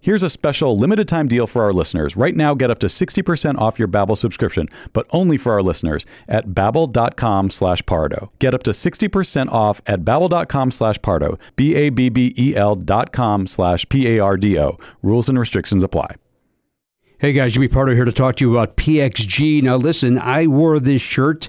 Here's a special limited time deal for our listeners. Right now, get up to 60% off your Babbel subscription, but only for our listeners at babbel.com slash pardo. Get up to 60% off at babbel.com slash pardo, B-A-B-B-E-L E dot com slash P-A-R-D-O. Rules and restrictions apply. Hey guys, Jimmy Pardo here to talk to you about PXG. Now, listen, I wore this shirt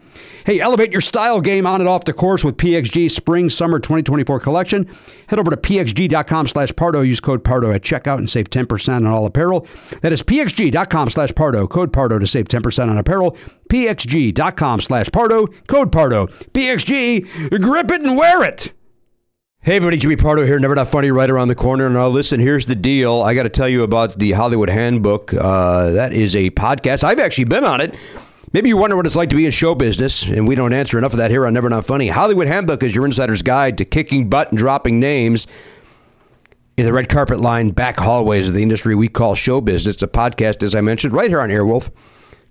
Hey, elevate your style game on and off the course with PXG Spring Summer 2024 collection. Head over to pxg.com slash Pardo. Use code Pardo at checkout and save 10% on all apparel. That is pxg.com slash Pardo. Code Pardo to save 10% on apparel. pxg.com slash Pardo. Code Pardo. PXG, grip it and wear it. Hey everybody, Jimmy Pardo here, Never Not Funny, right around the corner. And now listen, here's the deal. I got to tell you about the Hollywood Handbook. Uh, that is a podcast. I've actually been on it. Maybe you wonder what it's like to be in show business, and we don't answer enough of that here on Never Not Funny. Hollywood Handbook is your insider's guide to kicking butt and dropping names in the red carpet line back hallways of the industry we call show business. It's a podcast, as I mentioned, right here on Airwolf.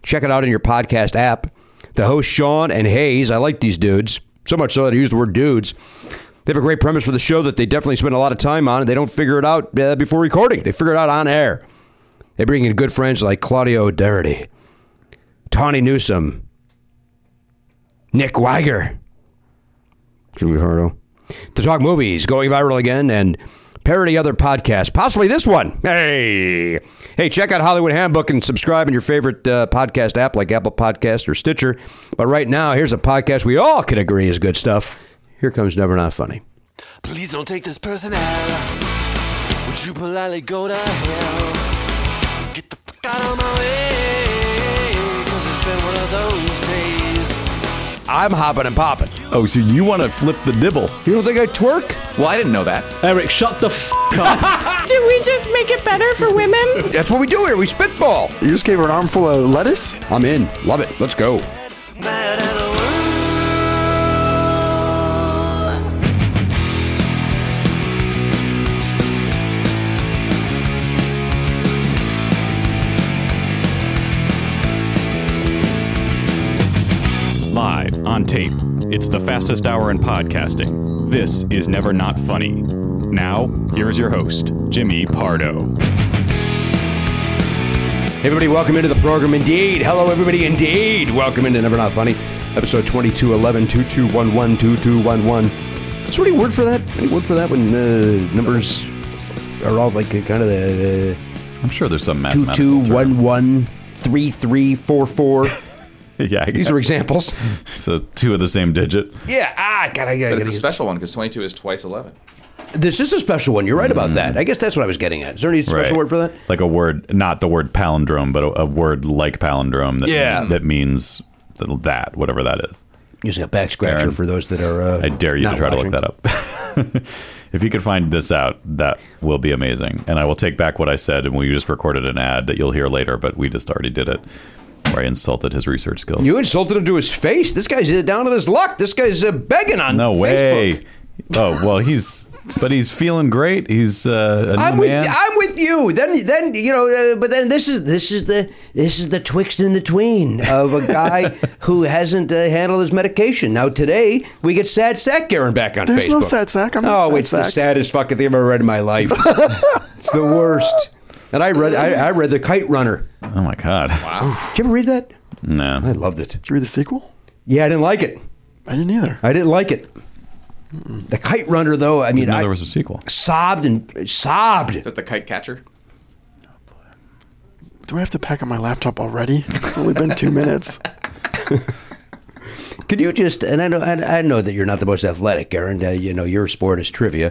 Check it out in your podcast app. The host, Sean and Hayes, I like these dudes, so much so that I use the word dudes. They have a great premise for the show that they definitely spend a lot of time on, and they don't figure it out uh, before recording. They figure it out on air. They bring in good friends like Claudio O'Doherty. Tawny Newsom, Nick Weiger, Jimmy Pardo, to talk movies going viral again and parody other podcasts, possibly this one. Hey, hey, check out Hollywood Handbook and subscribe in your favorite uh, podcast app like Apple Podcast or Stitcher. But right now, here's a podcast we all can agree is good stuff. Here comes Never Not Funny. Please don't take this person out. Would you politely go to hell? I'm hopping and popping. Oh, so you want to flip the dibble? You don't think I twerk? Well, I didn't know that. Eric, shut the f up. Do we just make it better for women? That's what we do here. We spitball. You just gave her an armful of lettuce? I'm in. Love it. Let's go. Live on tape. It's the fastest hour in podcasting. This is Never Not Funny. Now, here's your host, Jimmy Pardo. Hey, everybody, welcome into the program. Indeed. Hello, everybody. Indeed. Welcome into Never Not Funny, episode 2211 2211 2211. Is there any word for that? Any word for that when uh, numbers are all like uh, kind of the I'm sure there's some uh, mathematical term. 2211 3344? Yeah, I These guess. are examples. so two of the same digit. Yeah. Ah, God, I gotta, But gotta it's a special one because 22 is twice 11. This is a special one. You're right about that. I guess that's what I was getting at. Is there any special Right. word for that? Like a word, not the word palindrome, but a, a word like palindrome that, Yeah. that means th- that, whatever that is. Using a back scratcher Aaron, for those that are. Uh, I dare you to not try watching. to look that up. if you could find this out, that will be amazing. And I will take back what I said, and we just recorded an ad that you'll hear later, but we just already did it where I insulted his research skills. You insulted him to his face. This guy's uh, down on his luck. This guy's uh, begging on no Facebook. way. Oh, well, he's, but he's feeling great. He's uh, a new I'm with man. I'm with you. Then then you know, uh, but then this is this is the this is the twixt and the tween of a guy who hasn't uh, handled his medication. Now today we get sad sack Garen back on There's Facebook. no sad sack. I'm not oh, sad it's the sack. saddest fucking thing I've ever read in my life. it's the worst. And I read I, I read the Kite Runner. Did oh, my God. you ever read that? I No. loved it. Did you read the sequel? Yeah, I didn't like it. I didn't either. I didn't like it. The Kite Runner, though, I mean, No, I there was a sequel. sobbed and sobbed. Is that the kite catcher? Do I have to pack up my laptop already? It's only been two minutes. Could you just and I know and I know that you're not the most athletic, Aaron. Uh, you know your sport is trivia.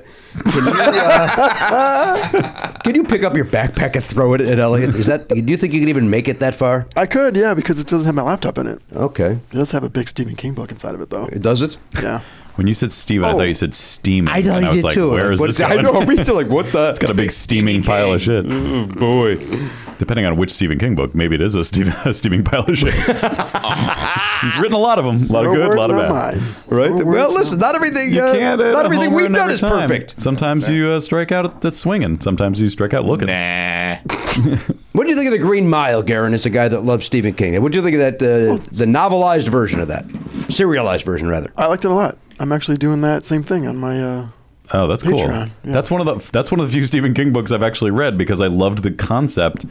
Can you, uh, can you pick up your backpack and throw it at Elliot? Is that? Do you think you can even make it that far? I could, yeah, because it doesn't have my laptop in it. Okay, It does have a big Stephen King book inside of it, though. does it? Yeah. When you said Steven, I Oh. thought you said steaming. I thought and you I was did like, too. where is What- this I going? know, me too. Like, what the? It's got a big steaming pile of shit. boy. Depending on which Stephen King book, maybe it is a, Stephen, a steaming pile of shit. He's written a lot of them. A lot of Your good, a words, lot of not bad. mine. Right. Your well, words, not listen. Not everything. You uh, can't. hit not a everything home we've run done every is time. perfect. Sometimes you uh, strike out at- at swinging. Sometimes you strike out looking. Nah. What do you think of the Green Mile, Garen? As a guy that loves Stephen King, and what do you think of that? Uh, the novelized version of that, serialized version rather. I liked it a lot. I'm actually doing that same thing on my. Uh, Oh, that's cool. Patreon, yeah. That's one of the that's one of the few Stephen King books I've actually read because I loved the concept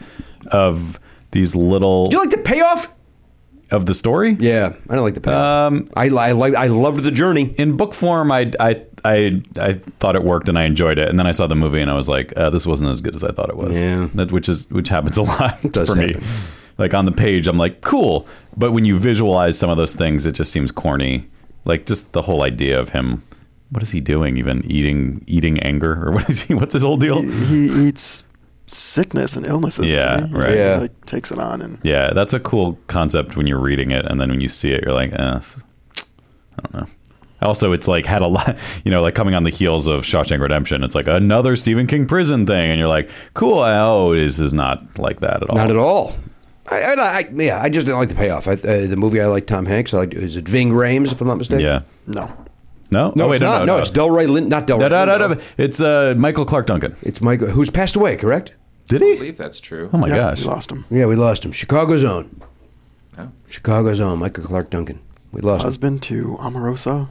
of these little Do you like the payoff? of the story. Yeah, I don't like the payoff. Um, I, I like. I loved the journey. in book form, I, I, I, I thought it worked and I enjoyed it. And then I saw the movie and I was like, uh, this wasn't as good as I thought it was. Yeah. That, which is which happens a lot does for me. happen. Like on the page, I'm like, cool. But when you visualize some of those things, it just seems corny. Like just the whole idea of him. What is he doing? Even eating eating anger or what is he? What's his whole deal? he eats sickness and illnesses. Yeah, doesn't he? right. Yeah. He, like takes it on and Yeah, that's a cool concept when you're reading it, and then when you see it, you're like, eh, I don't know. Also, it's like had a lot, you know, like coming on the heels of Shawshank Redemption. It's like another Stephen King prison thing, and you're like, cool. Oh, this is not like that at all. Not at all. I, I, I yeah, I just didn't like the payoff. I, uh, the movie I like Tom Hanks. I like is it Ving Rhames if I'm not mistaken. Yeah. no. No. No, Oh, wait, it's not. No, it's Delroy Lind. Not Delroy. No, no, no, Lindo. no. It's uh, Michael Clark Duncan. It's Mike, who's passed away. Correct. Did I he? believe that's true. Oh my yeah, gosh. we lost him. Yeah, we lost him. Chicago's own. Oh. Chicago's own. Michael Clark Duncan. We lost him. Husband to Omarosa.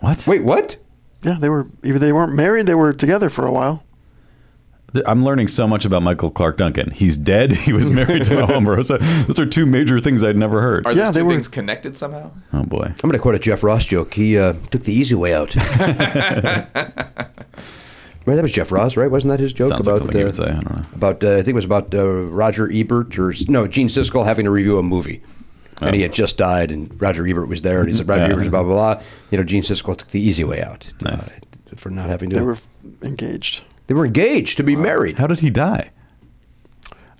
What? Wait, what? Yeah, they were either they weren't married, they were together for a while. Th- I'm learning so much about Michael Clark Duncan. He's dead. He was married to Omarosa. Those are two major things I'd never heard. Are Yeah, those they two were- things connected somehow? Oh boy. I'm going to quote a Jeff Ross joke. He uh, took the easy way out. right, that was Jeff Ross, right? Wasn't that his joke Sounds like about? something he would say. I don't know. About uh, I think it was about uh, Roger Ebert or no Gene Siskel having to review a movie, and he had just died, and Roger Ebert was there, and he said Roger Oh. Yeah. Ebert's blah blah blah. You know, Gene Siskel took the easy way out uh, Nice. for not having to. They were f- engaged. they were engaged to be married. How did he die?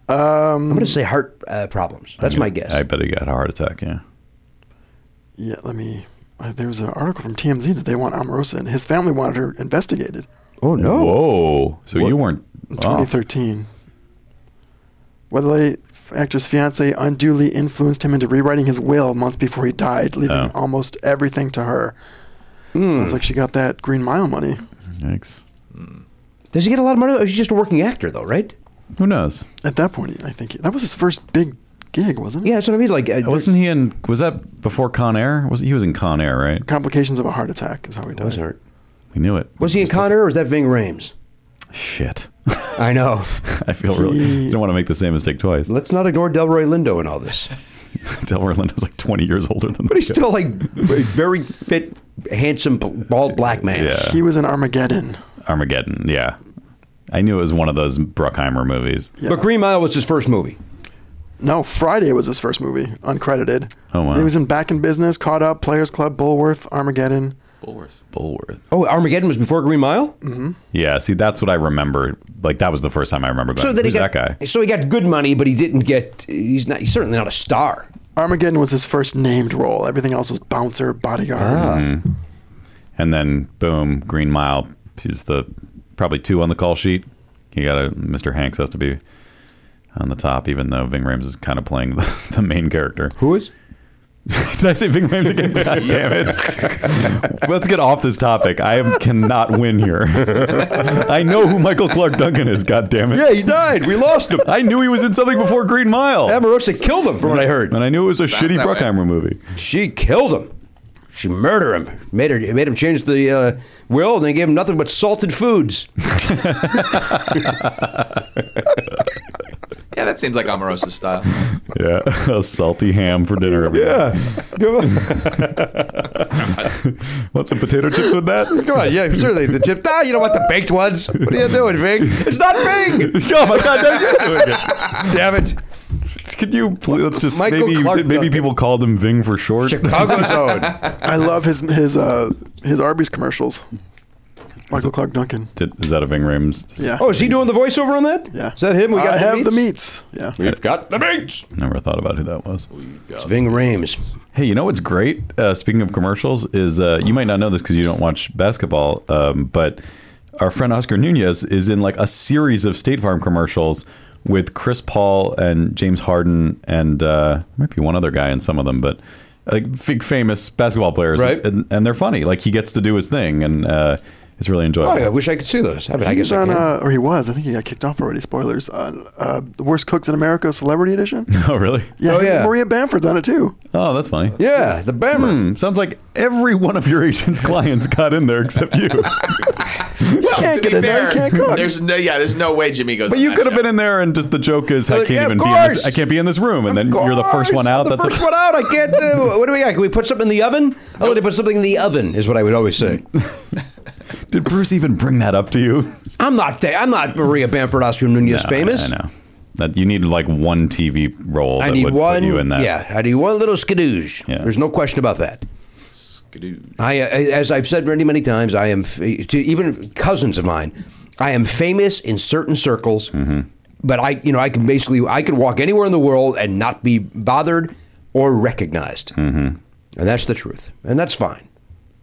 I'm going to say heart uh, problems. That's my guess. I bet he got a heart attack. Yeah. yeah, let me. Uh, there was an article from TMZ that they want Omarosa and his family wanted her investigated Oh no. Whoa. So you weren't. in Oh. 2013. Whether the actor's fiance unduly influenced him into rewriting his will months before he died, leaving Oh. almost everything to her. Hmm. Sounds like she got that Green Mile money. Yikes. Does he get a lot of money? Or is he just a working actor though, right? Who knows? At that point, I think that was his first big gig, wasn't it? Yeah, that's what I mean. Like, uh, Wasn't he in? Was that before Con Air? Was he was in Con Air, right? Complications of a heart attack is how he died. was, there- We knew it. was he in Connor or was that Ving Rhames? Shit. I know. I feel really. You don't want to make the same mistake twice. Let's not ignore Delroy Lindo in all this. Delroy Lindo's like 20 years older than. But he's still like a very fit, handsome, bald black man. Yeah. He was in Armageddon. Armageddon. Yeah. I knew it was one of those Bruckheimer movies. Yeah. But Green Mile was his first movie. No, Friday was his first movie, uncredited. Oh, wow. He was in Back in Business, Caught Up, Players Club, Bullworth, Armageddon. Bullworth. Bullworth. Oh, Armageddon was before Green Mile. Yeah. See, that's what I remember. Like that was the first time I remember. Going, he Who's got, that guy? So he got good money, but he didn't get. He's not. He's certainly not a star. Armageddon was his first named role. Everything else was bouncer, bodyguard. Ah. And then boom, Green Mile. He's the probably two on the call sheet. You got to Mr. Hanks has to be on the top, even though Ving Rhames is kind of playing the, the main character. Who is? Did I say Ving Rhames again? God damn it. Let's get off this topic. I am, cannot win here. I know who Michael Clark Duncan is, god damn it. Yeah, he died. We lost him. I knew he was in something before Green Mile. Amorosa killed him, from what I heard. And I knew it was a shitty that way. Bruckheimer movie. She killed him. She murdered him. Made her made him change the uh, will, and they gave him nothing but salted foods. Yeah, that seems like Omarosa's style. Yeah. a salty ham for dinner every yeah. Want some potato chips with that? Come on, yeah, sure. They, the chips. Ah, you know what? The baked ones. What are you doing, Ving? It's not Ving. Oh my god, no, you're doing it. Damn it. Could you please let's just Michael maybe Clark maybe Duncan. people called him Ving for short. Chicago zone. I love his his uh, his Arby's commercials. Michael Clark Duncan. Did- Is that a Ving Rhames? Yeah. Oh, is he doing the voiceover on that? yeah. Is that him? We got I have the meat. meats. Yeah. We've got the meats. Never thought about who that was. It's Ving Rhames. Hey, you know what's great? Uh, speaking of commercials, is uh, you might not know this because you don't watch basketball, um, but our friend Oscar Nunez is in like a series of State Farm commercials with Chris Paul and James Harden and uh, might be one other guy in some of them, but like big famous basketball players, Right. And, and they're funny. Like he gets to do his thing, and uh, it's really enjoyable. Oh, yeah, I wish I could see those. I mean, I guess He's I on, can. uh, or he was. I think he got kicked off already. Spoilers. On uh, the worst cooks in America celebrity edition. Oh, really? Yeah, Oh, I think yeah. Maria Bamford's on it too. Oh, that's funny. yeah, the Bammer. Hmm, sounds like every one of your agent's clients got in there except you. You can't To get be in there. You fair, can't cook. There's no, yeah, there's no way Jimmy goes. But on you that could have show. been in there, and just the joke is, I Like, can't yeah, even of be. In course. this, I can't be in this room, and then you're the first one Gosh, out. I'm That's the a- first one out. I can't. Uh, what do we got? Can we put something in the oven? I want to put something in the oven. Is what I would always say. Hmm. did Bruce even bring that up to you? I'm not. Da- I'm not Maria Bamford Oscar Nunez famous. I know that you need like one TV role. I that need would one. Put you in that. Yeah, I need one little skadooge. Yeah. There's no question about that. Skidoo. I, uh, as I've said many, many times, I am fa- to even cousins of mine. I am famous in certain circles, but I, you know, I can basically I could walk anywhere in the world and not be bothered or recognized, mm-hmm. and that's the truth, and that's fine.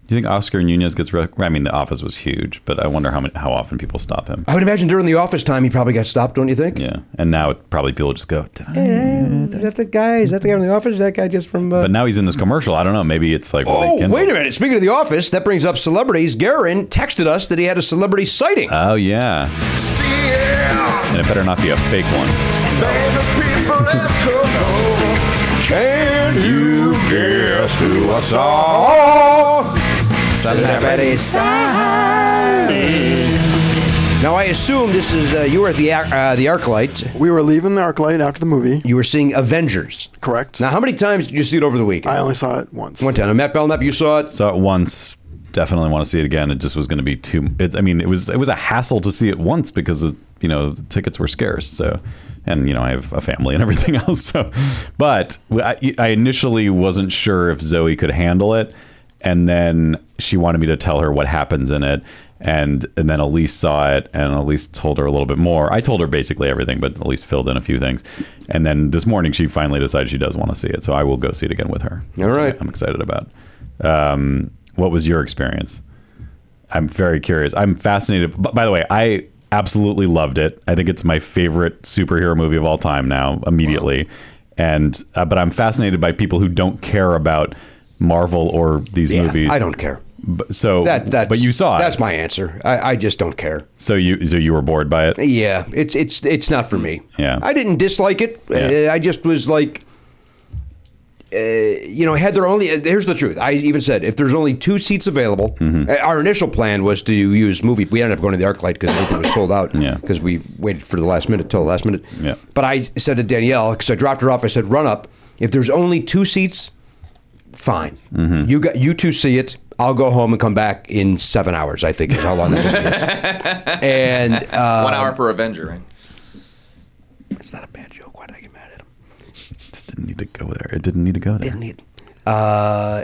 Do you think Oscar Nunez gets? Rec- I mean, The Office was huge, but I wonder how many, how often people stop him. I would imagine during the office time, he probably got stopped, don't you think? Yeah, and now it, probably people just go. Did I? Is that the guy? Is that the guy in the office? Is that guy just from? Uh... But now he's in this commercial. I don't know. Maybe it's like. Oh, rekindled. wait a minute. Speaking of the office, that brings up celebrities. Garin texted us that he had a celebrity sighting. Oh yeah, and it better not be a fake one. Can you guess who I saw? Celebrity Now I assume this is uh, you were at the Ar- uh, the ArcLight. we were leaving the ArcLight after the movie. You were seeing Avengers. Correct. Now, how many times did you see it over the weekend? I only saw it once. One time. And Matt Belknap, you saw it. Saw it once. Definitely want to see it again. It just was going to be too. It, I mean, it was it was a hassle to see it once because of, you know the tickets were scarce. So, and you know I have a family and everything else. So, but I, I initially wasn't sure if Zoe could handle it, and then she wanted me to tell her what happens in it and and then Elise saw it and Elise told her a little bit more. I told her basically everything, but Elise filled in a few things. And then this morning she finally decided she does want to see it, so I will go see it again with her. All right. I'm excited about. Um, what was your experience? I'm very curious. I'm fascinated. But by the way, I absolutely loved it. I think it's my favorite superhero movie of all time now. Immediately, and uh, but I'm fascinated by people who don't care about Marvel or these movies. I don't care. But- So That that's, but you saw That's it. my answer. I, I just don't care. So you so you were bored by it. Yeah, it's it's it's not for me. Yeah. I didn't dislike it. Yeah. Uh, I just was like, uh, you know, had there only. uh, here's the truth. I even said if there's only two seats available, Mm-hmm. uh, our initial plan was to use movie. We ended up going to the ArcLight because everything was sold out. Yeah. because we waited for the last minute till the last minute. Yeah. but I said to Danielle because I dropped her off. I said, run up. If there's only two seats, fine. Mm-hmm. You got you two see it. I'll go home and come back in seven hours. I think is how long that was. and uh, One hour per Avenger, right? it's not a bad joke. Why did I get mad at him? Just didn't need to go there. It didn't need to go there. Didn't need. Uh,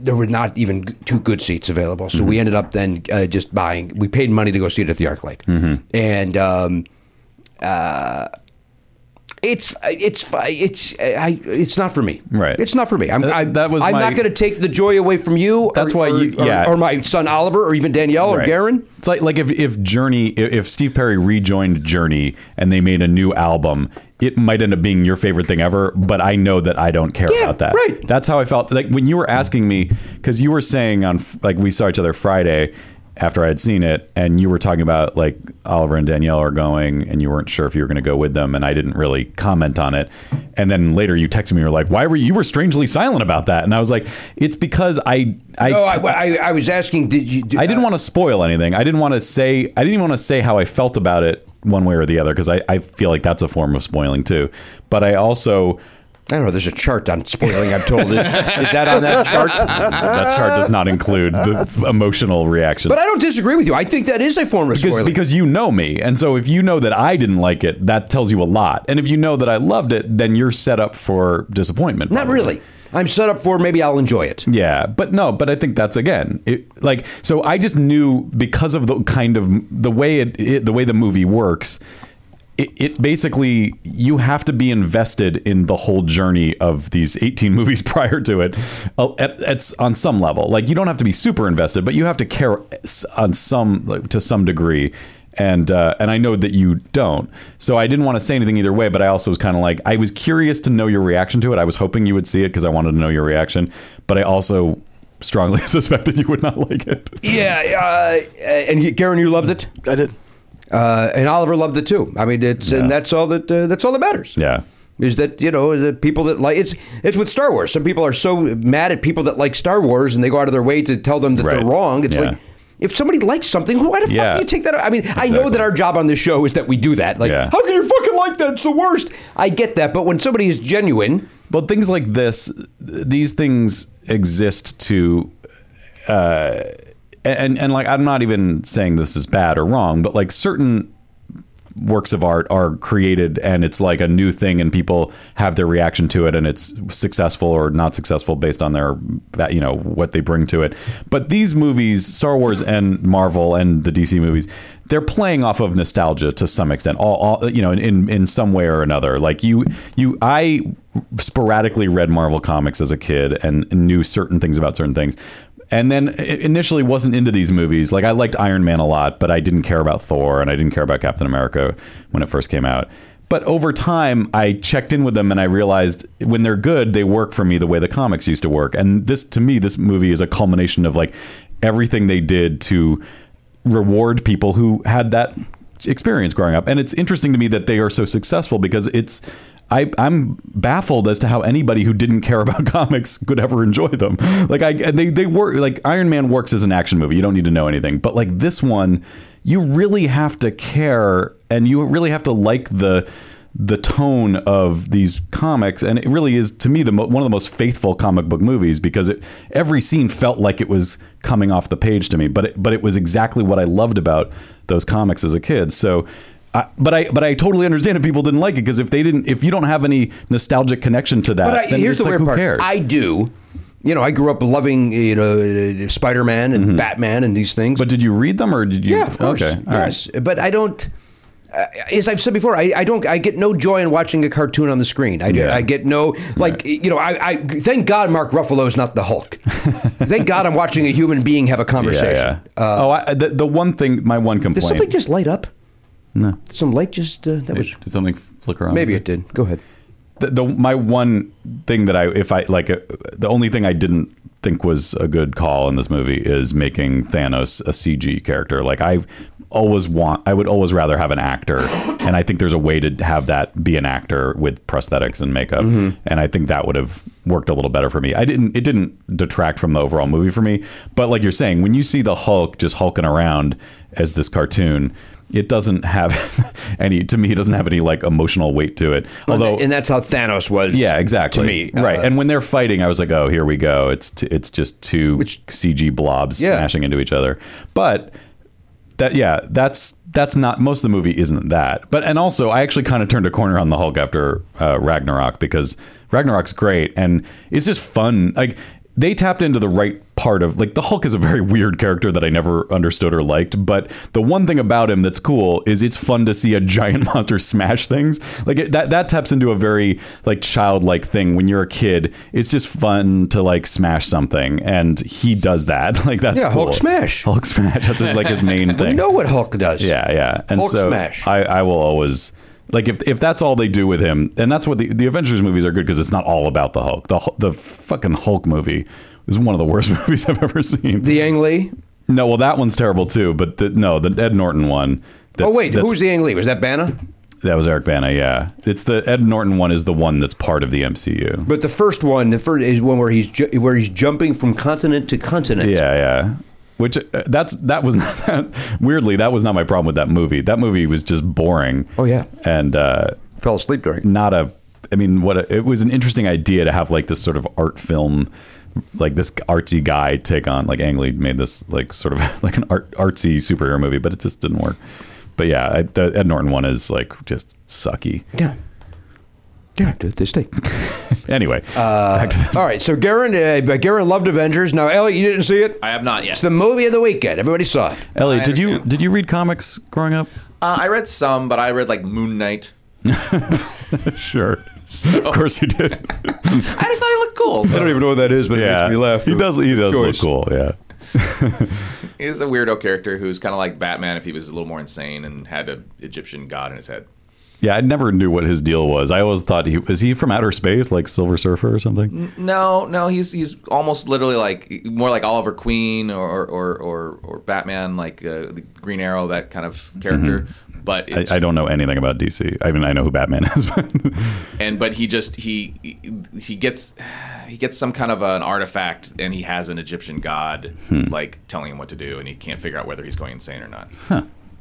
there were not even g- two good seats available, so we ended up then uh, just buying. We paid money to go see it at the ArcLight, and um, uh, it's it's fi- it's I, it's not for me. Right. It's not for me. I'm, Uh, I'm, that was I'm my- not going to take the joy away from you. or- That's why or- you- or- yeah. or, my son Oliver, or even Danielle or Right. Garen. It's like like if if Journey if if Steve Perry rejoined Journey and they made a new album, it might end up being your favorite thing ever. But I know that I don't care Yeah, about that. right. That's how I felt. Like when you were asking me because you were saying on f- like we saw each other Friday after I had seen it, and you were talking about like Oliver and Danielle are going, and you weren't sure if you were going to go with them, and I didn't really comment on it. And then later you texted me, you were like, "Why were you, you were strangely silent about that?" And I was like, "It's because I I." No, I, I, I was asking. Did you? I didn't want to spoil anything. I didn't want to say. I didn't even want to say how I felt about it one way or the other because I, I feel like that's a form of spoiling too. But I also I don't know. There's a chart on spoiling. I'm told. Is, is that on that chart? that chart does not include the f- emotional reaction. But I don't disagree with you. I think that is a form of because, spoiling. because you know me, and so if you know that I didn't like it, that tells you a lot. And if you know that I loved it, then you're set up for disappointment. Not probably. really. I'm set up for maybe I'll enjoy it. Yeah, but no, but I think that's again, it, like, so I just knew because of the kind of the way it, it the way the movie works, it, it basically you have to be invested in the whole journey of these 18 movies prior to it, uh, at, at, on some level. Like, you don't have to be super invested, but you have to care s- on some like, to some degree. And uh, and I know that you don't, so I didn't want to say anything either way. But I also was kind of like I was curious to know your reaction to it. I was hoping you would see it because I wanted to know your reaction, but I also strongly suspected you would not like it. Yeah. Uh, and you- Garen, you loved it, I did. uh, and Oliver loved it too. I mean, it's and that's all that uh, that's all that matters. Yeah. Is that you know the people that like it's it's with Star Wars. Some people are so mad at people that like Star Wars, and they go out of their way to tell them that Right. they're wrong. It's Yeah. like. If somebody likes something, why the Yeah. fuck do you take that? out? I mean, I know Exactly. that our job on this show is that we do that. Like, Yeah. how can you fucking like that? It's the worst. I get that, but when somebody is genuine, But things like this, these things exist to, uh, and and like I'm not even saying this is bad or wrong, but like certain works of art are created and it's like a new thing and people have their reaction to it and it's successful or not successful based on their that you know what they bring to it but these movies star wars and marvel and the dc movies they're playing off of nostalgia to some extent all, all you know in in some way or another like you you i sporadically read marvel comics as a kid and knew certain things about certain things and then i- initially wasn't into these movies. Like I liked Iron Man a lot, but I didn't care about Thor and I didn't care about Captain America when it first came out. But over time, I checked in with them and I realized when they're good, they work for me the way the comics used to work. And this, to me, this movie is a culmination of like everything they did to reward people who had that experience growing up. And it's interesting to me that they are so successful because it's I, I'm baffled as to how anybody who didn't care about comics could ever enjoy them. Like I they they work like Iron Man works as an action movie. You don't need to know anything. But like this one, you really have to care and you really have to like the the tone of these comics and it really is to me the mo- one of the most faithful comic book movies because it, every scene felt like it was coming off the page to me but it, but it was exactly what I loved about those comics as a kid so I, but I but I totally understand if people didn't like it because if they didn't if you don't have any nostalgic connection to that But I, Uh, then here's it's the like, weird who part. cares? I do, you know, I grew up loving you know Spider Man and Batman and these things. Mm-hmm. But did you read them or did you? Yeah, of course. Okay. all right. yes, but I don't. Uh, as I've said before, I, I don't. I get no joy in watching a cartoon on the screen. I, I get no like you know. I, I thank God Mark Ruffalo is not the Hulk. thank God I'm watching a human being have a Yeah. conversation. Uh, yeah. oh, I, the, the one thing, my one Did complaint. something just light up? No. Some light just uh, that was Did something flicker on? maybe it did. Go ahead. the, the my one thing that I if I like uh, the only thing I didn't think was a good call in this movie is making Thanos a CG character. Like I always want I would always rather have an actor and I think there's a way to have that be an actor with prosthetics and makeup and I think that would have worked a little better for me. I didn't it didn't detract from the overall movie for me, but like you're saying when you see the Hulk just hulking around as this cartoon it doesn't have any to me it doesn't have any like emotional weight to it although and that's how Thanos was. yeah, exactly. To me, right? Uh, and when they're fighting, I was like, "Oh, here we go." It's t- it's just two CG blobs Yeah. smashing into each other. But that, yeah, that's that's not most of the movie isn't that. But and also, I actually kind of turned a corner on the Hulk after uh, Ragnarok because Ragnarok's great and it's just fun. Like they tapped into the right part of like the Hulk is a very weird character that I never understood or liked, but the one thing about him that's cool is it's fun to see a giant monster smash things. Like it, that that taps into a very like childlike thing when you're a kid. It's just fun to like smash something and he does that. Like that's Yeah, Hulk cool. smash. Hulk smash. That's his, like his main we thing. know what Hulk does. Yeah, yeah. And Hulk so smash. I, I will always like if if that's all they do with him, and that's what the the Avengers movies are good because it's not all about the Hulk. The Hul- the fucking Hulk movie is one of the worst movies I've ever seen. The Ang Lee. no, well that one's terrible too. But the, no, the Ed Norton one. Oh that's- wait, that's- who was the Ang Lee? Was that Banner? That was Eric Bana. Yeah, it's the Ed Norton one is the one that's part of the MCU. But the first one, the first is one where he's ju- where he's jumping from continent to continent. Yeah, yeah. Which uh, that's that was not weirdly that was not my problem with that movie. That movie was just boring. Oh, yeah. and. uh fell asleep during. not a i mean what a, it was an interesting idea to have like this sort of art film like this artsy guy take on like ang lee made this like sort of like an art artsy superhero movie but it just didn't work but yeah I, the ed norton one is like just sucky Yeah. Yeah, to this day. anyway back to this. All right, so Garen, uh, Garen loved Avengers. Now, Elliot, you didn't see it. I have not yet. It's the movie of the weekend. Everybody saw it. ellie I did you understand. did you read comics growing up Uh, I read some, but I read like Moon Knight. sure of course you did I thought it looked cool. So even know what that is, but yeah he does he does Choice. look cool yeah he's a weirdo character who's kind of like Batman if he was a little more insane and had an Egyptian god in his head. yeah i never knew what his deal was i always thought he was he from outer space like silver surfer or something No, no, he's he's almost literally like more like Oliver Queen or or or, or Batman, like uh, the Green Arrow, that kind of character. But Mm-hmm. I, it's, I don't know anything about DC. I mean, I know who Batman is, but and but he just he he gets he gets some kind of an artifact and he has an Egyptian god Hmm. like telling him what to do and he can't figure out whether he's going insane or not.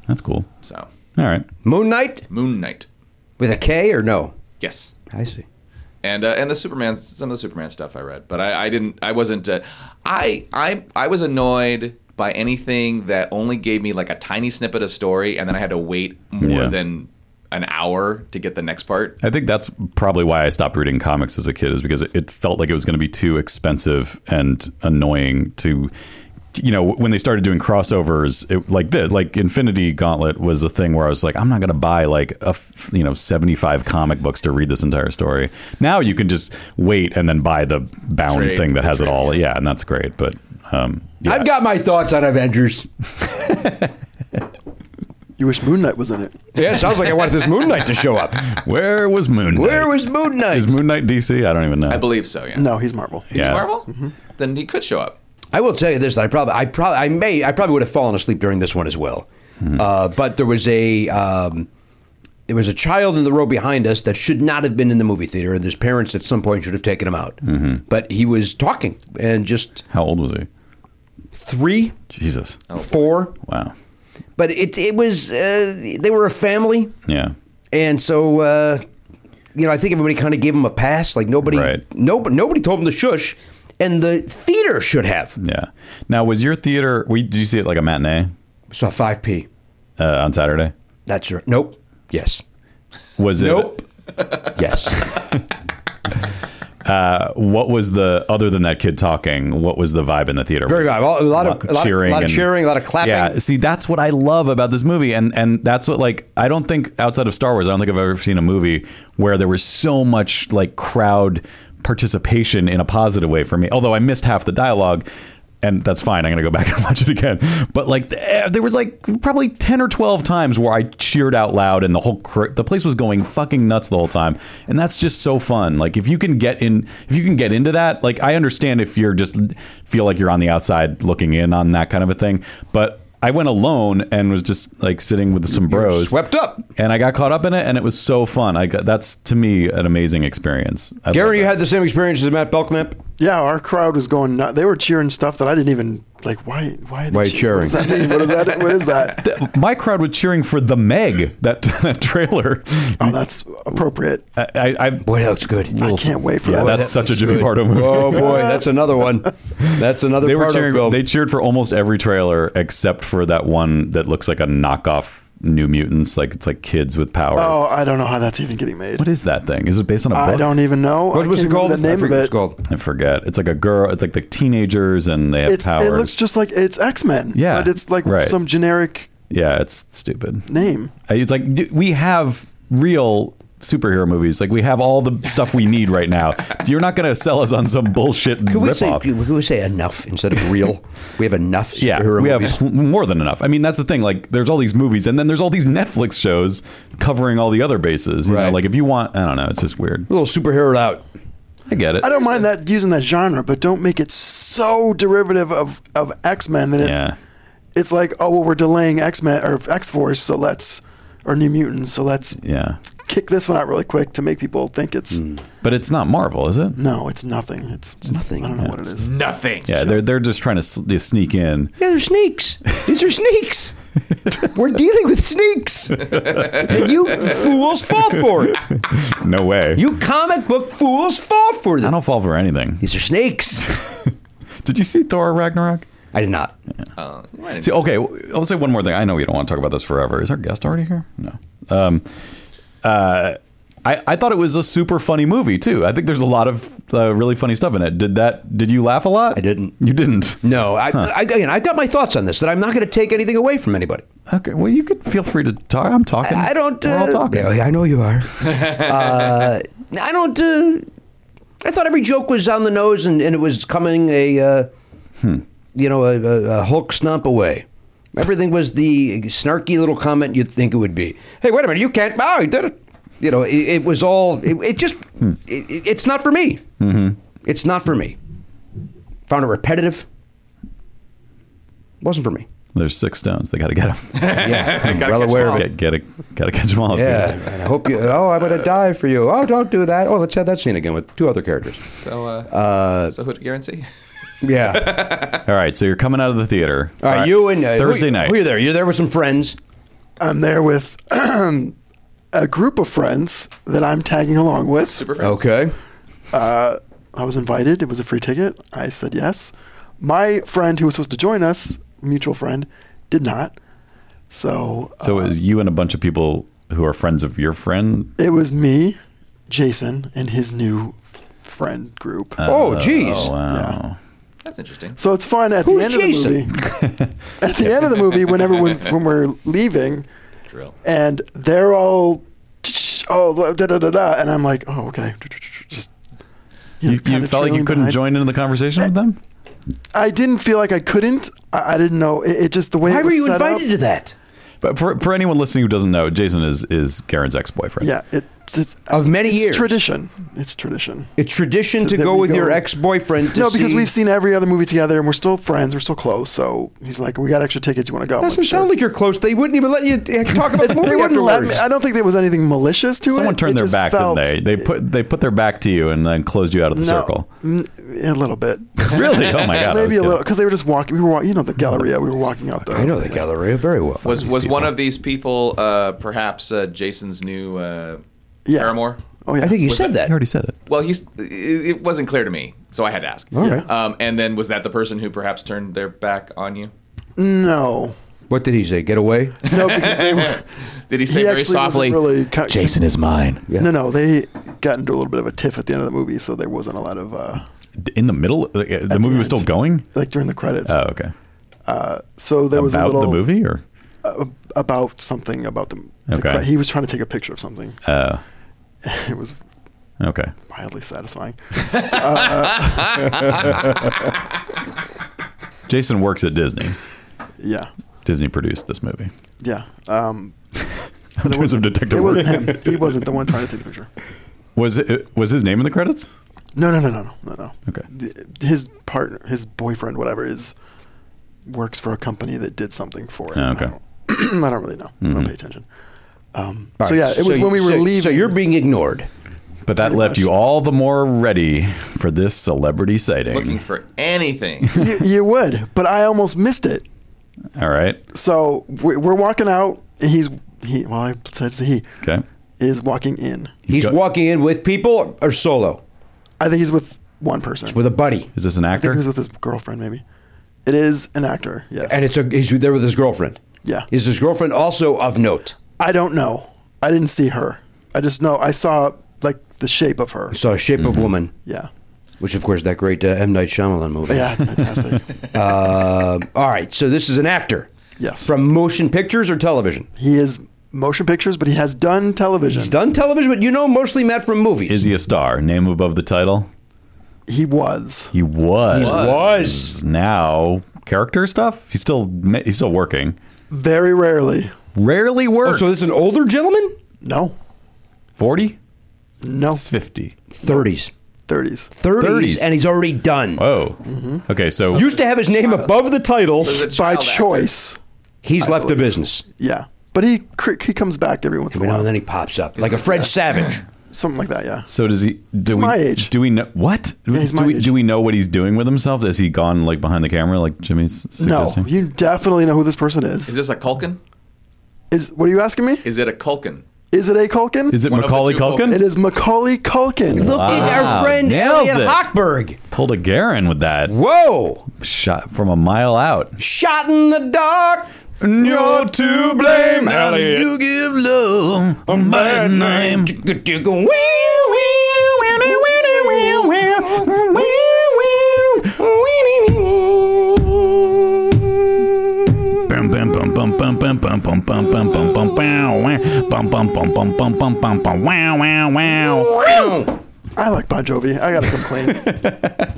that's cool. So All right. Moon Knight Moon Knight, with a K or no? yes, I see. and uh, and the Superman some of the Superman stuff I read, but I, I didn't I wasn't uh, I I I was annoyed by anything that only gave me like a tiny snippet of story and then I had to wait more Yeah. than an hour to get the next part. I think that's probably why I stopped reading comics as a kid is because it, it felt like it was going to be too expensive and annoying to you know when they started doing crossovers it, like this like infinity gauntlet was a thing where i was like i'm not going to buy like a f- you know 75 comic books to read this entire story now you can just wait and then buy the bound Trade, thing that the has it trade, all yeah. yeah and that's great but um yeah. I've got my thoughts on Avengers. You wish Moon Knight was in it. yeah, it sounds like I want this Moon Knight to show up. where was moon Knight? Where was Moon Knight? is moon knight dc i don't even know I believe so. Yeah. No, Mm-hmm. he's Marvel. yeah. Marvel? Then he could show up. I will tell you this: that I probably, I probably, I may, I probably would have fallen asleep during this one as well. Uh, but there was a, um, there was a child in the row behind us that should not have been in the movie theater, and his parents at some point should have taken him out. But he was talking and just how old was he three, jesus Oh. four. wow But it, it was, uh, they were a family, Yeah. and so. Uh, you know, I think everybody kind of gave him a pass. Like nobody, Right. nobody, nobody told him to shush, and the theater should have. Yeah. Now, was your theater, we, did you see it like a matinee Saw five p. uh, on Saturday? That's right. Nope. Yes. Was it? Nope. Yes. Uh, what was the other than that kid talking? What was the vibe in the theater? Very good. Well, a lot of- a lot of- a lot of cheering, a lot of clapping. Yeah, see, that's what I love about this movie, and and that's what like I don't think outside of Star Wars, I don't think I've ever seen a movie where there was so much like crowd participation in a positive way for me. Although I missed half the dialogue. And that's fine. I'm gonna go back and watch it again. But like, eh, there was like probably ten or twelve times where I cheered out loud, and the whole cr- the place was going fucking nuts the whole time. And that's just so fun. Like, if you can get in, if you can get into that, like, I understand if you're just feel like you're on the outside looking in on that kind of a thing. But I went alone and was just like sitting with some bros, swept up. and I got caught up in it, and it was so fun. I got, that's to me an amazing experience. I love Gary, you it. had the same experience as Matt Belknap. Yeah, our crowd was going. nu- They were cheering stuff that I didn't even like. Why? Why? Are they Why cheering? What does that mean? What is that? What is that? Th- my crowd was cheering for the Meg that, that trailer. Oh, that's appropriate. I, I, I Boy, that looks good. I can't wait for yeah, that. that's such a Jimmy Pardo movie. Oh boy, that's another one. That's another they were Pardo cheering. film. They cheered for almost every trailer except for that one that looks like a knockoff New Mutants. Like it's like kids with power. Oh, I don't know how that's even getting made. What is that thing? Is it based on a book? I don't even know. what I was it can't called? remember The I name forget of what it. it's called. I forget. It's like a girl. It's like the teenagers and they have It's, powers. it looks just like it's X Men. Yeah, but it's like right. some generic yeah, it's stupid. name. It's like d- we have real superhero movies. Like we have all the stuff we need right now. You're not going to sell us on some bullshit Could we, say, ripoff. could we say enough instead of real? we have enough superhero yeah, we have movies. pl- more than enough. I mean, that's the thing. Like, there's all these movies, and then there's all these Netflix shows covering all the other bases. You know, Right. like if you want, I don't know, it's just weird. a little superheroed out. I get it. I don't mind that using that genre, but don't make it so derivative of of X Men that it, Yeah, it's like oh well we're delaying X Men or X Force, so let's or New Mutants, so let's yeah, kick this one out really quick to make people think it's but it's not Marvel, is it? no, it's nothing. It's, nothing. I don't know what it is. Nothing. Yeah, they're they're just trying to sl- sneak in. Yeah, they're snakes. These are snakes. We're dealing with snakes. and you fools fall for it. No way. You comic book fools fall for I them. don't fall for anything. These are snakes. Did you see Thor Ragnarok? I did not. Uh, you might See, okay, I'll say one more thing. I know we don't want to talk about this forever. Is our guest already here? No. Um, uh, I, I thought it was a super funny movie too. I think there's a lot of uh, really funny stuff in it. Did that? Did you laugh a lot? I didn't. You didn't. No, I, I, again, I've got my thoughts on this that I'm not going to take anything away from anybody. Okay. Well, you could feel free to talk. I'm talking. I don't. We're uh, all talking. yeah, I know you are. uh, I don't. Uh, I thought every joke was on the nose, and, and it was coming a, uh, you know, a, a, a Hulk stomp away. Everything was the snarky little comment you'd think it would be. Hey, wait a minute, you can't. Oh, he did it. You know, it, it was all. It, it just. It, it- it's not for me. Hmm. Mm-hmm. It's not for me. Found it repetitive. Wasn't for me. There's six stones. They got to get them. Yeah, I'm Gotta well catch aware of it. get, get it. Got to catch them all. Yeah, and I hope you. Oh, I'm gonna die for you. Oh, don't do that. Oh, let's have that scene again with two other characters. So, uh, so who did Garen see? Yeah. All right. So you're coming out of the theater. All right, you and uh, Thursday who, night. Who are you there? You're there with some friends. I'm there with a group of friends that I'm tagging along with. Super friends. Uh, Okay. I was invited. It was a free ticket. I said yes. My friend who was supposed to join us, mutual friend, did not. So uh, So it was you and a bunch of people who are friends of your friend. it was me, Jason, and his new friend group. oh, geez. Oh, wow. That's interesting. So it's fun at Who's the end Jason? of the movie. at the end of the movie, when everyone's when we're leaving, Drill. and they're all oh da da da da, and I'm like oh okay, just know, You, you kinda felt like you trailing couldn't behind. join into the conversation with them. I didn't feel like I couldn't. I, I didn't know. It, it just the way Why it were was you set invited up, to that? But for, for anyone listening who doesn't know, Jason is is Garen's ex boyfriend. Yeah, it's, it's Of many it's years. Tradition. It's tradition. It's tradition to that go we with go- your ex-boyfriend. To no, because see- we've seen every other movie together, and we're still friends. We're still close. So he's like, "We got extra tickets. You want to go?" I'm Doesn't like, sound "Sure." like you're close. They wouldn't even let you uh, talk about the movie they wouldn't let me. afterwards. I don't think there was anything malicious to Someone it. turned It their just back, felt- didn't they? They put they put their back to you and then closed you out of the No, circle. mm, a little bit. Really? Oh my god. I was Maybe a kidding. little because they were just walking. We were walking. You know the Galleria. We were walking out there. I know the Galleria very well. Was was one of these people uh, perhaps uh, Jason's new uh, Yeah. paramour? Oh yeah. I think you Was said You that. already said it. Well, he's it, it wasn't clear to me, so I had to ask. right. Um, and then was that the person who perhaps turned their back on you? no. What did he say? Get away. No, because they were. Did he say he very actually wasn't softly? really. Jason is mine. No, no. They got into a little bit of a tiff at the end of the movie, so there wasn't a lot of uh, In the middle, Like, uh, the movie was still end. going. like during the credits. Oh, okay. so there was a About little uh, the movie, or about something about the, the Okay. cre- he was trying to take a picture of something. Oh. it was okay. mildly satisfying. Jason works at Disney. Yeah, Disney produced this movie. yeah. Um, In terms of detective it work, wasn't him. He wasn't the one trying to take the picture. was it was his name in the credits? No, no, no, no, no, no, no. Okay. The- his partner, his boyfriend, whatever, is works for a company that did something for him. Oh, okay. Mm-hmm. I don't, I don't really know. I don't pay attention. Um, so All yeah, right, it was when we were so- leaving. So you're being ignored. But that left you all the more ready for this celebrity sighting. Looking for anything. you, you would, but I almost missed it. All right. So we- we're walking out. And he's he. Well, I said it's a he Okay. is walking in. He's, go- walking in with people or solo I think he's with one person. with a buddy, Is this an I think actor? he was with his girlfriend, maybe. It is an actor. Yes. and it's a he's there with his girlfriend. Yeah. is his girlfriend also of note? I don't know. I didn't see her. I just know I saw like the shape of her. So a Shape Mm-hmm. of Woman, Yeah. which of course that great uh, M Night Shyamalan movie. Yeah, it's fantastic. Uh, all right, so this is an actor. Yes. From motion pictures or television? he is motion pictures, but he has done television. He's done television, but you know mostly Matt from movies. Is he a star? Name above the title. He was. He was. He was. Now character stuff. He's still ma- he's still working. Very rarely. Rarely oh, works. so this is an older gentleman? No. forty. No. It's fifty. 30s. 30s. 30s, 30s. and he's already done. Oh. Okay. So Used to have his name above the title. There's a By child actor. choice. He's left the business. Yeah. But he cr- he comes back every once in Every a now while. and then he pops up like a Fred Savage. Something like that, yeah. So does he? Do we? my age. Do we know what? he's do my we? age. Do we know what he's doing with himself? Has he gone like behind the camera, like Jimmy's No, suggesting? you definitely know who this person Is is. this a Culkin? Is what are you asking me? Is it a Culkin? Is it a Culkin? is it One of the Macaulay two Culkin? Culkin? It is Macaulay Culkin. Look at our friend nails Elliot it. Hochberg. Pulled a Garin with that Whoa! shot from a mile out. Shot in the dark. You're to blame, Elliot. You give love a bad Um, name. Bum, bum, bum, bum, bum, bum, bum, bum, bum, bum, bum, bum, bow, wow. Bum, bum, bum, bum, bum, bum, bum, bum, wow, wow, wow. I like Bon Jovi. I gotta complain.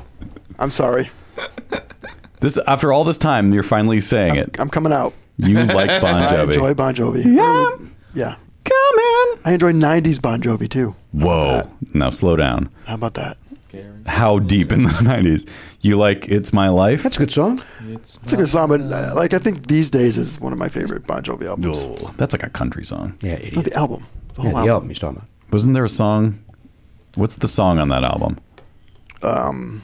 I'm sorry. This after all this time, you're finally saying it. I'm coming out. You like Bon I Jovi. enjoy Bon Jovi. Yeah. Yeah. Come in. I enjoy 90s Bon Jovi too. Whoa. Now slow down. How about that? How deep in the 90s? You like It's My Life? That's a good song. It's a good song, but uh, like I think these days is one of my favorite Bon Jovi albums. Oh, that's like a country song. Yeah, No, idiot. the album. The whole Yeah, the album he's talking about. Wasn't there a song? What's the song on that album? Um,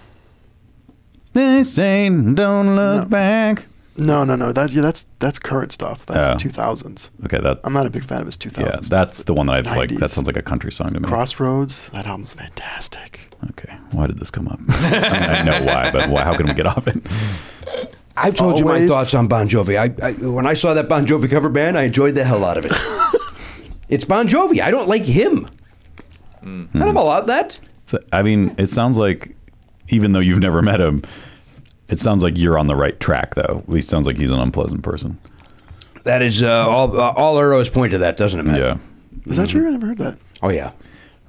They say don't look back. no, no, no. That's yeah, that's that's current stuff. Oh. That's 2000s. Okay, that I'm not a big fan of his yeah, 2000s. that's the one that I was like. 90s. That sounds like a country song to me. Crossroads. That album's fantastic. Okay, why did this come up? I know why, but why, how can we get off it? I've told you my Always. thoughts on Bon Jovi. I, I when I saw that Bon Jovi cover band, I enjoyed the hell out of it. it's Bon Jovi. I don't like him. Hmm. I don't know about that. So, I mean, it sounds like even though you've never met him, it sounds like you're on the right track, though. At least sounds like he's an unpleasant person. That is uh, all. Uh, all arrows point to that, doesn't it, Matt? Yeah. Is that true? I never heard that. Oh yeah.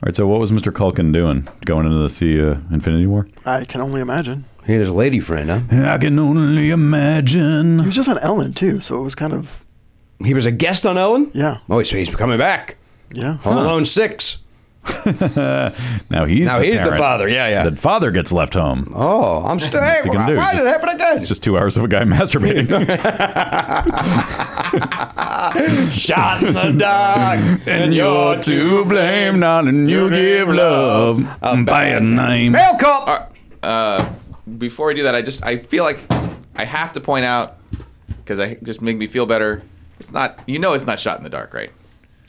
All right. So, what was Mr. Culkin doing going into the sea uh, Infinity War? I can only imagine. He had his lady friend, huh? I can only He imagine. was just on Ellen too, so it was kind of He was a guest on Ellen. Yeah. Oh, so he's coming back. yeah. Home Alone Six. Now he's Now the he's the parent. father. Yeah, yeah. The father gets left home. Oh, I'm still. Hey, What's he why gonna do? why did Just- it happen again? It's just two hours of a guy masturbating, shot in the dark, and you're to blame, not and you give love by a name. Mail call. Oh. All right, uh, before we do that, I just I feel like I have to point out because I just make me feel better. It's not you know it's not shot in the dark, right?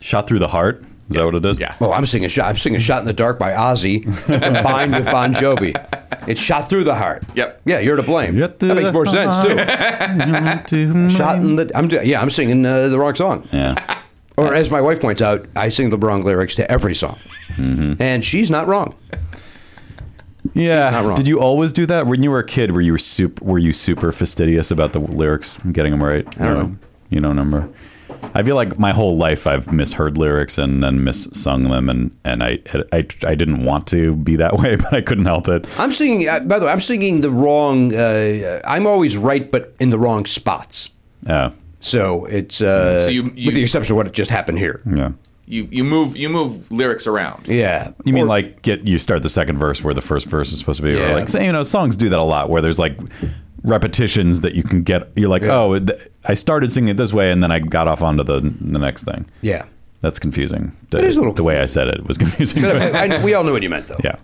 Shot through the heart. Is that what it is? Yeah. Oh, I'm singing shot. I'm singing "Shot in the Dark" by Ozzy, combined with Bon Jovi. It's shot through the heart. Yep. Yeah, you're to blame. Shot That through makes the more sense too. Shot. shot in the. I'm. do- Yeah, I'm singing uh, the wrong song. Yeah. Or as my wife points out, I sing the wrong lyrics to every song, and she's not wrong. Yeah. not wrong. Did you always do that when you were a kid? Were you super? Were you super fastidious about the lyrics and getting them right? I don't know. You don't remember? I feel like my whole life I've misheard lyrics and then missung them, and and I I, I didn't want to be that way, but I couldn't help it. I'm singing. Uh, by the way, I'm singing the wrong. Uh, I'm always right, but in the wrong spots. Yeah. So it's uh, So you- you- with the exception of what just happened here. Yeah. You you move you move lyrics around. Yeah, You mean Or- like get you start the second verse where the first verse is supposed to be, Yeah. or like say you know songs do that a lot where there's like repetitions that you can get. You're like, oh, th- I started singing it this way, and then I got off onto the the next thing. yeah. That's confusing. The, is a little the way I said it was confusing. But but- I, I- we all knew what you meant, though. yeah.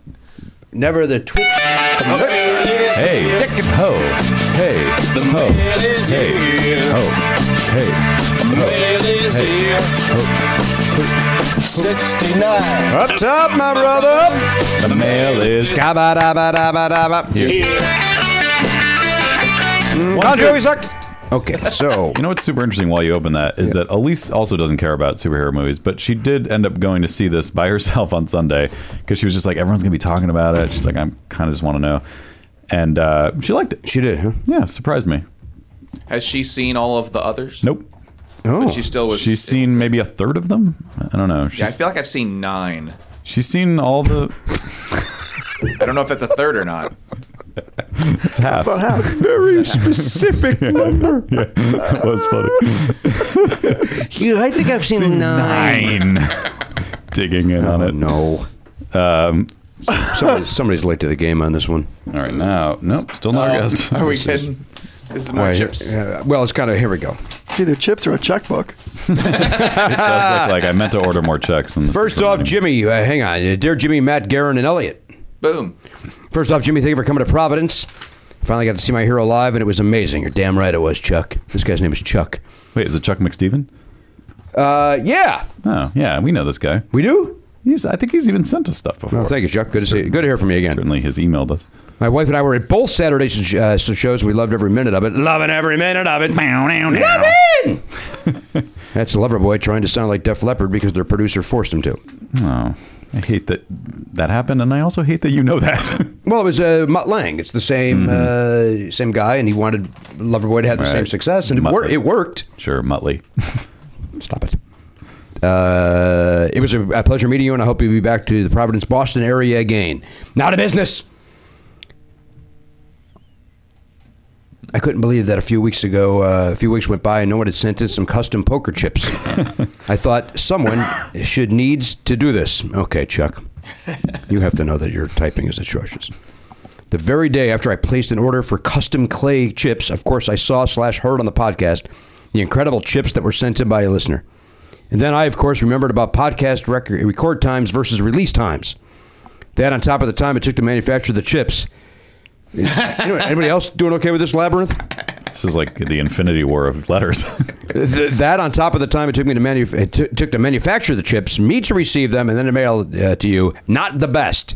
Never the twitch. Hey, ho, hey, ho, hey, ho, hey. Up top, my brother. The mail is Ka-ba-da-ba-da-ba-da-ba. Hmm. One, Conjure two. always sucked. Okay, so You know what's super interesting while you open that is that Elise also doesn't care about superhero movies, but she did end up going to see this by herself on Sunday because she was just like, everyone's going to be talking about it. She's like, I kind of just want to know. And uh, she liked it. she did, huh? Yeah, surprised me. Has she seen all of the others? Nope. But she still was. She's seen maybe a third of them. I don't know. She's, Yeah, I feel like I've seen nine. she's seen all the. I don't know if that's a third or not. It's half. Very specific number. yeah, that was funny. You, I think I've seen nine. Nine. Digging in on it. Uh, No. Um, Somebody, somebody's late to the game on this one. all right, now, nope, still Oh, not our guest. Oh, Are we getting? This is more All right, chips. uh, well, it's kind of here we go. It's either chips or a checkbook. It does look like I meant to order more checks. And this Ah. First is off, reminding Jimmy, uh, hang on, Uh, dear Jimmy, Matt, Garin, and Elliot. Boom. First off, Jimmy, thank you for coming to Providence. Finally got to see my hero live, and it was amazing. You're damn right it was, Chuck. This guy's name is Chuck. me. Wait, is it Chuck McSteven? Uh, yeah, Oh, yeah, we know this guy. we do. He's, I think he's even sent us stuff before. Well, Oh, thank you, Chuck. Good to see. Good to hear from you again. Certainly, has emailed us. My wife and I were at both Saturdays uh, shows. We loved every minute of it. Loving every minute of it. Loving. That's Loverboy trying to sound like Def Leppard because their producer forced him to. Oh, I hate that that happened, and I also hate that you know that. Well, it was uh, Mutt Lang. It's the same uh, same guy, and he wanted Loverboy to have the Mm-hmm. Right. same success, and it, Mutt- wor- it worked. sure, Muttley. Stop it. Uh, it was a, a pleasure meeting you, and I hope you'll be back to the Providence, Boston area again. Not a business. I couldn't believe that a few weeks ago, uh, a few weeks went by, and no one had sent in some custom poker chips. I thought someone should needs to do this. Okay, Chuck, you have to know that your typing is atrocious. The very day after I placed an order for custom clay chips, of course, I saw slash heard on the podcast the incredible chips that were sent in by a listener. And then I, of course, remembered about podcast record, record times versus release times. That on top of the time it took to manufacture the chips. Anyway, anybody else doing okay with this labyrinth? This is like the Infinity War of letters. Th- that on top of the time it took me to manuf- it t- took to manufacture the chips, me to receive them, and then to mail uh, to you. Not the best.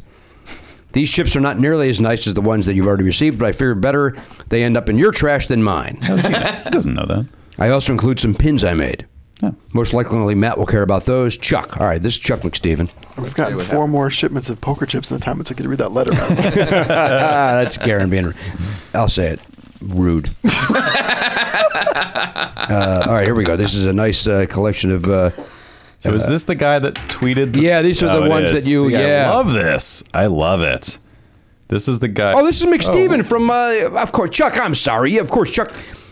These chips are not nearly as nice as the ones that you've already received, but I figured better they end up in your trash than mine. he doesn't know that. I also include some pins I made. Yeah. Most likely, Matt will care about those. Chuck. All right, this is Chuck McSteven. We've gotten four more shipments of poker chips in the time it took you to read that letter. by the way. ah, that's Garen being. I'll say it. Rude. uh, all right, here we go. This is a nice uh, collection of. Uh, So is this the guy that tweeted? Oh, Yeah, these are the it ones is. that you- yeah. I love this. I love it. This is the guy. oh, this is McSteven from. Uh, of course, Chuck. I'm sorry. Yeah, of course, Chuck.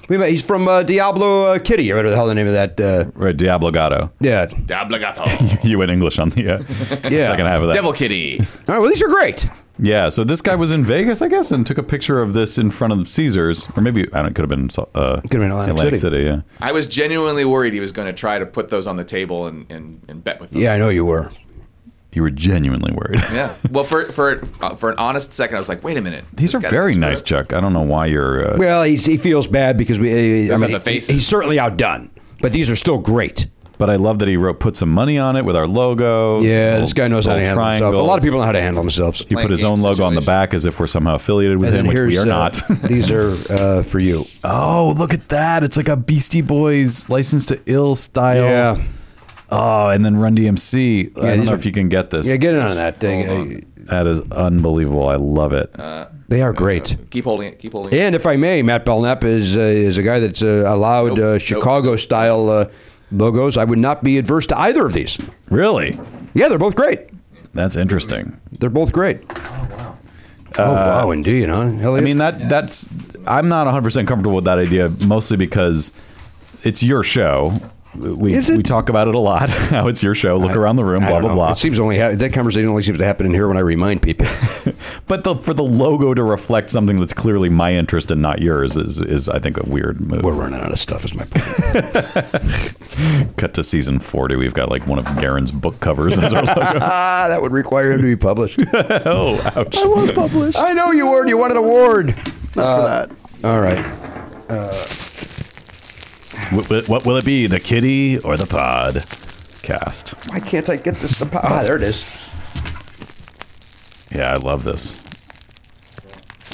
Wait a minute, He's from uh, Diablo uh, Kitty, or whatever the hell the name of that. Uh, right, Diablo Gato. yeah. Dablegato. You went English on the uh, Yeah. second half of that. Devil Kitty. All right. Well, these are great. Yeah, so this guy was in Vegas, I guess, and took a picture of this in front of Caesars, or maybe I don't. It could have been. Uh, could have been Atlantic City. Yeah. I was genuinely worried he was going to try to put those on the table and, and, and bet with them. Yeah, I know you were. You were genuinely worried. Yeah. Well, for for uh, for an honest second, I was like, wait a minute. These are very nice, Chuck. I don't know why you're. Uh, Well, he's, he feels bad because we. Uh, I Those mean, are the he- faces. he's certainly outdone, but these are still great. but I love that he wrote put some money on it with our logo. Yeah, little- this guy knows how to little handle himself. A triangles. lot of people know how to handle themselves. He put his Playing own game logo on the situation. back as if we're somehow affiliated with And him, then which here's we are uh, not. these are uh, for you. oh, look at that! It's like a Beastie Boys "License to Ill" style. Oh, and then Run DMC. I don't these know are- if you can get this. Yeah, get in on that thing. that is unbelievable. I love it. They are great. Uh, Keep holding it. Keep holding it. And if I may, Matt Belknap is uh, is a guy that's uh, allowed Nope, uh, nope. Chicago style uh, logos. I would not be adverse to either of these. really? Yeah, they're both great. That's interesting. They're both great. Oh wow! Oh wow! Indeed, huh? Hell I yeah. mean that that's I'm not 100 percent comfortable with that idea, mostly because it's your show. We Is it? we talk about it a lot. How it's your show. Look around the room. I Blah don't blah know. blah. It seems only ha- that conversation only seems to happen in here when I remind people. But the, for the logo to reflect something that's clearly my interest and not yours is is I think a weird move. We're running out of stuff. Is my point. Cut to season 40. We've got like one of Garen's book covers as our logo. ah, that would require him to be published. oh, ouch. It was published. I know you were. You won an award. Uh, Not for that. All right. What, what- what will it be? The kitty or the pod? Cast. Why can't I get this? to pop- Ah, there it is. Yeah, I love this.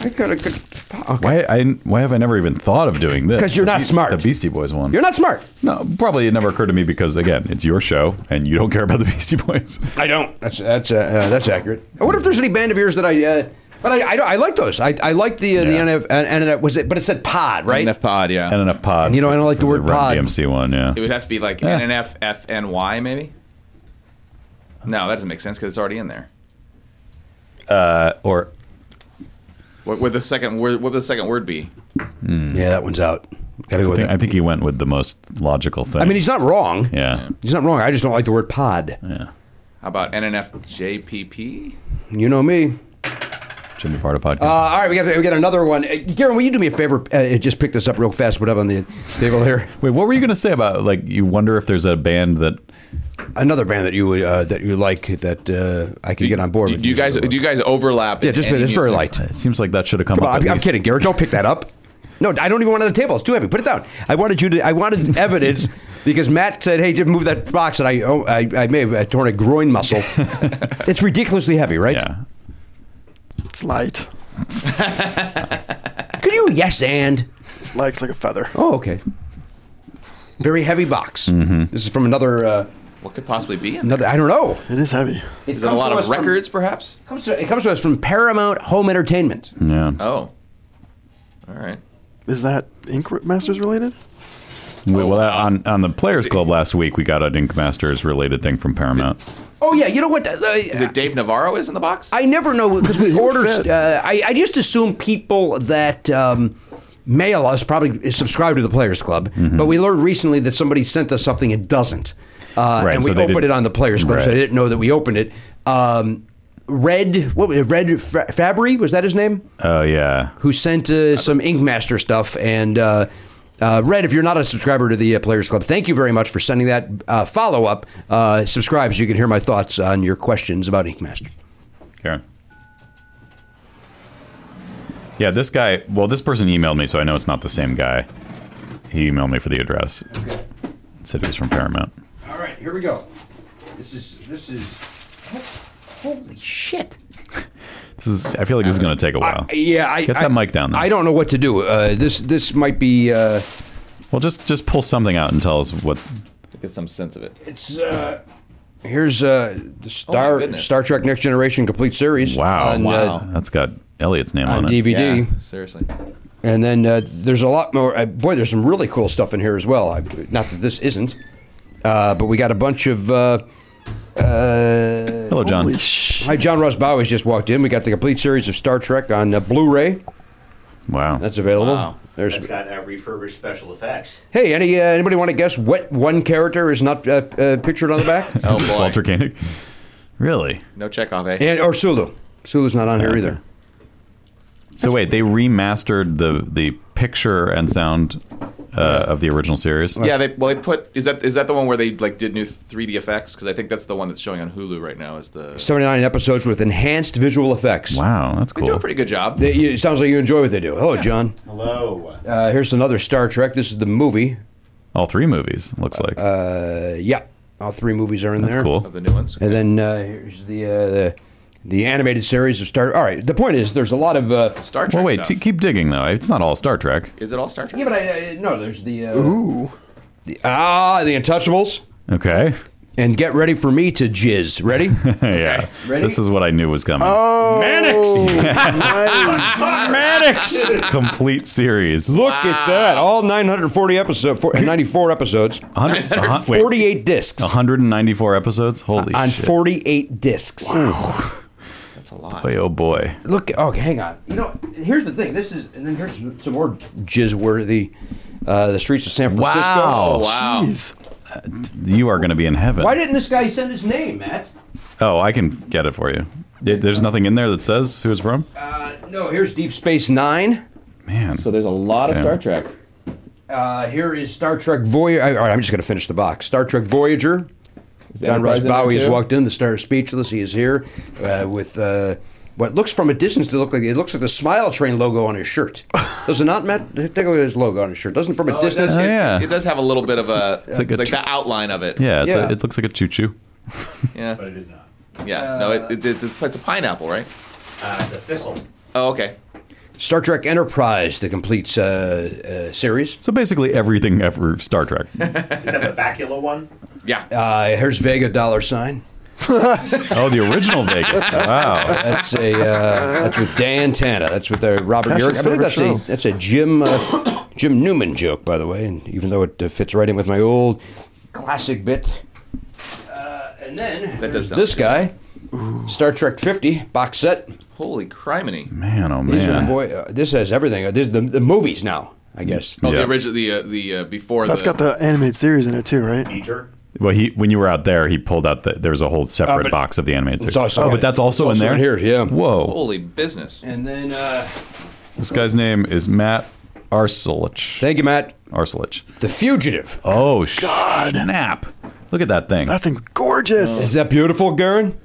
I could have. Okay. Why I why have I never even thought of doing this? 'Cause you're The not smart. The Beastie Boys one. You're not smart. No, probably it never occurred to me because again, it's your show and you don't care about the Beastie Boys. I don't. That's that's uh, uh, that's accurate. I wonder if there's any band of yours that I. Uh, but I, I, I like those. I, I like the uh, Yeah. the NF and and was it? But it said pod, right? NF pod, yeah. And enough pod. You know, I don't like for the word Run pod. DMC one, yeah. It would have to be like NNFFNY maybe. No, that doesn't make sense because it's already in there. Or What would the second word? What would the second word be? Yeah, that one's out. Got to go I with think, it. I think he went with the most logical thing. I mean, he's not wrong. yeah. He's not wrong. I just don't like the word pod. How about NNFJPP? You know me. Jimmy Pardo podcast. Uh, all right, we got we got another one. Uh, Garen, will you do me a favor? Uh, just pick this up real fast. Put up on the table here. Wait, what were you going to say about like you wonder if there's a band that Another band that you uh, that you like that uh, I can get on board Do, with. do you guys do you guys overlap? Yeah, in just any it's very music? light. it seems like that should have come Come up. on, at I'm, I'm least. kidding, Garrett. Don't pick that up. No, I don't even want it on the table. It's too heavy. Put it down. I wanted you to. I wanted evidence because Matt said, "Hey, just move that box," and I, oh, I, I may have torn a groin muscle. it's ridiculously heavy, right? Yeah. It's light. Could you yes and? It's light. It's like a feather. Oh, okay. Very heavy box. This is from another uh, What could possibly be in there? another. I don't know. It is heavy. Is it a lot of records, perhaps? Comes to- it comes to us from Paramount Home Entertainment. Yeah. Oh, all right. Is that Ink Masters related? We- well, on on the Players Club last week, we got an Ink Masters related thing from Paramount. Oh yeah, you know what? Uh, Is it Dave Navarro is in the box? I never know because we order. Uh, I, I just assume people that um, mail us probably subscribe to the Players Club, Mm-hmm. but we learned recently that somebody sent us something it doesn't, uh, Right, and we so they opened didn't- it on the Players Club, so Right. they didn't know that we opened it. Um, Red, what was it? Red Fa- Fabry was that his name? Oh yeah. Who sent uh, some Ink Master stuff and. Uh, uh, Red, if you're not a subscriber to the uh, Players Club, thank you very much for sending that uh, follow up. Uh, subscribe so you can hear my thoughts on your questions about Ink Master. Karen. Yeah, this guy. Well, this person emailed me, so I know it's not the same guy. He emailed me for the address. Said he was from Paramount. All right, here we go. This is this is. Holy shit! This is. I feel like this is going to take a while. Uh, yeah, I Get that I- mic down, though. I don't know what to do. Uh, this this might be. Uh, Well, just just pull something out and tell us what. Get some sense of it. it's. Uh, here's uh, the Star goodness. Star Trek Next Generation complete series. Wow. on, Wow. Uh, That's got Elliot's name on on it. DVD, Yeah, seriously. and then uh, there's a lot more. Uh, boy, there's some really cool stuff in here as well. I, not that this isn't, uh, but we got a bunch of. Uh, Hello, John. Holy sh! hi, John Ross Bow has just walked in. We got the complete series of Star Trek on uh, Blu-ray. wow. That's available. Wow. There's That's got uh, refurbished special effects. Hey, any uh, anybody want to guess what one character is not uh, uh, pictured on the back? Oh boy. Walter Koenig. Really? No Chekhov, eh? and or Sulu. Sulu's not on here either. So wait, they remastered the the picture and sound uh, of the original series. Yeah, they well they put is that is that the one where they like did new 3D effects because I think that's the one that's showing on Hulu right now is the Seventy-nine episodes with enhanced visual effects. Wow, that's they do a cool. pretty good job. They- you- it sounds like you enjoy what they do. Hello, John. Hello. Uh, here's another Star Trek. This is the movie. All three movies looks like. Uh, yeah, all three movies are in that's there. cool. of the new ones. And then uh, here's the, uh, the the animated series of Star. All right. The point is, there's a lot of. Uh, Star Trek. Well, wait, stuff. t- keep digging though. It's not all Star Trek. is it all Star Trek? yeah, but I, I no. There's the uh, ooh. The, ah, the Untouchables. Okay. and get ready for me to jizz. Ready? yeah. This is what I knew was coming. Oh! nice. Maddox! Complete series. Look at that! All 940 episode, four, 94 episodes, 100, 48 discs 194 episodes? Holy on Uh-huh. shit. 48 discs. That's a lot. Boy, oh boy. Look, okay, hang on. You know, here's the thing. This is, and then here's some more jizz-worthy. Uh, the streets of San Francisco. Wow. Wow. Jeez. You are going to be in heaven. Why didn't this guy send his name, Matt? oh, I can get it for you. There- There's nothing in there that says who it's from? Uh, no, here's Deep Space Nine. Man. So there's a lot of Yeah. Star Trek. Uh, here is Star Trek Voyager. All right, I'm just going to finish the box. Star Trek Voyager. John Ross Enterprise in there Bowie has too? walked in. The star is speechless. He is here uh, with uh, what looks from a distance to look like it looks like the Smile Train logo on his shirt. Does it not, Matt? Take a look at his logo on his shirt. Doesn't from a Oh, it, distance. does, Oh, it- yeah. it does have a little bit of a like like, a tr- the outline of it. Yeah, it's Yeah. A, it looks like a choo choo. yeah, But it is not. yeah. No, it, it, it's, it's a pineapple, right? Uh, it's a thistle. Oh, okay. Star Trek Enterprise, the complete uh, uh, series. So basically everything ever Star Trek. Is that the Bacula one? Yeah. Uh, here's Vega Dollar Sign. Oh, the original Vegas. Wow. That's a uh, that's with Dan Tana. That's with uh, Robert Gosh, Urich. I it's believe favorite that's a show. that's a Jim uh, Jim Newman joke, by the way. And even though it uh, fits right in with my old classic bit. Uh, and then That there's does sound this guy, Star Trek 50 box set. Holy criminy! Man, oh These are the man. voi- uh, this has everything. Uh, This is the, the movies now, I guess. Oh, Yeah. the original, the uh, the uh, before That's the, got the animated series in it too, right? Beecher. Well, he when you were out there, he pulled out the there was a whole separate but- box of the animated series. also- oh, but that's also it's in also there. in here, yeah. Whoa. holy business. And then uh, This guy's name is Matt Arcelich. thank you, Matt. Arcelich. The Fugitive. Oh God. snap! Look at that thing. That thing's Oh. gorgeous. Is that beautiful, Garen?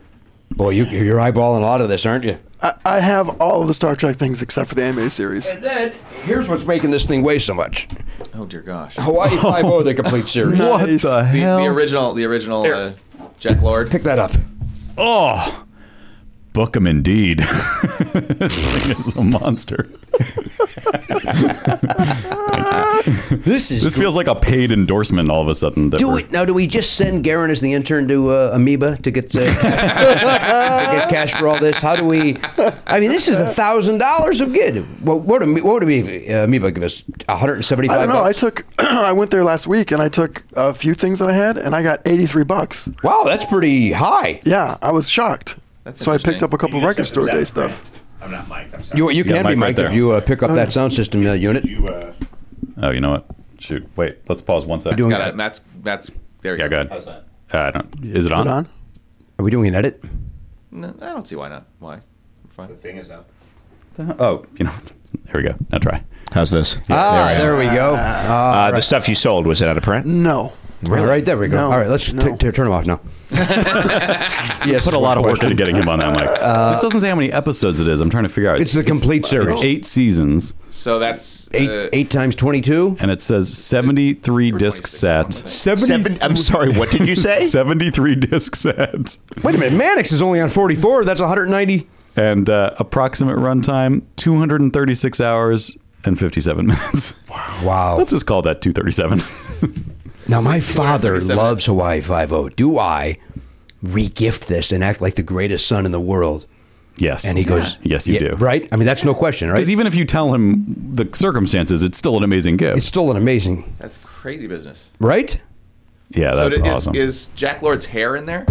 Boy, you, you're eyeballing a lot of this, aren't you? I, I have all of the Star Trek things except for the anime series. And then here's what's making this thing weigh so much. Oh dear gosh. Hawaii Five O, the complete series. No. what Nice. the The, hell? the original, the original uh, Jack Lord. Pick that up. oh, book 'em indeed. this thing is a monster. This is This feels like a paid endorsement all of a sudden. That do we're- it now. Do we just send Garen as the intern to uh, Amoeba to get uh, to get cash for all this? How do we? I mean, this is a thousand dollars of good. What what would Ame- what would Amoeba, uh, Amoeba give us? One hundred and seventy I five. don't know. I took. I went there last week and I took a few things that I had and I got eighty three bucks. wow, Oh, that's pretty high. Yeah, I was shocked. That's so I picked interesting. up a couple You record just said it store was day out of stuff. print. I'm not Mike. I'm sorry. You you got can Mike be right Mike there. if you uh, pick up that sound system uh, unit. You, uh, oh, you know what? Shoot, wait. Let's pause one second. doing- Got it. Matt's Matt's. There you yeah, go go. ahead. how's that? Uh, I don't. Is it on? Is it on? Are we doing an edit? No, I don't see why not. Why? We're Fine. The thing is up. Oh, you know. There we go. Now try. How's this? ah, there we go. uh, the stuff you sold was it out of print? No. All right, there we go. No, All right, let's t- no. t- turn them off now. yes, Put a lot of work into getting him on that mic. this doesn't say how many episodes it is. I'm trying to figure out. Uh, It's the complete series. It's eight seasons, So that's Eight, uh, eight times 22. and it says 73 disc 26, set. Seven. I'm sorry. What did you say? 73 disc sets Wait a minute, Mannix is only on 44. That's 190. and uh, approximate runtime 236 hours and 57 minutes. Wow. Let's just call that 237. Now, my father 237. loves Hawaii 5 Do I regift this and act like the greatest son in the world? yes. And he goes, Yes, you Yeah, do. Right? I mean, that's no question, right? Because even if you tell him the circumstances, it's still an amazing gift. It's still an amazing, that's crazy business. right? yeah, that's so is, awesome. is Jack Lord's hair in there?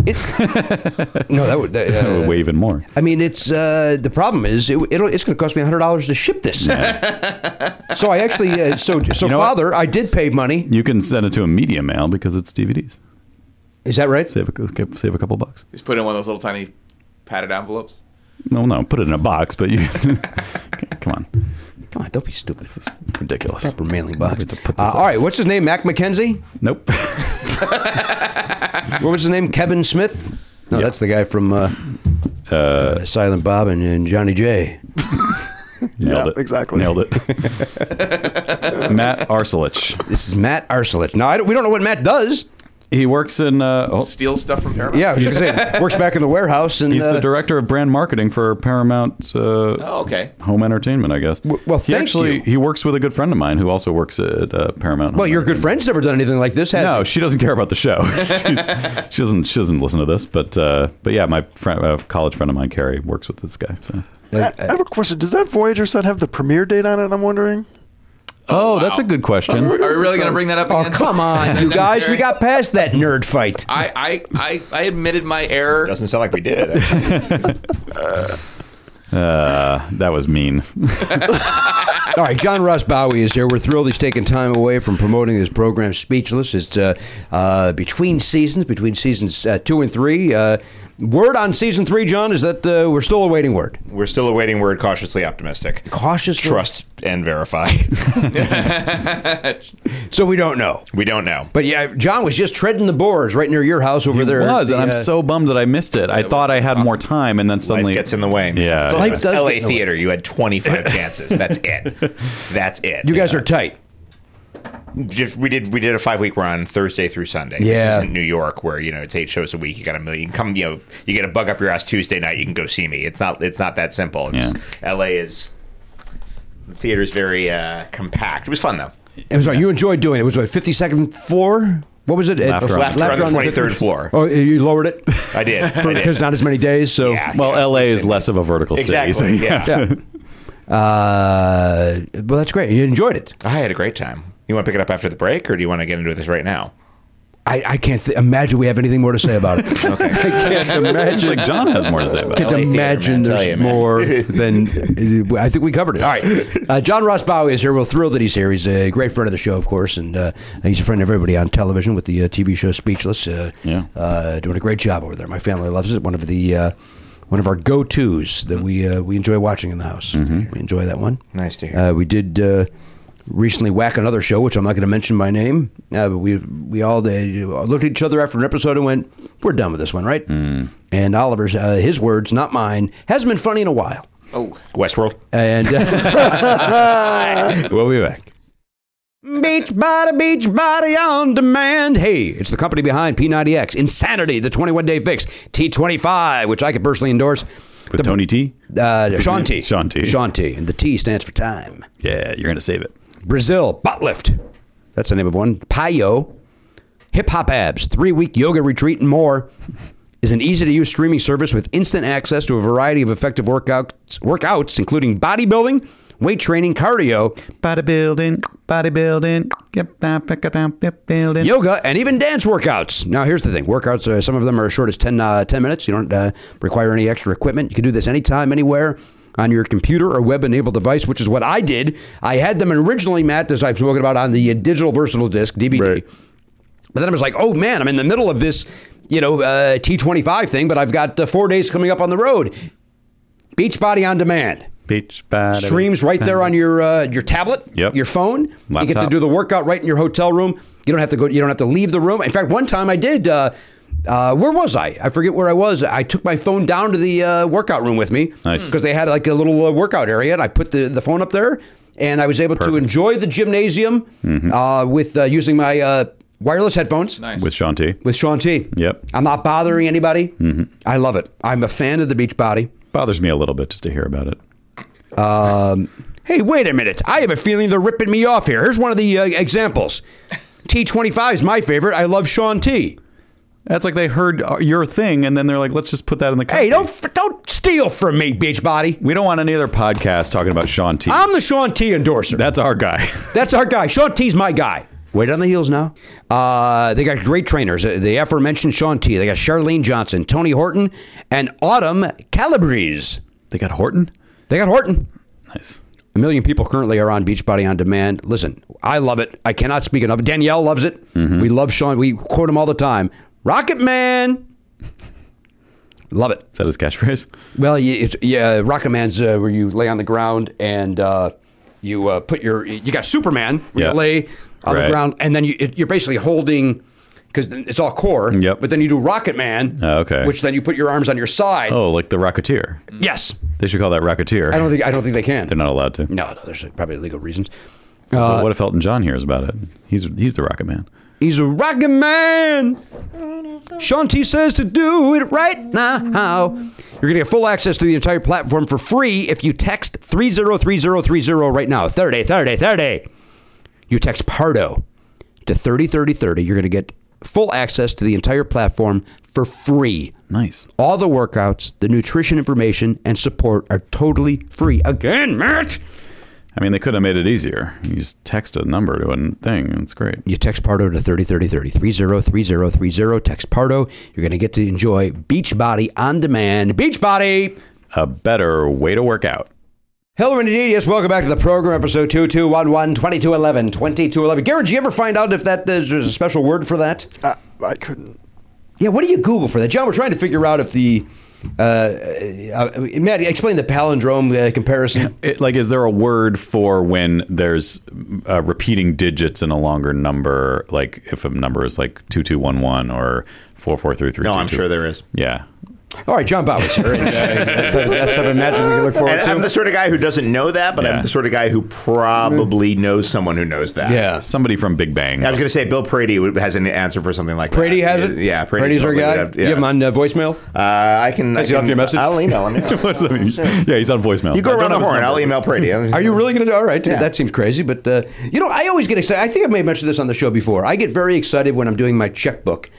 No, that would. That, uh, Way even more. I mean, it's uh, the problem is it, it'll, it's going to cost me hundred dollars to ship this. so I actually, uh, so so know what? father, I did pay money. You can send it to a media mail because it's DVDs. Is that right? Save a, save a couple bucks. Just put it in one of those little tiny padded envelopes. No, no, put it in a box, but you. Come on. Come on, don't be stupid. Ridiculous. Proper mailing box. to put Uh, this all right, what's his name? Mac McKenzie. Nope. What was his name? Kevin Smith. No, Yeah. that's the guy from uh, uh, Silent Bob and, and Johnny J. Nailed Yeah, it. exactly. Nailed it. Matt Arcelich. This is Matt Arcelich. Now I don't, we don't know what Matt does. he works in. Uh, oh, Steal stuff from Paramount. Yeah, I was just saying, works back in the warehouse, and he's uh, the director of brand marketing for Paramount. Uh, Oh, okay. Home entertainment, I guess. well, he thank actually you. he works with a good friend of mine who also works at uh, Paramount. Well, Home your good Entertainment. friend's never done anything like this, has No, he? she doesn't care about the show. She's, she doesn't. She doesn't listen to this. But uh, but yeah, my friend, uh, college friend of mine, Carrie, works with this guy. So. I, I have a question. Does that Voyager set have the premiere date on it? I'm wondering. Oh, that's a good question. Are we really going to bring that up Oh, again? come Is on, that you guys. We necessary? got past that nerd fight. I, I, I, I admitted my error. Doesn't sound like we did. actually. Uh, that was mean. All right, John Ross Bowie is here. We're thrilled he's taking time away from promoting his program, Speechless. It's uh, uh, between seasons, between seasons uh, two and three. Uh, word on season three, John, is that uh, we're still awaiting word. We're still awaiting word cautiously optimistic. Cautious Trust and verify. So we don't know. we don't know. But yeah, John was just treading the boards right near your house over there. It was, The, and I'm uh, so bummed that I missed it. I thought I had more time, and then suddenly Life gets in the way. Yeah. It's Life like does LA get in the way. theater. You had 25 chances. That's it. That's it. You guys are tight. just we did we did a five week run Thursday through Sunday. Yeah. This isn't New York where you know it's eight shows a week. You got a million. You can come, you know, you get a bug up your ass Tuesday night. You can go see me. It's not it's not that simple. It's, L.A. is the theater's very uh, compact. It was fun though. I'm sorry, you enjoyed doing it. It was what, 52nd floor? What was it? Laughter on Laughter on the 23rd floor. Oh, you lowered it? I did. I did. Because not as many days, so. Yeah. Well, yeah. LA is less of a vertical exactly. city. so- yeah. Yeah. Uh, well, that's great. You enjoyed it. I had a great time. You want to pick it up after the break, or do you want to get into this right now? I, I can't th- imagine we have anything more to say about it. I can't Seems imagine. like John has more to say about Can't it. theater, imagine man, tell there's you, man. more than I think we covered it. All right, uh, John Ross Bowie is here. We're thrilled that he's here. He's a great friend of the show, of course, and uh, he's a friend of everybody on television with the uh, TV show Speechless. Uh, Yeah. uh, doing a great job over there. My family loves it. One of the uh, one of our go tos that we uh, we enjoy watching in the house. We enjoy that one. Nice to hear. Uh, we did uh, recently whack another show, which I'm not going to mention by name. Uh, but we we all uh, looked at each other after an episode and went, "We're done with this one, right?" Mm. And Oliver's uh, his words, not mine, hasn't been funny in a while. Oh, Westworld. And uh, We'll be back. Beach Body, Beach Body on demand. Hey, it's the company behind P90X, Insanity, the 21 day fix, T25, which I could personally endorse. With Tony T. Uh, It's a Sean good- T. Sean T. Sean T. And the T stands for time. Yeah, you're gonna save it. Brazil, butt lift. That's the name of one. Payo, hip hop abs, three week yoga retreat, and more is an easy to use streaming service with instant access to a variety of effective workouts, workouts including bodybuilding, weight training, cardio, Bodybuilding, bodybuilding, get down, pick it up, get building. yoga, and even dance workouts. Now, here's the thing workouts, uh, some of them are as short as 10, uh, 10 minutes. You don't uh, require any extra equipment. You can do this anytime, anywhere on your computer or web enabled device, which is what I did. I had them originally, Matt, as I've spoken about, on the uh, digital versatile disc, DVD. But then I was like, oh man, I'm in the middle of this, you know, uh, T25 thing, but I've got uh, four days coming up on the road. Beachbody on demand Beach body. streams right there on your uh, your tablet, Yep. your phone. You get to Laptop. do the workout right in your hotel room. You don't have to go. You don't have to leave the room. In fact, one time I did. Uh, uh, where was I? I forget where I was. I took my phone down to the uh, workout room with me Nice. because they had like a little uh, workout area, and I put the, the phone up there, and I was able to enjoy the gymnasium Mm-hmm. uh, with uh, using my uh, wireless headphones nice. with Sean T. with Sean T. Yep. Mm-hmm. I'm not bothering anybody. I love it. I'm a fan of the beach body. Bothers me a little bit just to hear about it. Um, Hey, wait a minute. I have a feeling they're ripping me off here. Here's one of the uh, examples. T25 is my favorite. I love Sean T. That's like they heard uh, your thing, and then they're like, "Let's just put that in the." Copy. Hey, don't don't steal from me, Beachbody. We don't want any other podcast talking about Sean T. I'm the Sean T endorser. That's our guy. That's our guy. Sean T's my guy. Wait on the heels now. Uh, they got great trainers. Uh, The aforementioned Sean T. They got Charlene Johnson, Tony Horton, and Autumn Calabrese. they got Horton. They got Horton. Nice. A million people currently are on Beachbody on demand. Listen, I love it. I cannot speak enough. Danielle loves it. We love Sean. We quote him all the time. Rocket Man. Love it. Is that his catchphrase? Well, y- it's, yeah, Rocket Man's uh, where you lay on the ground and uh, you uh, put your you got Superman where Yeah. you lay on the Right. ground and then you, it, you're basically holding because it's all core. Yep. But then you do Rocket Man. Oh, okay. Which then you put your arms on your side. Oh, like the Rocketeer. Yes. They should call that Rocketeer. I don't think I don't think they can. They're not allowed to. No, no. There's probably legal reasons. But what if Elton John hears about it? He's he's the Rocket Man. He's a rocket man. Sean T says to do it right now. You're going to get full access to the entire platform for free if you text 303030 right now. 30, 30, 30. You text Pardo to 303030. You're going to get full access to the entire platform for free. Nice. All the workouts, the nutrition information, and support are totally free. Again, Matt. I mean, they could have made it easier. You just text a number to a thing. It's great. You text Pardo to 303030, 303030, text Pardo. You're going to get to enjoy Beachbody on demand. Beachbody! A better way to work out. Hello and indeed, yes, welcome back to the program, episode 2211, 2211, 2211. Garrett, did you ever find out if that there's a special word for that? I, I couldn't. Yeah, what do you Google for that? John, we're trying to figure out if the. Uh, uh, Matt, explain the palindrome uh, comparison. It, like, is there a word for when there's uh, repeating digits in a longer number? Like, if a number is like 2211 or 4433? No, I'm sure there is. Yeah. All right, John Bowers here. And, uh, that's, the- that's the magic we can look forward And I'm the to. sort of guy who doesn't know that, but Yeah. I'm the sort of guy who probably knows someone who knows that. Yeah. Somebody from Big Bang. I was going to say Bill Prady would- has an answer for something like Brady that. has it? Yeah, Prady Brady's our probably guy. would have- You yeah. have him on uh, voicemail? Uh, I can. Has I he left can, you a message? I'll email him. yeah. What's that mean? yeah, he's on voicemail. you go I don't around the have his horn. number. I'll email Prady. Are you really going to do? All right, Yeah. that seems crazy, but uh, you know, I always get excited. I think I may have mentioned this on the show before. I get very excited when I'm doing my checkbook,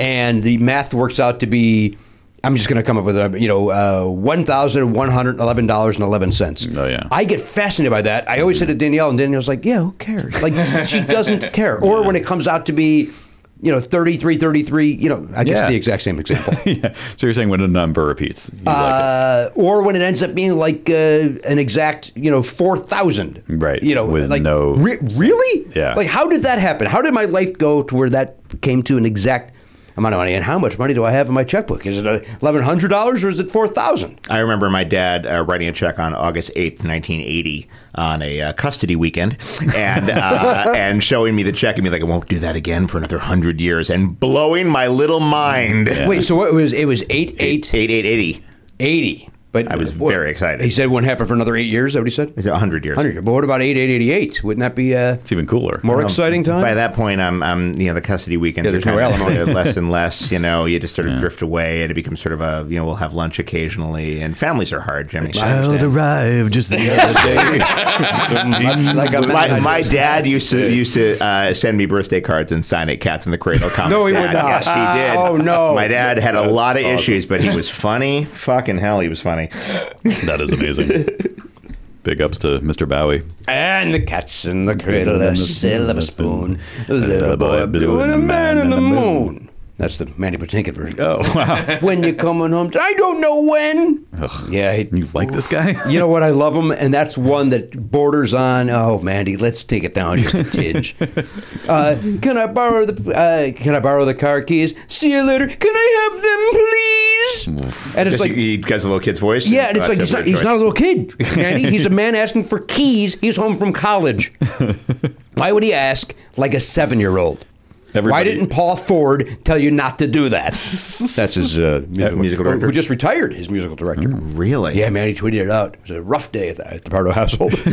and the math works out to be. I'm just going to come up with it. You know, uh, one thousand one hundred eleven dollars and eleven cents. Oh, yeah. Mm-hmm. I get fascinated by that. I always said to Danielle, and Danielle's like, "Yeah, who cares?" Like she doesn't care. Or when it comes out to be, you know, thirty three thirty three. You know, I guess Yeah. the exact same example. yeah. So you're saying when a number repeats. You like uh, or when it ends up being like uh, an exact, you know, four thousand. Right, You know, with like no- re- really, Yeah. Like, how did that happen? How did my life go to where that came to an exact amount of money? And how much money do I have in my checkbook? Is it eleven hundred dollars or is it four thousand? I remember my dad uh, writing a check on August 8th, 1980, on a uh, custody weekend, and uh, and showing me the check and be like, I won't do that again for another hundred years, and blowing my little mind. Wait, so what was it? Was eight Eight eight eight eight eighty. eighty? But I was what- very excited. He said it wouldn't happen for another eight years. Is that what he said? Is it hundred years? Hundred. But what about eight eight eighty eight? Wouldn't that be uh, it's even cooler. more Um, exciting time? By that point, I'm, I'm, you know, the custody weekends Yeah, are there's no kind of alimony. less and less. You know, you just sort of drift away, and it becomes sort of a, you know, we'll have lunch occasionally, and families are hard. Jimmy, Child arrived just the other day. like a my, my dad used to used to uh, send me birthday cards and sign it "Cats in the Cradle." Comic No, he Dad. would not. Yes, he did. Oh, no. My dad had a lot of issues, but he was funny. Fucking hell, he was funny. That is amazing. Big ups to Mr. Bowie. And the cats in the cradle, a silver spoon, a little boy blue, and a man in the moon. That's the Mandy Patinkin version. Oh, wow. When you're coming home, I don't know when. Yeah, he- You like this guy? you know what? I love him, and that's one that borders on. Oh, Mandy, let's take it down just a tinge. uh, can I borrow the uh, Can I borrow the car keys? See you later. Can I have them, please? And it's Just, like he, he does a little kid's voice. yeah, and it's That's like he's not, everybody's he's choice. not a little kid. Andy. He's a man asking for keys. He's home from college. Why would he ask like a seven year old? Why Everybody- didn't Paul Ford tell you not to do that? That's his uh, musical, Mm-hmm. musical director. Who just retired, his musical director. really. Yeah, man, he tweeted it out. It was a rough day at the, at the Pardo household.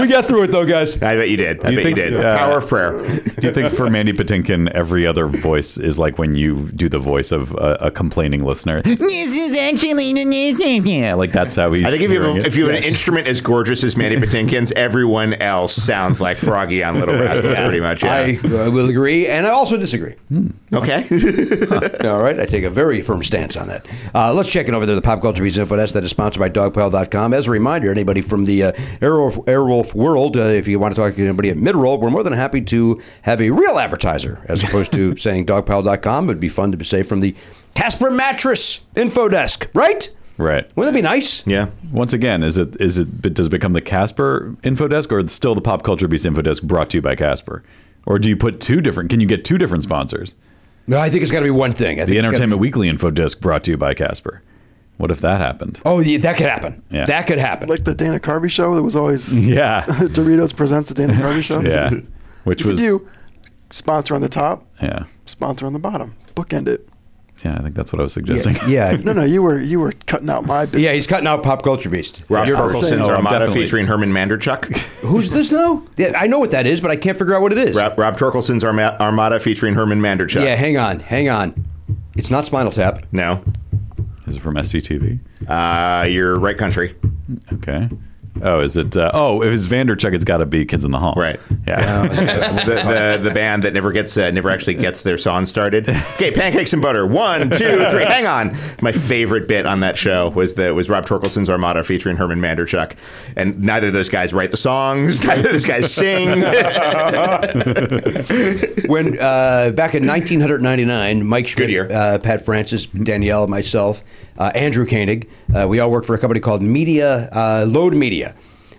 we got through it, though, guys. I bet you did. I You bet think- you did. The uh, Power of prayer. Do you think for Mandy Patinkin, every other voice is like when you do the voice of a, a complaining listener? This is actually the name. Yeah, like that's how he's. I think if you have, hearing a, it. if you have an instrument as gorgeous as Mandy Patinkin's, everyone else sounds like Froggy on Little Rascals, pretty much. Yeah. I uh, will agree, and I also disagree. okay. All right, I take a very firm stance on that. Uh, let's check in over there, the Pop Culture Beats Info Desk that is sponsored by DogPile.com. As a reminder, anybody from the uh, Airwolf, Airwolf world, uh, if you want to talk to anybody at Midroll, we're more than happy to have a real advertiser as opposed to saying DogPile.com. It'd be fun to say from the Casper Mattress Info Desk, right? Right. Wouldn't it be nice? yeah. Once again, is it is it does it become the Casper info desk or still the Pop Culture Beast info desk brought to you by Casper? Or do you put two different? Can you get two different sponsors? No, I think it's got to be one thing. I The think it's gotta Entertainment Weekly info desk brought to you by Casper. What if that happened? be- oh, yeah, that could happen. Yeah. That could happen. Like the Dana Carvey show, there was always Yeah, Doritos presents the Dana Carvey show. yeah. Which If was you do, sponsor on the top, yeah. sponsor on the bottom. Bookend it. Yeah, I think that's what I was suggesting. Yeah. No, no, you were you were cutting out my. Business. Yeah, he's cutting out Pop Culture Beast. Rob You're saying- Torkelson's No, Armada definitely- featuring Herman Manderchuk. Who's this now? Yeah, I know what that is, but I can't figure out what it is. Rob, Rob Torkelson's Arma- Armada featuring Herman Manderchuk. Yeah, hang on, hang on. It's not Spinal Tap. No. Is it from SCTV? Uh, you're right country. Okay. Oh, is it? Uh, oh, if it's Vanderchuck, it's got to be Kids in the Hall. Right. Yeah. the, the, the band that never gets uh, never actually gets their song started. Okay, pancakes and butter. One, two, three. Hang on. My favorite bit on that show was the was Rob Torkelson's Armada featuring Herman Manderchuk, and neither of those guys write the songs. Neither of those guys sing. When uh, back in 1999, Mike Schmidt, year. uh, Pat Francis, Danielle, myself, uh, Andrew Koenig, uh, we all worked for a company called Media uh, Load Media,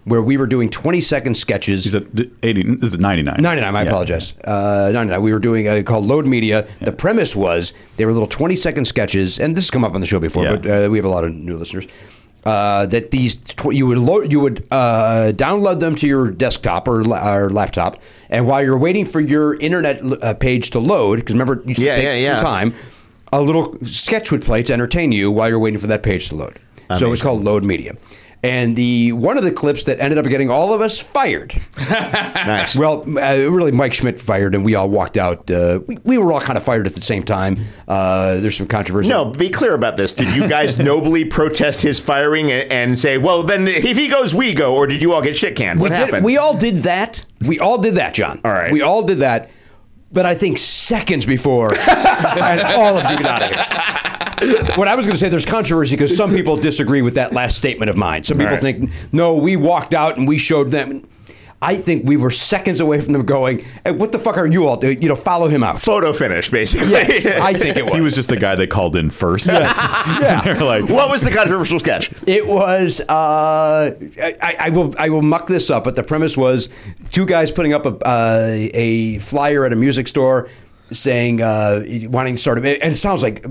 where we were doing 20 second sketches. Is it d- 80? This is 99. 99, I Yeah. apologize. Uh, 99. We were doing a called Load Media. The premise was they were little 20 second sketches, and this has come up on the show before, Yeah. but uh, we have a lot of new listeners. Uh, that these tw- you would load you would uh, download them to your desktop or, la- or laptop, and while you're waiting for your internet l- uh, page to load, because remember, it used to Yeah, take yeah, yeah. some time. A little sketch would play to entertain you while you're waiting for that page to load. So it was called Load Media, and the one of the clips that ended up getting all of us fired nice. well, uh, really, Mike Schmidt fired, and we all walked out. Uh, we, we were all kind of fired at the same time. Uh, there's some controversy. No, be clear about this. Did you guys nobly protest his firing and, and say, "Well, then if he goes, we go," or did you all get shit canned? we, What did- happened? we all did that. We all did that, John. All right. We all did that. But I think seconds before, and all of you got out of it. What I was going to say, there's controversy because some people disagree with that last statement of mine. Some people All right. think, no, we walked out and we showed them. I think we were seconds away from them going, hey, what the fuck are you all doing? You know, follow him out. photo finish, basically. Yes, I think it was. He was just the guy they called in first. Yes. yeah. They're like, what was the controversial sketch? It was. Uh, I, I I will. I will muck this up, but the premise was two guys putting up a uh, a flyer at a music store. Saying, uh, wanting to start a, and it sounds like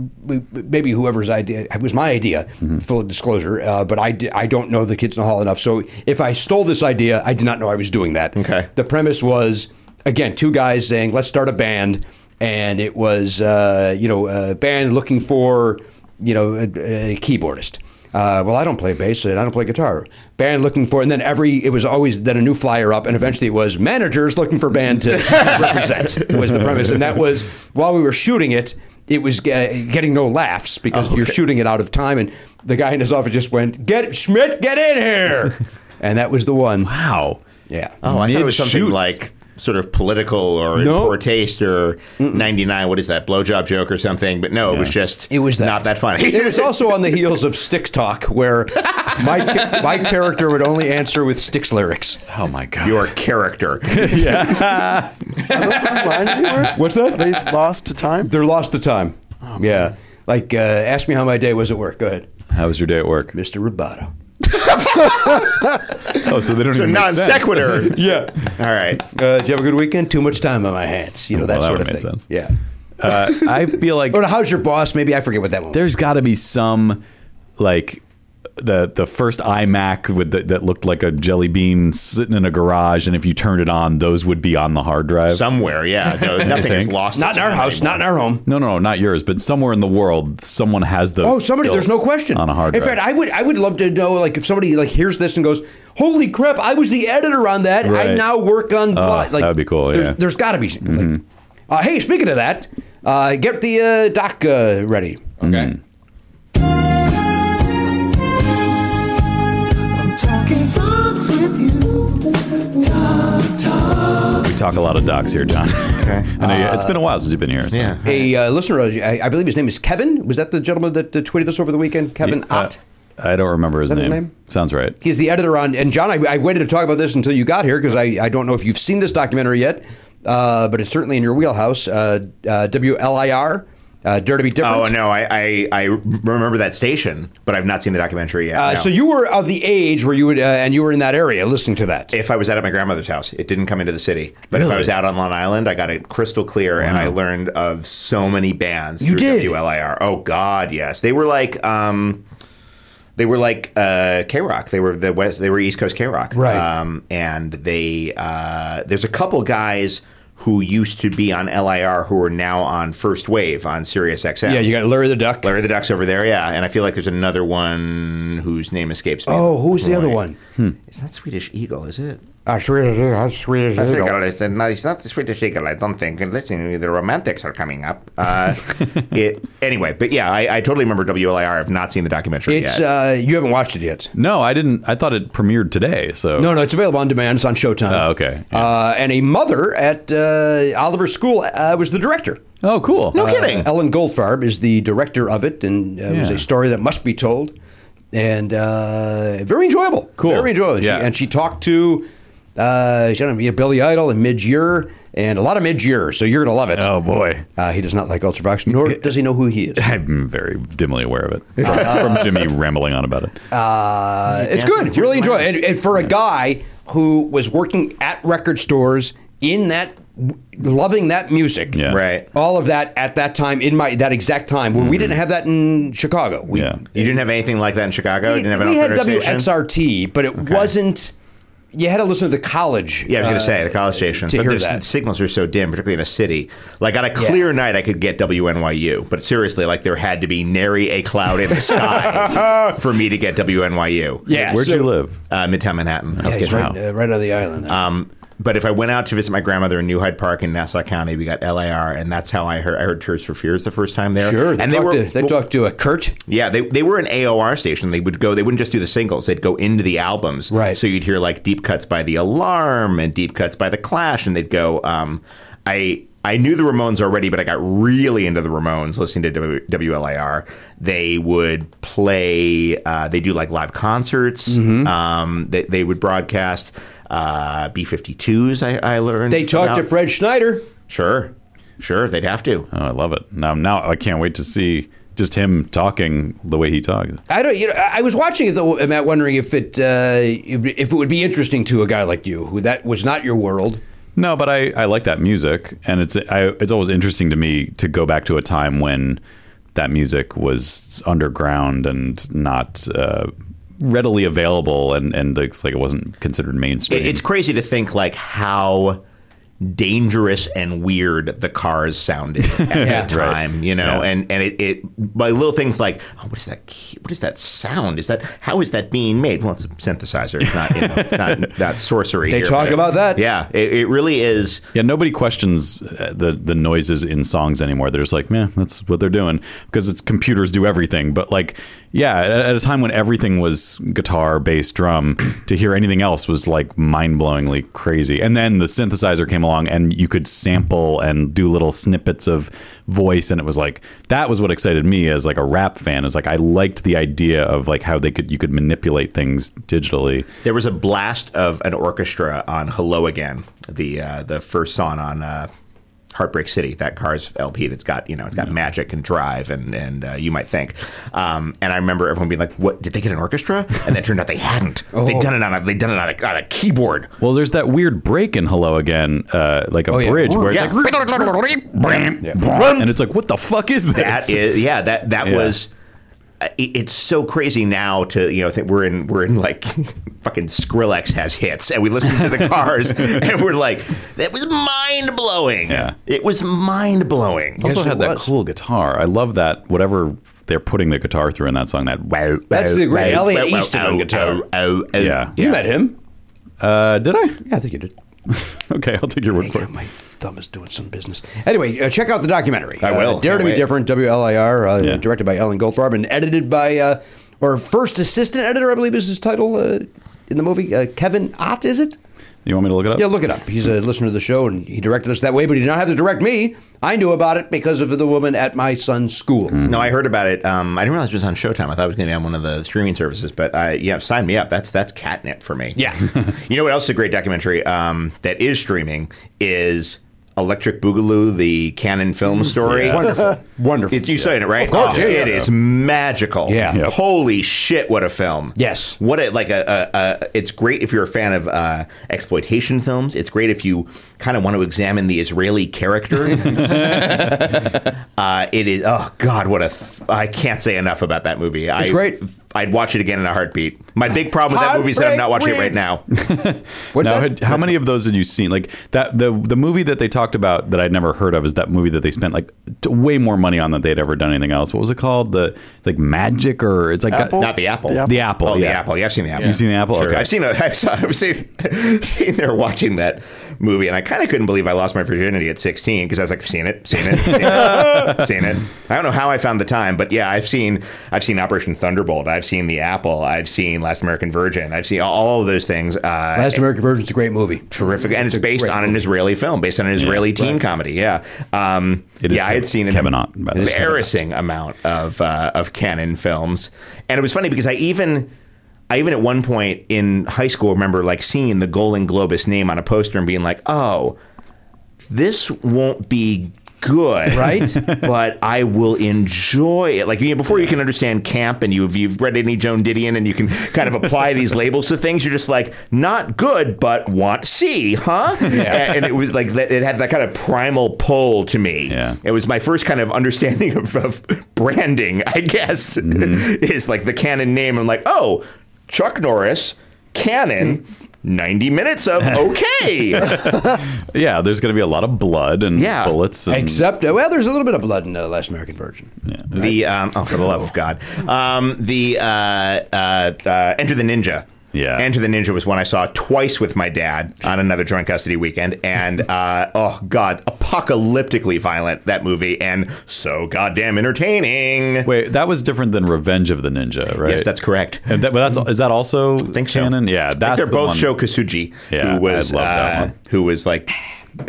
maybe whoever's idea it was my idea. Full disclosure, uh, but I, di- I don't know the kids in the hall enough. So if I stole this idea, I did not know I was doing that. Okay. The premise was again two guys saying, "Let's start a band," and it was uh, you know a band looking for you know, a, a keyboardist. Uh, well, I don't play bass and I don't play guitar. Band looking for, and then every it was always then a new flyer up, and eventually it was managers looking for band to represent was the premise, and that was while we were shooting it, it was ge- getting no laughs because you're shooting it out of time, and the guy in his office just went, "Get Schmidt, get in here," and that was the one. wow. Yeah. Oh, I thought it was something Mid-shoot. like sort of political or No. in poor taste or 99, what is that, blowjob joke or something. But no, it was just It was that. not that funny. it was also on the heels of Sticks Talk, where my ca- my character would only answer with Sticks lyrics. Oh, my God. Your character. Are those online anywhere? What's that? Are these lost to time? They're lost to time. yeah. Like, uh, ask me how my day was at work. Go ahead. How was your day at work? Mr. Roboto. Oh, so they don't so even non make sense. sequitur. Yeah. All right. Uh, did you have a good weekend? Too much time on my hands. You know, that Well, that would sort of thing. make sense. Yeah. Uh, I feel like Or how's your boss? Maybe I forget what that one was. there's got to be some like the the first iMac with the, that looked like a jelly bean sitting in a garage, and if you turned it on, those would be on the hard drive. Somewhere, yeah. No, nothing is think? lost. Not to in our time house, anymore. not in our home. no, no, no, not yours, but somewhere in the world, someone has those. Oh, somebody! still There's no question. on a hard in drive. fact, I would I would love to know like if somebody like hears this and goes, "Holy crap! I was the editor on that. I Right. now work on." blah." like that would be cool, There's, yeah. Mm-hmm. there's got to be. like- uh, hey, speaking of that, uh, get the uh, doc uh, ready. Okay. Mm. we talk a lot of docs here, John. Okay, I know you- it's been a while since you've been here. so- Yeah. A uh, listener, I, I believe his name is Kevin. Was that the gentleman that uh, tweeted us over the weekend? Kevin Uh, Ott. I don't remember his, that his name. name? Sounds right. He's the editor on, and John, I, I waited to talk about this until you got here because I, I don't know if you've seen this documentary yet, uh, but it's certainly in your wheelhouse. Uh, uh, WLIR, uh, Dare to Be Different. Oh, no, I, I, I remember that station, but I've not seen the documentary yet. Uh, no. So you were of the age where you would, uh, and you were in that area listening to that. if I was out at my grandmother's house, it didn't come into the city. But if I was out on Long Island, I got it crystal clear, and I learned of so many bands. You through did? WLIR. Oh God, yes. They were like, um, they were like uh, K Rock. They were the West. They were East Coast K Rock. Right. Um, and they uh, there's a couple guys who used to be on LIR who are now on First Wave on Sirius XM. Yeah, you got Larry the Duck. Larry the Duck's over there, yeah. And I feel like there's another one whose name escapes me. Oh, who's the other one? It's not Swedish Eagle, is it? Ah, Swedish Eagle. Swedish I think I'll listen. No, it's not the Swedish Eagle. I don't think. And listen, the romantics are coming up. Uh, it, anyway, but yeah, I, I totally remember WLIR. I've not seen the documentary It's yet. uh, you haven't watched it yet. No, I didn't. I thought it premiered today. So No, no, it's available on demand. It's on Showtime. Oh, okay. Yeah. Uh, and a mother at uh, Oliver School uh, was the director. Oh, cool. no Uh, kidding. Ellen Goldfarb is the director of it, and uh, it was Yeah. a story that must be told, and uh, very enjoyable. Cool. very enjoyable. She- Yeah. and she talked to. Uh, she had him, you know, Billy Idol and Midge Year and a lot of Midge Year, so you're gonna love it. Oh boy, Uh, he does not like Ultravox, nor does he know who he is. I'm very dimly aware of it from, from Jimmy rambling on about it. Uh, it's good. Really enjoy it. And, and for a guy who was working at record stores in that, loving that music, Yeah. Right. All of that at that time in my that exact time when we didn't have that in Chicago. We, Mm-hmm. yeah. You didn't have anything like that in Chicago. we, you didn't have an we had alternative station? WXRT, but it wasn't. You had to listen to the college. Yeah, I was going uh, to say the college station. to but hear there's- that. the signals are so dim, particularly in a city. Like on a clear night, I could get WNYU, but seriously, like there had to be nary a cloud in the sky for me to get WNYU. Yeah, Where'd so- you live? uh, Midtown Manhattan. I was Yeah, kidding. he's right, uh, right on the island. there. Um, but if I went out to visit my grandmother in New Hyde Park in Nassau County, we got LAR, and that's how I heard I heard Tears for Fears the first time there. sure, they and talked to, they talked to a Kurt. yeah, they, they were an AOR station. They would go, they wouldn't just do the singles, they'd go into the albums. Right. So you'd hear like deep cuts by The Alarm and deep cuts by The Clash, and they'd go, um, I. I knew the Ramones already, but I got really into the Ramones listening to w- WLIR. They would play, uh, they do like live concerts. Mm-hmm. Um, they, they would broadcast uh, B 52s, I, I learned. They talked to about. Fred Schneider. Sure, sure, they'd have to. Oh, I love it. Now, now I can't wait to see just him talking the way he talks. I don't. You know, I I was watching it though, Matt, wondering if it uh, if it would be interesting to a guy like you, who that was not your world. No, but I, I like that music, and it's I, it's always interesting to me to go back to a time when that music was underground and not uh, readily available, and and it's like it wasn't considered mainstream. It- It's crazy to think like how dangerous and weird the cars sounded at that time, you know, and and it, it by little things like oh, what is that? key- What is that sound? Is that how is that being made? Well, it's a synthesizer. It's not you know, it's not that sorcery. They here, talk but it- about that. Yeah, it, it really is. Yeah, nobody questions uh, the the noises in songs anymore. They're just like, man, that's what they're doing because it's computers do everything. But like, yeah, at, at a time when everything was guitar, bass, drum, to hear anything else was like mind-blowingly crazy. And then the synthesizer came along, and you could sample and do little snippets of voice, and it was like that was what excited me as like a rap fan. Is like I liked the idea of like how they could you could manipulate things digitally. There was a blast of an orchestra on "Hello Again," the uh, the first song on uh, "Heartbreak City," that Cars LP that's got you know it's got magic and drive and and uh, you might think. Um, and I remember everyone being like, "What did they get an orchestra?" And it turned out they hadn't. They'd done it on a they'd done it on a, on a keyboard. Well, there's that weird break in Hello Again, uh, like a Oh, yeah. bridge where it's Yeah. like. and it's like, what the fuck is this? That is, yeah. That that Yeah. was. uh, it- It's so crazy now to you know think we're in we're in like fucking Skrillex has hits and we listen to the Cars and we're like that was mind blowing. Yeah. It was mind blowing. also had that was. cool guitar. I love that whatever they're putting the guitar through in that song. That wow. That's the great Right. Elliot Wow, wow, Easton ow, on guitar. ow, ow, ow. Yeah. You met him. Uh, did I? Yeah, I think you did. Okay, I'll take your word for Yeah, it. my thumb is doing some business. Anyway, uh, check out the documentary. I Uh, will. Dare to Can't be wait. different. WLIR, uh, Yeah. directed by Ellen Goldfarb and edited by uh, or first assistant editor, I believe is his title uh, in the movie. Uh, Kevin Ott, is it? You want me to look it up? Yeah, look it up. He's a listener to the show, and he directed us that way. But he did not have to direct me. I knew about it because of the woman at my son's school. No, I heard about it. Um, I didn't realize it was on Showtime. I thought it was going to be on one of the streaming services. But I, yeah, sign me up. That's that's catnip for me. Yeah. you know what else is a great documentary um, that is streaming is Electric Boogaloo, the Canon film story. Wonderful. Mm-hmm. Wonderful. It's, you saw it, right? Of course, yeah, yeah, it yeah. is magical. Yeah. Yep. Holy shit! What a film. Yes. What a like a, a, a it's great if you're a fan of uh, exploitation films. It's great if you kind of want to examine the Israeli character. Uh, it is. Oh God, what a! Th- I can't say enough about that movie. It's I great. I'd watch it again in a heartbeat. My big problem with that movie is that I'm not watching it right now. now, had- how many of those had you seen? Like that the the movie that they talked about that I'd never heard of is that movie that they spent like t- way more money on than they'd ever done anything else. What was it called? The like Magic or it's like Apple? Not the apple. The Apple. the Apple. Oh, yeah. the apple. Yeah, I've seen the apple. You've seen the Apple? Okay. I've seen. A, I've, saw, I've seen. Seen there watching that movie, and I kind of couldn't believe I lost my virginity at 16 because I was like, seen it, seen it, seen it, seen it. I don't know how I found the time, but yeah, I've seen. I've seen Operation Thunderbolt. I've seen the Apple. I've seen Last American Virgin. I've seen all of those things. Uh, Last American Virgin's a great movie. terrific, and it's, based great on an Israeli film, based on an Israeli teen comedy. Yeah, um, It is yeah, I had Kev- seen an Kevin Ott, by the way. embarrassing amount of uh, of canon films, and it was funny because I even. I even at one point in high school remember like seeing the Golden Globus name on a poster and being like, "Oh, this won't be good, Right? but I will enjoy it. Like you know, before you can understand camp, and you've you've read any Joan Didion, and you can kind of apply these labels to things. You're just like not good, but want see, huh? And, and it was like that, it had that kind of primal pull to me. Yeah. It was my first kind of understanding of, of branding, I guess, is like the canon name. I'm like, oh, Chuck Norris, canon. 90 minutes of okay. Yeah, there's going to be a lot of blood and Yeah. bullets. And, Except, uh, well, there's a little bit of blood in uh, Last American Virgin. The um, oh, for the love of God, um, the uh, uh, uh, Enter the Ninja. Yeah. Enter the Ninja was one I saw twice with my dad on another joint custody weekend, and uh, oh God, apocalyptically violent that movie, and so goddamn entertaining. Wait, that was different than Revenge of the Ninja, right? Yes, that's correct. And that, but that's is that also think so. canon? Yeah, I think that's they're the both one. Sho Kasuji, Yeah, who was I love that uh, one. who was like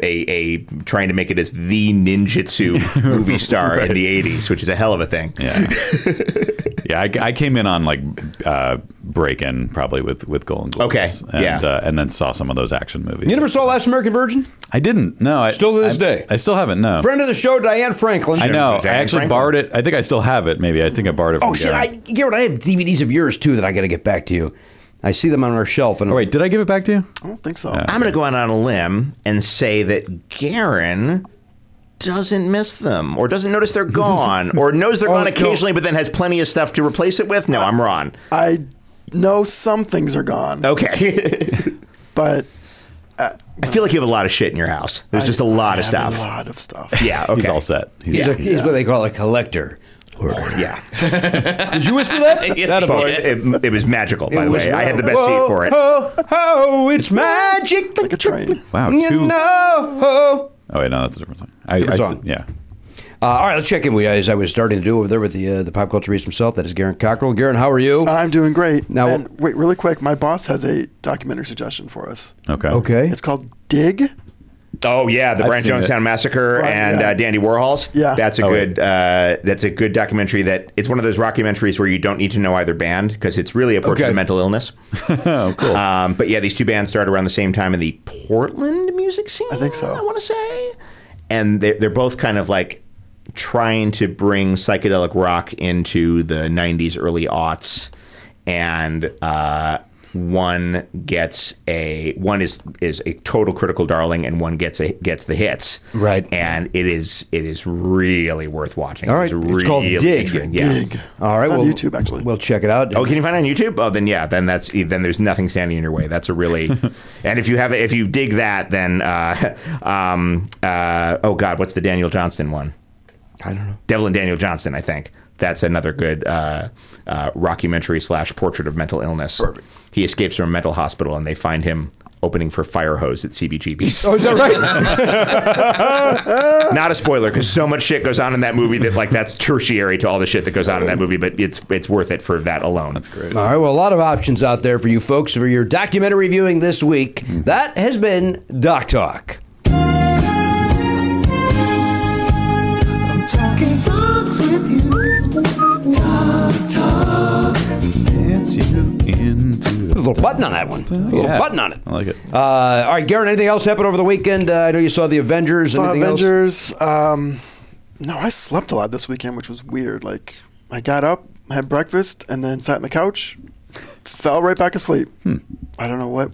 a, a trying to make it as the ninjutsu movie star in the '80s, which is a hell of a thing. Yeah. yeah, I, I came in on like uh, break in probably with with Golden Globes. Okay, yeah. and, uh, and then saw some of those action movies. You never saw Last American Virgin? I didn't. No, I, Still to this I- day. I still haven't. No, Friend of the show, Diane Franklin. I know. I Jack and actually Franklin? borrowed it. I think I still have it. Maybe I think I borrowed it. From Oh shit! Gary. I, Garrett, I have DVDs of yours too that I got to get back to you. I see them on our shelf. And Oh, wait, did I give it back to you? I don't think so. I'm going to go out on a limb and say that Garen doesn't miss them or doesn't notice they're gone or knows they're gone no. occasionally but then has plenty of stuff to replace it with. No, I'm wrong. I know some things are gone, Okay. but I feel like you have a lot of shit in your house. There's just a lot of I have stuff. A lot of stuff. Yeah, okay. He's all set. He's, he's, yeah, a, he's what they call a collector. yeah. Did you whisper that? That about- it, it was magical, by the was way. I had the best whoa, seat for it. Oh, oh, it's magic. Like a train. Wow, You two- know. Oh wait, no, that's a different song. I, Different I s- song. Yeah. Uh, all right, let's check in with you as I was starting to do over there with the uh, the pop culture beast himself. That is Garen Cockrell. Garen, how are you? I'm doing great. Now- and wait, really quick. My boss has a documentary suggestion for us. Okay. okay. It's called Dig. Oh yeah, the Brian seen Jonestown Massacre Brian, and yeah. uh, Dandy Warhols. Yeah. that's a Oh, good. Uh, that's a good documentary. That it's one of those rockumentaries where you don't need to know either band because it's really a portrait Okay. of mental illness. Oh, cool. Um, but yeah, these two bands started around the same time in the Portland music scene. I think so. I want to say, and they're, they're both kind of like trying to bring psychedelic rock into the '90s, early aughts, and uh, one gets a one is is a total critical darling, and one gets a gets the hits. Right. and it is it is really worth watching. All right. It was It's called really Dig. interesting. Yeah. Dig. all right, It's on well, YouTube actually. We'll check it out. Oh, can you find it on YouTube? Oh, then yeah, then that's then there's nothing standing in your way. That's a really, and if you have if you dig that, then uh, um, uh, oh god, what's the Daniel Johnston one? I don't know. Devil and Daniel Johnston, I think. That's another good uh, uh, rockumentary slash portrait of mental illness. He escapes from a mental hospital, and they find him opening for fire hose at CBGB's. Oh, is that right? Not a spoiler, because so much shit goes on in that movie that like that's tertiary to all the shit that goes on in that movie, but it's it's worth it for that alone. That's great. All right, well, a lot of options out there for you folks for your documentary viewing this week. That has been Doc Talk. Dance you into. Put a little button on that one. A little Yeah. button on it. I like it. Uh, all right, Garen, anything else happened over the weekend? Uh, I know you saw the Avengers. Saw anything else? Avengers. Um, no, I slept a lot this weekend, which was weird. Like I got up, had Hmm. breakfast, and then sat on the couch, fell right back asleep. I don't know what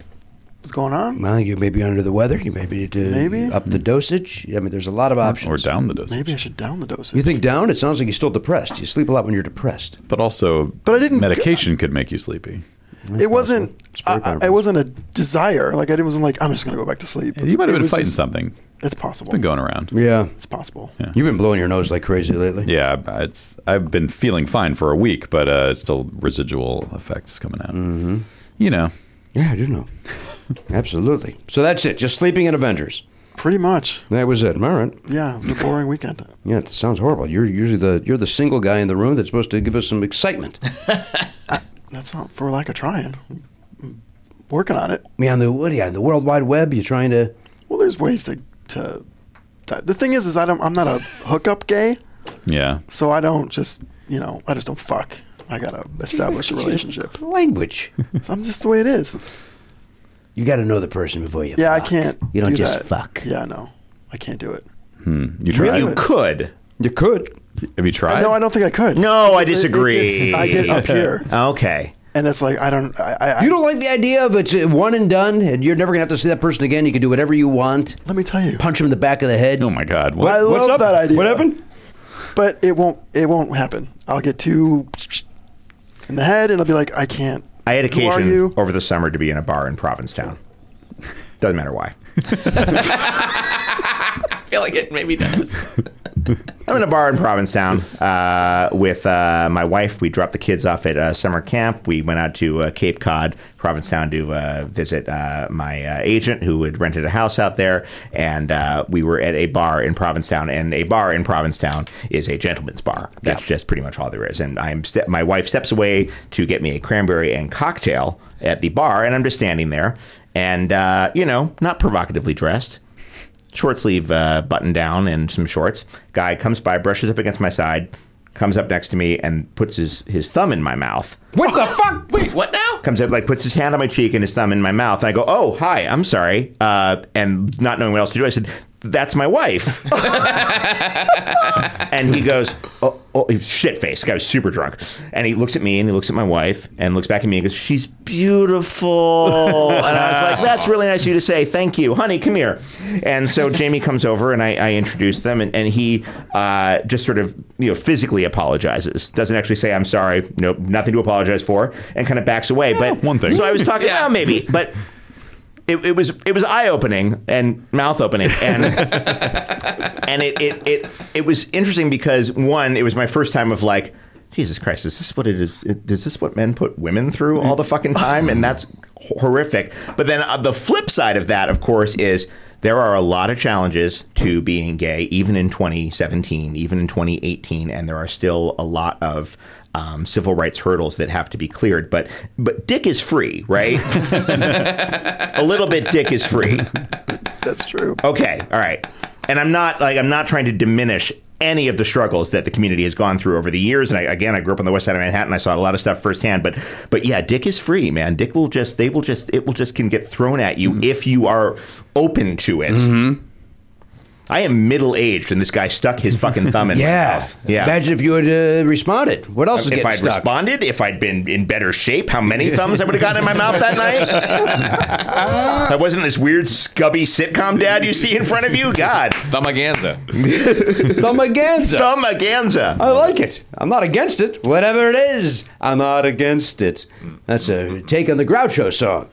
What's going on? Well, you may be under the weather. You may need to Maybe. up the dosage. I mean, there's a lot of or options. down the dose. Maybe I should down the dosage. You think down? It sounds like you're still depressed. You sleep a lot when you're depressed. But also, But I didn't- medication could make you sleepy. it wasn't. very I, I- it wasn't a desire. Like I didn't- wasn't like I'm just gonna go back to sleep. You might It have been was fighting just- something. It's possible. Been going around. Yeah. It's possible. You've been blowing your nose like crazy lately. Yeah, it's I've been feeling fine for a week, but uh, it's still residual effects coming out. Mm-hmm. You know, Yeah, I do know. Absolutely. So that's it. Just sleeping in Avengers. Pretty much. That was it. All right. Yeah. It was a boring weekend. Yeah, it sounds horrible. You're usually the you're the single guy in the room that's supposed to give us some excitement. That's not for lack of trying. I'm working on it. Me on the what? Yeah, on the World Wide Web. You're trying to. Well, there's ways to. to to- the thing is, is I don't. I'm not a hookup gay, yeah. so I don't just. You know, I just don't fuck. I gotta establish a relationship. Language. I'm just the way it is. You got to know the person before you. Yeah, I fuck. can't. You don't do just that. fuck. Yeah, no, I can't do it. You tried? You could. You could. Have you tried? no, I don't think I could. No, I Because it- it gets- disagree. I get up here, Okay. and it's like I don't. I, I, You don't like the idea of it's uh, one and done, and you're never gonna have to see that person again. You can do whatever you want. Let me tell you, Punch him in the back of the head. Oh my God! What? I What's love up? that idea. What happened? but it won't. It won't happen. I'll get too in the head, and I'll be like, I can't. I had Who are occasion you? over the summer to be in a bar in Provincetown. Doesn't matter why. I feel like it maybe does. I'm in a bar in Provincetown uh, with uh, my wife. We dropped the kids off at uh, summer camp. We went out to uh, Cape Cod, Provincetown, to uh, visit uh, my uh, agent who had rented a house out there. And uh, we were at a bar in Provincetown. And a bar in Provincetown is a gentleman's bar. That's just pretty much all there is. And I'm ste- my wife steps away to get me a cranberry and cocktail at the bar. And I'm just standing there and, uh, you know, not provocatively dressed short sleeve uh, button down and some shorts. Guy comes by, brushes up against my side, comes up next to me, and puts his, his thumb in my mouth. What the fuck? Wait, what now? Comes up, like, puts his hand on my cheek and his thumb in my mouth. I go, Oh, hi, I'm sorry. Uh, and not knowing what else to do, I said, That's my wife. and he goes, Oh, oh he's shit face. Guy was super drunk. And he looks at me and he looks at my wife and looks back at me and goes, She's beautiful. and I was like, That's really nice of you to say. Thank you. Honey, come here. And so Jamie comes over and I, I introduce them and, and he uh, just sort of, you know, physically apologizes. Doesn't actually say, I'm sorry. Nope, nothing to apologize for. And kind of backs away. but one thing. So I was talking, Yeah. well, maybe. But. It, it was it was eye opening and mouth opening and and it, it it it was interesting because one, it was my first time of like, Jesus Christ, is this what it is? Is this what men put women through all the fucking time? And that's horrific. But then uh, the flip side of that, of course, is there are a lot of challenges to being gay, even in 2017, even in 2018, and there are still a lot of um, civil rights hurdles that have to be cleared. But but dick is free, right? a little bit, dick is free. That's true. Okay, all right. And I'm not like I'm not trying to diminish any of the struggles that the community has gone through over the years. And I, again, I grew up on the west side of Manhattan. I saw a lot of stuff firsthand. But but yeah, Dick is free, man. Dick will just they will just it will just can get thrown at Mm-hmm. you if you are open to it. I am middle aged, and this guy stuck his fucking thumb in my Yeah. mouth. Yeah. Imagine if you had uh, responded. What else is if getting I'd stuck? responded, if I'd been in better shape, how many thumbs I would have gotten in my mouth that night? I wasn't this weird scubby sitcom dad you see in front of you. God, Thumbganza. Thumbganza. Thumbganza. I like it. I'm not against it. Whatever it is, I'm not against it. That's a take on the Groucho song.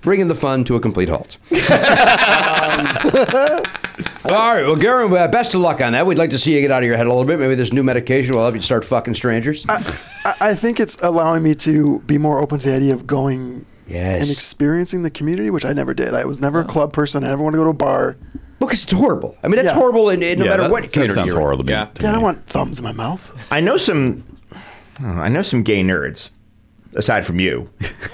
Bringing the fun to a complete halt. Um, all right, well, Garen, uh, best of luck on that. We'd like to see you get out of your head a little bit. Maybe this new medication will help you start fucking strangers. I, I think it's allowing me to be more open to the idea of going Yes. and experiencing the community, which I never did. I was never a club person. I never want to go to a bar. Because it's horrible. I mean, it's Yeah. horrible in, in no Yeah, matter that, what that community. sounds you're in. horrible to me. Yeah. to Yeah, I don't me. want thumbs in my mouth. I know some. I don't know, I know some gay nerds. Aside from you,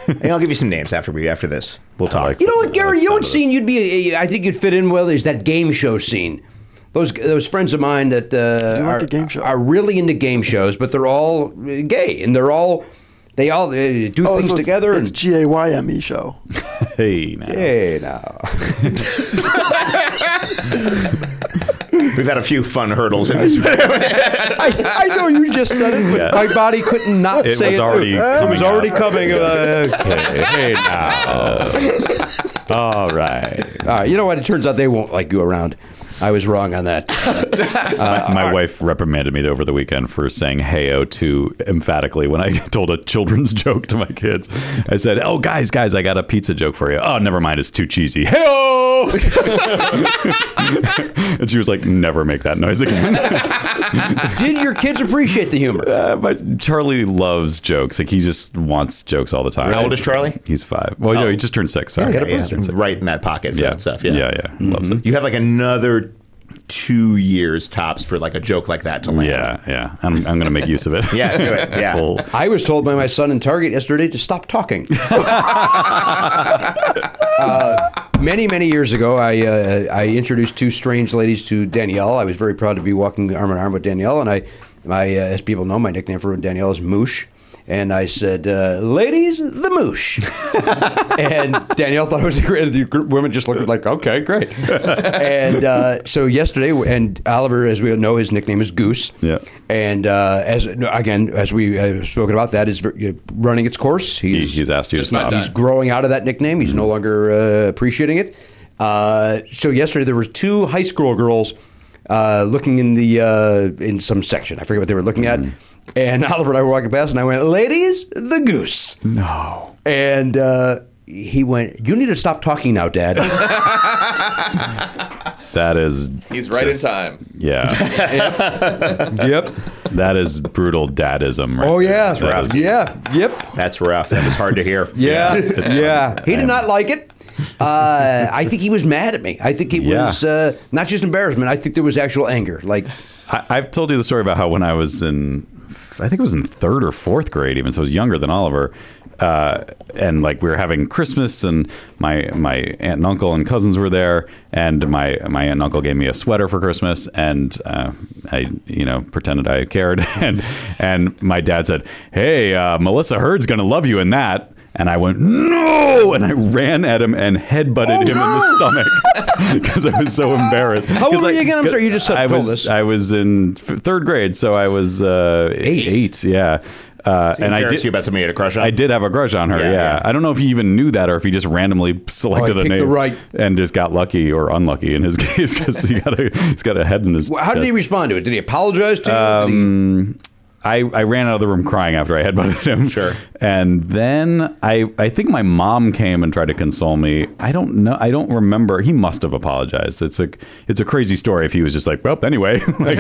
and I'll give you some names after we after this. We'll talk. You know what, That's the Gary? You know what sound of scene you'd be? eh, I think you'd fit in well. Is that game show scene? Those those friends of mine that uh, You like are, the game show? are really into game shows, but they're all uh, gay and they're all they all uh, do Oh, so things it's- together. It's and, G A Y M E show. Hey, now. hey, now. We've had a few fun hurdles in this. I, I know you just said it, but Yeah. my body could not It say was already it was coming already out. coming. uh, Hey, hey, now. All right. All right. You know what? It turns out they won't like you around. I was wrong on that. Uh, my my wife reprimanded me over the weekend for saying "heyo" too emphatically when I told a children's joke to my kids. I said, "Oh, guys, guys, I got a pizza joke for you." Oh, never mind, it's too cheesy. Heyo! and she was like, "Never make that noise again." Did your kids appreciate the humor? Uh, but Charlie loves jokes. Like he just wants jokes all the time. How old is Charlie? He's five. Well, no, he just turned six. Sorry. Yeah, yeah, right in that pocket for Yeah. that stuff. Mm-hmm. Yeah, yeah. Loves it. You have like another two years tops for like a joke like that to land. Yeah, yeah. I'm, I'm going to make use of it. Oh, Yeah, do it. Yeah. Full- I was told by my son in Target yesterday to stop talking. Uh, many, many years ago, I uh, I introduced two strange ladies to Danielle. I was very proud to be walking arm in arm with Danielle, and I, my uh, as people know, my nickname for Danielle is Moosh. And I said, uh, "Ladies, the moosh." and Danielle thought it was great. The group women just looked like, "Okay, great." and uh, so yesterday, and Oliver, as we know, his nickname is Goose. Yeah. And uh, as no, again, as we have spoken about, that is ver- uh, running its course. he, He's he's Mm-hmm. asked you to stop. he's growing out of that nickname. He's no longer uh, appreciating it. Uh, so yesterday there were two high school girls uh, looking in the uh, in some section. I forget what they were looking Mm-hmm. at. And Oliver and I were walking past, and I went, "Ladies, the goose." no. And uh, he went, "You need to stop talking now, Dad." That is. He's right just- in time. Yeah. yep. that is brutal dadism. Right Oh there. yeah. That is- yeah. Yep. That's rough. That was hard to hear. Yeah, It's- yeah. He I did am- not like it. Uh, I think he was mad at me. I think it Yeah. was uh, not just embarrassment. I think there was actual anger. Like, I, I've told you the story about how when I was in, I think it was in third or fourth grade, even so, I was younger than Oliver. Uh, and like we were having Christmas, and my my aunt and uncle and cousins were there, and my my aunt and uncle gave me a sweater for Christmas, and uh, I you know pretended I cared, and and my dad said, "Hey, uh, Melissa Heard's gonna love you in that," and I went, "No!" and I ran at him and headbutted Oh, him in the stomach because I was so embarrassed. How old 'Cause were I- you again? I'm sorry, you just said- I told was us. I was in f- third grade, so I was uh, eight. yeah. Uh, and I Embarrassed did, you about somebody you had a crush on. I did have a grudge on her. Yeah, Yeah, yeah. I don't know if he even knew that or if he just randomly selected Oh, a I picked name the right- and just got lucky or unlucky in his case because he got a he's got a head in his. wh- how did chest. he respond to it? Did he apologize to you? Did he- Um, I, I ran out of the room crying after I headbutted him. Sure. And then I I think my mom came and tried to console me. I don't know. I don't remember. He must have apologized. It's a it's a crazy story if he was just like, well, anyway. like,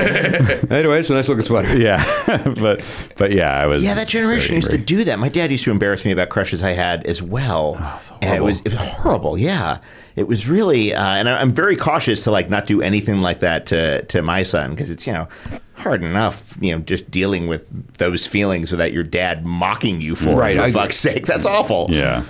anyway, it's a nice looking sweater. yeah, but but yeah, I was. Yeah, that generation very used to angry. do that. My dad used to embarrass me about crushes I had as well, and it was it was horrible. Yeah, it was really, uh, and I- I'm very cautious to like not do anything like that to to my son because it's you know hard enough you know just dealing with those feelings without your dad mocking you for Right, it, for I- fuck's sake. That's awful. Yeah,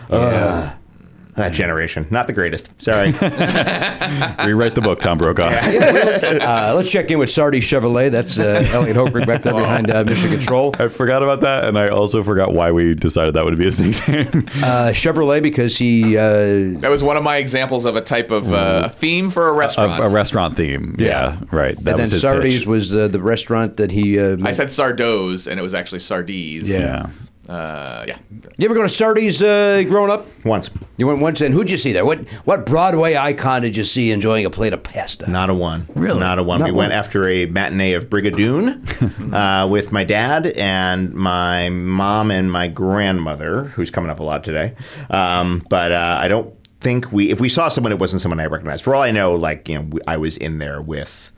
that generation, not the greatest. Sorry. Uh, rewrite the book, Tom Brokaw. Uh, let's check in with Sardi Chevrolet. That's uh, Elliot Hochberg back there behind uh, Mission Control. I forgot about that, and I also forgot why we decided that would be his nickname. Uh, Chevrolet because he uh, That was one of my examples of a type of uh, theme for a restaurant. a, a restaurant theme. Yeah, right. That and then was his Sardi's pitch. was uh, the restaurant that he. Uh, I said Sardos, and it was actually Sardies. Yeah. Uh, yeah. you ever go to Sardi's uh, growing up? Once, You went once, and who'd you see there? What what Broadway icon did you see enjoying a plate of pasta? not a one. Really, not a one. we went after a matinee of Brigadoon uh, with my dad and my mom and my grandmother, who's coming up a lot today. Um, but uh, I don't think we. If we saw someone, it wasn't someone I recognized. For all I know, like you know, we- I was in there with.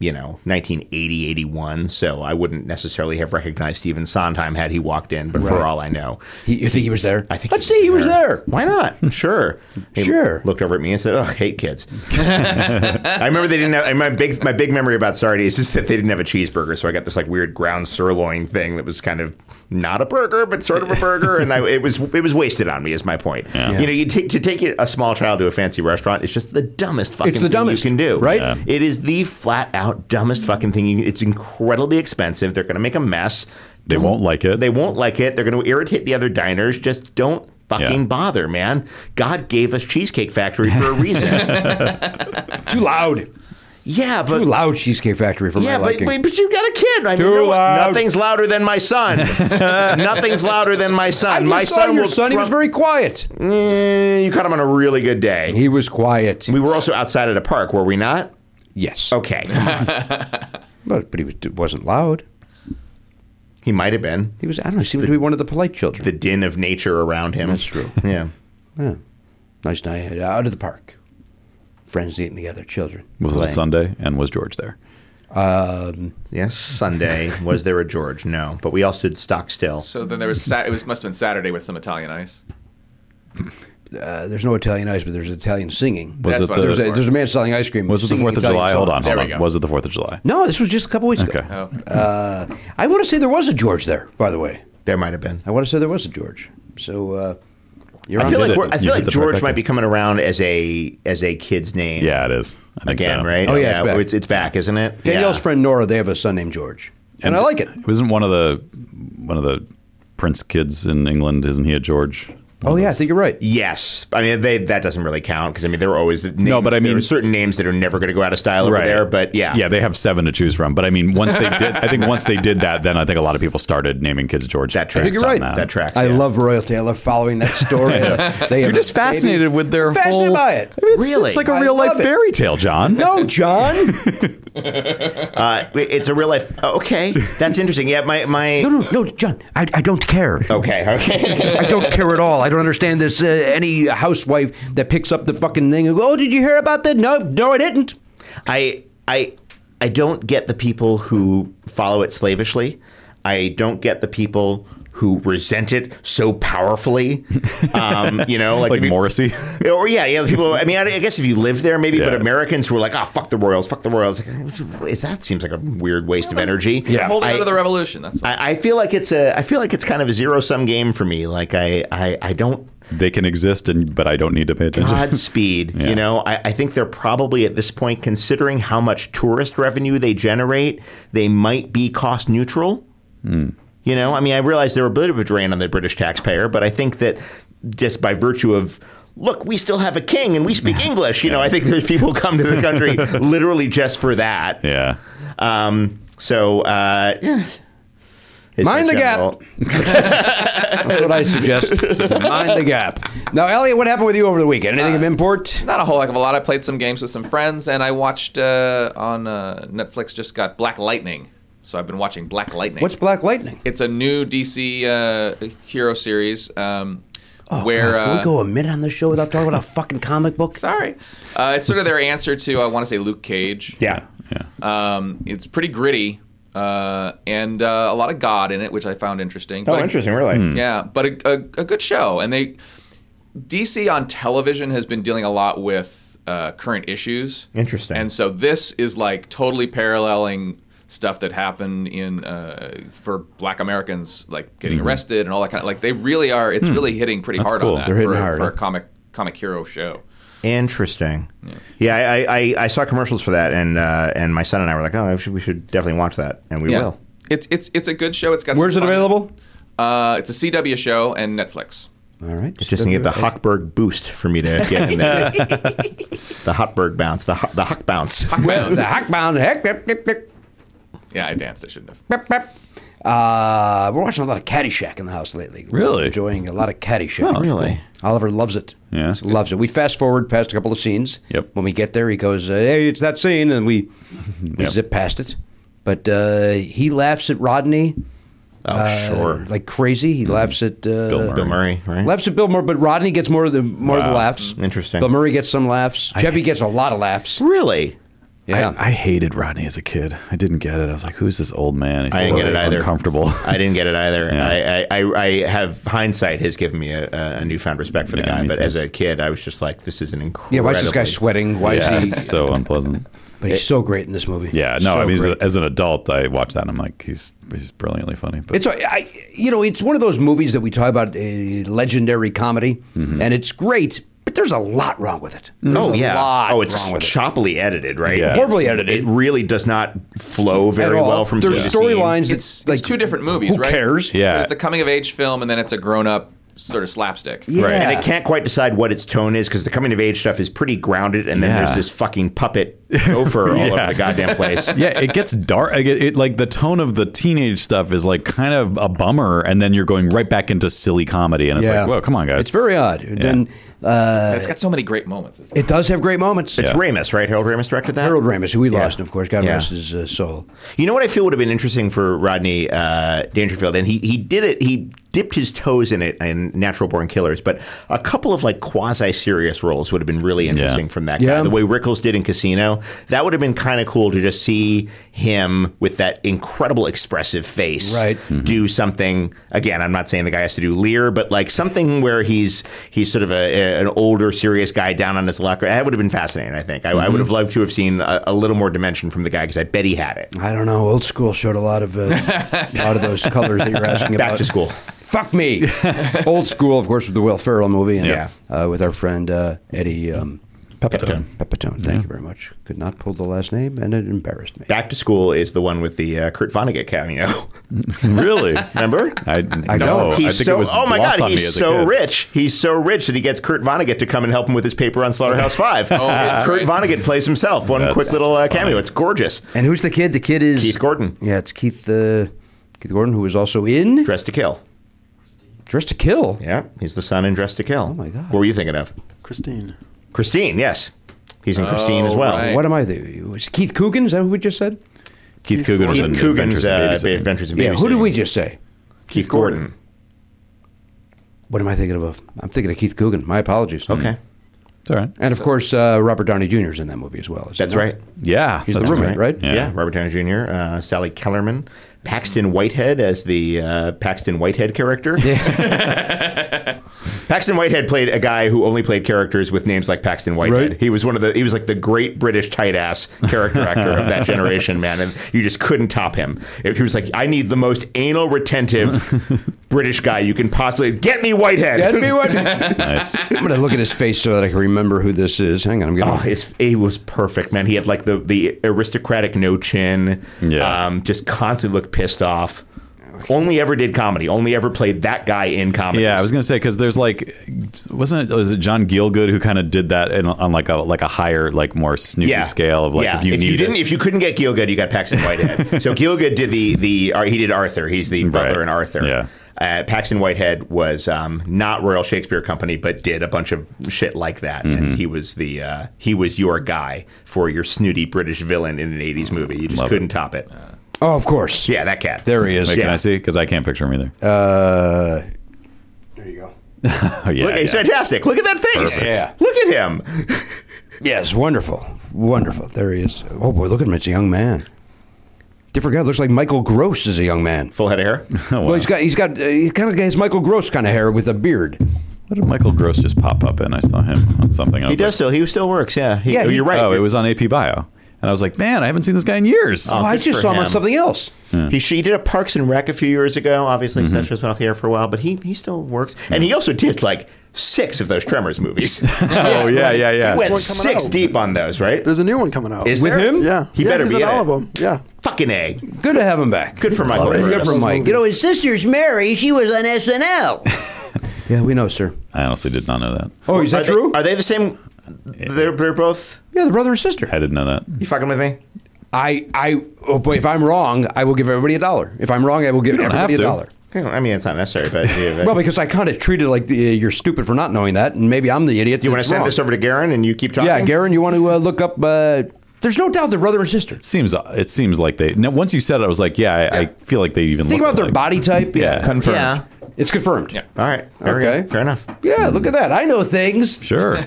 You know, 1980, 81. So I wouldn't necessarily have recognized Stephen Sondheim had he walked in, but for all I know, He, you think he was there? I think. Let's say he was there. Why not? Sure. He Sure. Looked over at me and said, "Oh, I hate kids." I remember they didn't have. and My big my big memory about Sardi's is that they didn't have a cheeseburger, so I got this like weird ground sirloin thing that was kind of not a burger, but sort of a burger, and I, it was it was wasted on me. Is my point. You know, you take to take a small child to a fancy restaurant. It's just the dumbest fucking the thing dumbest, you can do, right? It is the flat out dumbest fucking thing. You can, it's incredibly expensive. They're going to make a mess. They won't like it. They won't like it. They're going to irritate the other diners. Just don't fucking Yeah. bother, man. God gave us Cheesecake Factory for a reason. Too loud. Yeah, but Too loud Cheesecake Factory for yeah, my but, liking. but, but you got a kid. I mean, Too no one- loud. nothing's louder than my son. nothing's louder than my son. my my son, son, your will son, he was trump- very quiet. Eh, you caught him on a really good day. He was quiet. we were also outside at a park, were we not? Yes. Okay, come on. But, but he was, wasn't loud. he might have been. He was, I don't know, he seemed to be one of the polite children. The din of nature around him. That's true. Yeah. Yeah. Nice night uh, out of the park. Friends eating the other children. Was it a Playing. Sunday? And was George there? Um, Yes, Sunday. was there a George? No, but we all stood stock still. So then there was sat- it was must have been Saturday with some Italian ice. uh, there's no Italian ice, but there's Italian singing. Was That's it what I the There's a, for? there's a man selling ice cream. was it the singing Fourth of Italian July? Hold on, songs. hold There on. we go. Was it the Fourth of July? No, this was just a couple weeks Okay. ago. Oh, Uh, I want to say there was a George there, by the way. There might have been. I want to say there was a George. So uh, you're I on You feel like did it. we're, I You feel did like the George perfect- might be coming around as a as a kid's name. Yeah, it is. I think Again, so. right? Oh, yeah, it's back. it's, it's back, isn't it? Danielle's Yeah. friend Nora, they have a son named George. And, I like it. It wasn't one of the one of the prince kids in England. Isn't he a George? Oh, yeah, I think you're right. Yes, I mean they, that doesn't really count because I mean there were always the names, but I there mean- were certain names that are never going to go out of style over there. But yeah, yeah, they have seven to choose from. But I mean, once they did, I think once they did that, then I think a lot of people started naming kids George. that tracks. you're right. Now. That tracks. I yeah. love royalty. I love following that story. they You're just fascinated with their fascinated whole- by it. I mean, it's, Really? it's like a I real life love it. fairy tale, John. No, John. Uh, it's a real life. oh, Okay, that's interesting. Yeah, my my. No, no, no, John. I, I don't care. Okay, okay. I don't care at all. I don't understand this. Uh, any housewife that picks up the fucking thing and goes, "Oh, did you hear about that?" No, no, I didn't. I I I don't get the people who follow it slavishly. I don't get the people who resent it so powerfully. Um, you know, like, Like the peop- Morrissey? Or yeah, yeah. the People. I mean, I, I guess if you live there, maybe. But Yeah. Americans who are like, "Ah, fuck the Royals, fuck the Royals." Like, is that seems like a weird waste of energy? I'm holding I- on to the revolution. That's all. I, I feel like it's a. I feel like it's kind of a zero sum game for me. Like I, I, I don't. They can exist, and but I don't need to pay attention. Godspeed. You know, I, I think they're probably at this point, considering how much tourist revenue they generate, they might be cost neutral. You know, I mean, I realize they're a bit of a drain on the British taxpayer, but I think that just by virtue of look, we still have a king and we speak English. You know, I think there's people come to the country literally just for that. Yeah. Um, so, uh, yeah. Is my Mind the gap. general- That's what I suggest. Mind the gap. Now, Elliot, what happened with you over the weekend? Anything of import? Not a whole heck of a lot. I played some games with some friends, and I watched uh, on uh, Netflix. Just got Black Lightning, so I've been watching Black Lightning. What's Black Lightning? It's a new DC uh, hero series um, where God, can uh, we go a minute on this show without talking about a fucking comic book? sorry, uh, it's sort of their answer to I want to say Luke Cage. Yeah. Yeah. Um, it's pretty gritty uh, and uh, a lot of God in it, which I found interesting. Oh, But- interesting. Really? Yeah, but a, a, a good show. And they DC on television has been dealing a lot with uh, current issues. Interesting. And so this is like totally paralleling stuff that happened in uh, for Black Americans, like getting arrested and all that kind of like they really are. It's really hitting pretty hard cool. on that They're hitting for, hard, for huh? a comic comic hero show. Interesting. Yeah, I, I, I saw commercials for that, and uh, and my son and I were like, oh, we should, we should definitely watch that, and we will. It's it's it's a good show. It's got Where's it some fun- available? Uh, it's a CW show and Netflix. All right. It's just to get the Hochberg boost for me to get in there. the Hochberg bounce, the Ho- the Hoch bounce. well, the Hackbound. Heck, heck, heck, heck. Yeah, I danced. I shouldn't have. Bep, bep. Uh, we're watching a lot of Caddyshack in the house lately. We're Really? enjoying a lot of Caddyshack. Oh, that's Really? Oliver loves it. Yeah. Just loves it. We fast forward past a couple of scenes. Yep. When we get there, he goes, uh, "Hey, it's that scene," and we we Yep. zip past it. But uh, he laughs at Rodney Oh, sure. Uh, like crazy. He laughs at uh, Mm-hmm. Bill Murray. Bill Murray, right? Laughs at Bill Murray, but Rodney gets more of the more of the laughs. Interesting. Bill Murray gets some laughs. Jeffy gets a lot of laughs. Really? Yeah. I, I hated Rodney as a kid. I didn't get it. I was like, "Who's this old man?" He's I didn't so get it either. Uncomfortable. I didn't get it either. Yeah. I, I, I, I have hindsight has given me a, a newfound respect for the Yeah, guy, me but too. as a kid, I was just like, this is an incredible. yeah. Why is this guy sweating? Why yeah, is he? it's so unpleasant. But he's so great in this movie. Yeah, no. So I mean, as, great. a- as an adult, I watch that and I'm like, he's he's brilliantly funny. But It's a- I, you know, it's one of those movies that we talk about a legendary comedy, and it's great, but there's a lot wrong with it. There's Mm-hmm. Oh a yeah! lot oh, it's wrong with it. choppily edited, right? Yeah. Horribly edited. It really does not flow At very all. well from there's scene to scene. storylines. It's, that's like it's two different movies, who right? cares? Yeah. But it's a coming of age film, and then it's a grown up sort of slapstick. Right. And it can't quite decide what its tone is because the coming of age stuff is pretty grounded, and then Yeah. there's this fucking puppet gopher all over the goddamn place. yeah, it gets dark. Like, It, it like the tone of the teenage stuff is like kind of a bummer, and then you're going right back into silly comedy, and it's like, whoa, come on, guys. It's very odd. Then it's got so many great moments. It's like- it does have great moments. It's Ramus, right? Harold Ramis directed that. Harold Ramis, who we lost, of course. God Yeah. rest his uh, soul. You know what I feel would have been interesting for Rodney uh, Dangerfield, and he he did it. He dipped his toes in it in Natural Born Killers, but a couple of like quasi serious roles would have been really interesting from that guy. Yeah. The way Rickles did in Casino, that would have been kind of cool to just see him with that incredible expressive face, Right. Do something again. I'm not saying the guy has to do Lear, but like something where he's he's sort of a, a- an older serious guy down on his luck. That would have been fascinating. I think I, I would have loved to have seen a, a little more dimension from the guy because I bet he had it. I don't know. Old school showed a lot of uh, a lot of those colors that you're asking about. Back to school. Fuck me. Old school, of course, with the Will Ferrell movie. And, Yeah. Uh, with our friend uh, Eddie um, Pepitone. Pepitone. Thank Mm-hmm. you very much. Could not pull the last name, and it embarrassed me. Back to school is the one with the uh, Kurt Vonnegut cameo. really? Remember? I, I don't. know. I He's think so, it was oh my lost god, on me he's as a so kid. rich. He's so rich that he gets Kurt Vonnegut to come and help him with his paper on Slaughterhouse Five. it's Kurt great. Vonnegut plays himself. One Oh, That's quick little uh, cameo. It's gorgeous. And who's the kid? The kid is Keith Gordon. Yeah, it's Keith uh, Keith Gordon, who was also in Dressed to Kill. Dressed to Kill. Yeah, he's the son in Dressed to Kill. Oh my God. What were you thinking of? Christine. Christine. Yes, he's in Christine Oh, as well. right. What am I? The, was Keith Coogan? Is that who we just said? Keith Coogan was in Keith Adventures Coogan's in uh, Babysitting. Adventures in Babysitting. Yeah. Who did we just say? Keith Gordon. What am I thinking of? I'm thinking of Keith Coogan. My apologies. Mm. Okay, It's all right. And of course, uh, Robert Downey Jr. is in that movie as well. is he that's not? right. Yeah. He's the that's roommate, right? Yeah. Robert Downey Jr., uh, Sally Kellerman, Paxton Whitehead as the uh, Paxton Whitehead character. Paxton Whitehead played a guy who only played characters with names like Paxton Whitehead. Right. He was one of the he was like the great British tight ass character actor of that generation, man, and you just couldn't top him. If he was like, I need the most anal retentive British guy you can possibly get me Whitehead. That'd be what. Nice. I'm going to look at his face so that I can remember who this is. Hang on, I'm getting. Oh, his, he was perfect, man. He had like the, the aristocratic no chin. Yeah. Um, just constantly looked pissed off. Only ever did comedy. Only ever played that guy in comedy. Yeah, I was gonna say because there's like, wasn't it was it John Gielgud who kind of did that in, on like a like a higher like more snooty scale of like Yeah. if you need didn't, it. if you couldn't get Gielgud, you got Paxton Whitehead. so Gielgud did the the or he did Arthur. He's the brother in Arthur. Yeah. Uh, Paxton Whitehead was um, not Royal Shakespeare Company, but did a bunch of shit like that. Mm-hmm. And he was the uh, he was your guy for your snooty British villain in an '80s movie. You just couldn't top it. Oh, of course. Yeah, that cat. There he is. Wait, yeah. Can I see? Because I can't picture him either. Uh, there you go. oh yeah, Look, he's yeah. fantastic. Look at that face. Perfect. Yeah. Look at him. Yes, wonderful, wonderful. There he is. Oh boy, look at him. It's a young man. Different guy. Looks like Michael Gross is a young man. Full head of hair. Oh, wow. Well, he's got he's got uh, he kind of has Michael Gross kind of hair with a beard. Oh, What did Michael Gross just pop up in? I saw him on something. I He was does still. He still works. Yeah. He- Yeah, oh, he- you're Like, right. oh, it was on AP Bio, and I was like, man, I haven't seen this guy in years. Oh, I good just for saw him on him. something else. He, she did a Parks and Rec a few years ago. Obviously, mm went off the air for a while, but he he still works. And he also did like six of those Tremors movies. Oh, yeah, yeah, yeah. Went There's one coming six out. deep on those, right? There's a new one coming out. Is yeah. there? him? Yeah. He yeah, better he's in be in all it. of them. Yeah. Fucking a. Good to have him back. Good for Michael. Good Gross. for those Mike. movies. You know, his sister's Mary. She was on SNL. yeah, we know, sir. I honestly did not know that. Oh, is Are they- Are they the same? They're they're both. yeah, the brother and sister. I didn't know that. You fucking with me? I, I, oh boy, if I'm wrong, I will give everybody a dollar. If I'm wrong, I will give don't everybody have a to. dollar. I don't- I mean, it's not necessary, but you, Well, because I kind of treated like the, uh, you're stupid for not knowing that, and maybe I'm the idiot. you want to send this over to Garen and you keep talking. Yeah, Garen, you want to uh, look up? Uh, there's no doubt they're brother and sister. Seems it seems like they. Now, once you said it, I was like, yeah, I, I feel like they even Think look about their alike. body type. Yeah. confirmed. Yeah. It's confirmed. Yeah. All right. There we Okay. go. Fair enough. Yeah, look at that. I know things. Sure.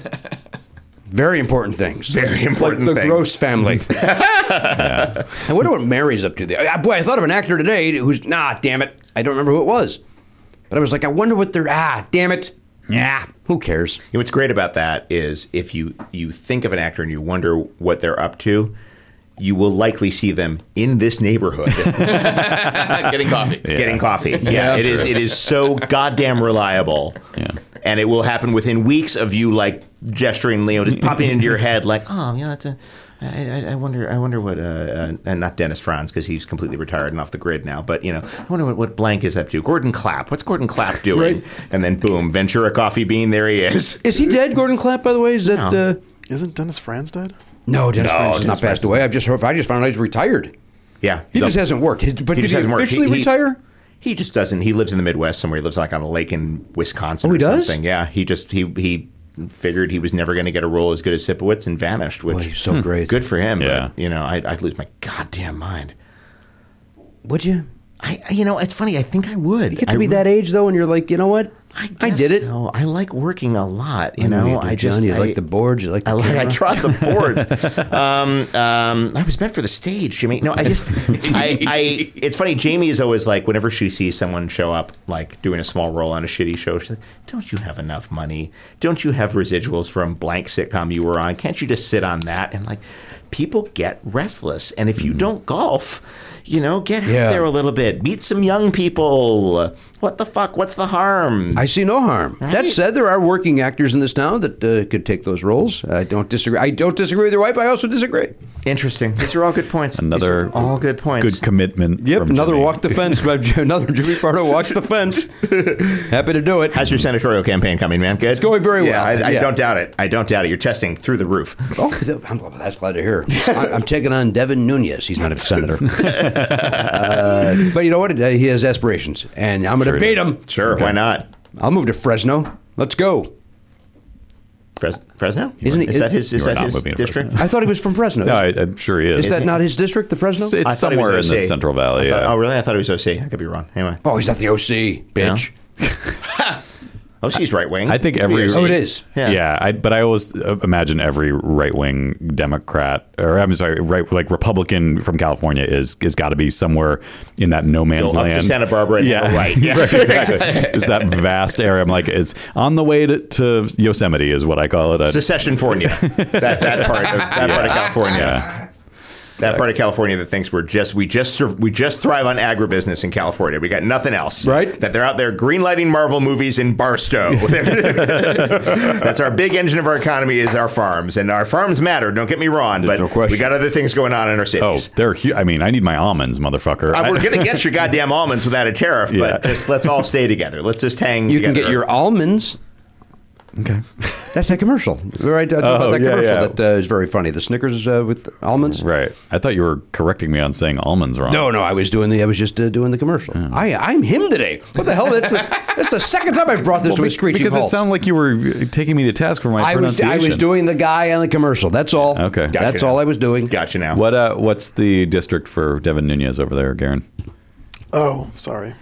Very important things. Very important Like the things. Gross family. I wonder what Mary's up to there. Ah, Boy, I thought of an actor today who's, nah, damn it. I don't remember who it was. But I was like, I wonder what they're, ah, damn it. Yeah. Who cares? You know, what's great about that is if you you think of an actor and you wonder what they're up to, you will likely see them in this neighborhood Getting coffee. getting coffee. Yeah, it is. It is so goddamn reliable. Yeah. And it will happen within weeks of you like gesturing, you know, just popping into your head like, oh, yeah, that's a. I, I, I wonder. I wonder what. Uh, uh, and not Dennis Franz because he's completely retired and off the grid now. But you know, I wonder what, what blank is up to. Gordon Clapp. What's Gordon Clapp doing? And then boom, Ventura Coffee Bean. There he is. Is he dead, Gordon Clapp? By the way, is that? No. Uh, Isn't Dennis Franz dead? no, Dennis No, Franz has Dennis not Franz passed away. I've just heard, I just found out he's retired. Yeah, He just hasn't worked. His- But He did just he hasn't worked. officially He- he- retire? He just doesn't. He lives in the Midwest somewhere. He lives like on a lake in Wisconsin Oh, he or does? something. Yeah, he just he he figured he was never going to get a role as good as Sipowicz and vanished. Which Boy, he's so great. Good for him. Yeah. But, you know, I, I'd lose my goddamn mind. Would you? I, I- you know, it's funny. I think I would. You get to I be re- that age though, and you're like, you know what? I, I guess did it. so. I like working a lot. You I know know, you do, I just John. You I, like the boards, you like the I I camera. trod the boards. um, um, I was meant for the stage, Jimmy. No, I just I, I. It's funny. Jamie is always like, whenever she sees someone show up like doing a small role on a shitty show, she's like, "Don't you have enough money? Don't you have residuals from blank sitcom you were on? Can't you just sit on that?" And like, people get restless, and if you don't golf. You know, get out Mm-hmm. Yeah. there a little bit. Meet some young people. What the fuck? What's the harm? I see no harm. That Right. said, there are working actors in this town that uh, could take those roles. I don't disagree. I don't disagree with your wife. I also disagree. Interesting. These are all good points. These Another are all good points. Good commitment. Yep, from another Jimmy. walk the fence. by- another Jimmy Pardo walks the fence. Happy to do it. How's your senatorial campaign coming, man? Good. It's going very well. I, I Yeah. don't doubt it. I don't doubt it. You're testing through the roof. Oh, I'm, that's glad to hear. I- I'm taking on Devin Nunez. He's not a senator, Uh, but you know what? Uh, He has aspirations, and I'm going to Sure beat does. him. Sure. Why not? I'll move to Fresno. Let's go. Fres- Fresno? Isn't he- is that his? Is You are that not his moving to district? I thought he was from Fresno. No, I, I'm sure he is. is that not his district, the Fresno? It's, it's I thought he was somewhere in the OC. Central I Valley. thought- yeah. Oh, really? I thought he was OC. I could be wrong. Anyway. oh, he's not the OC, bitch. OC's right wing. I think Could be every- OC. Oh, it is. Yeah, Yeah. I, but I always uh, imagine every right wing Democrat, or I'm sorry, right like Republican from California is is got to be somewhere in that no man's Go up to land, Santa Barbara and yeah, go right. Yeah. Right, exactly. It's that vast area. I'm like, it's on the way to, to Yosemite, is what I call it. I- Secession Fornia. that, that part of that part of California. yeah, That part of California that thinks we're just we just serve, we just thrive on agribusiness in California. We got nothing else. Right. That they're out there greenlighting Marvel movies in Barstow. That's our big engine of our economy is our farms, and our farms matter. Don't get me wrong, but no question. we got other things going on in our oh, cities. they're huge. I mean, I need my almonds, motherfucker. Uh, I- we're gonna get your goddamn almonds without a tariff, but Yeah. just let's all stay together. Let's just hang. You can together. get your almonds. okay. That's that commercial, right? I talked Oh, about that yeah, commercial yeah. that uh, is very funny. The Snickers uh, with almonds. Right. I thought you were correcting me on saying almonds wrong. No, no, I was doing the. I was just uh, doing the commercial. I, I'm him today. What the hell? That's the, that's the second time I brought this to a screeching because halt. it sounded like you were uh, taking me to task for my I was pronunciation. I was doing the guy on the commercial. That's all. Okay. Gotcha. That's all I was doing. Gotcha now. What uh, what's the district for Devin Nunez over there, Garen? Oh, sorry.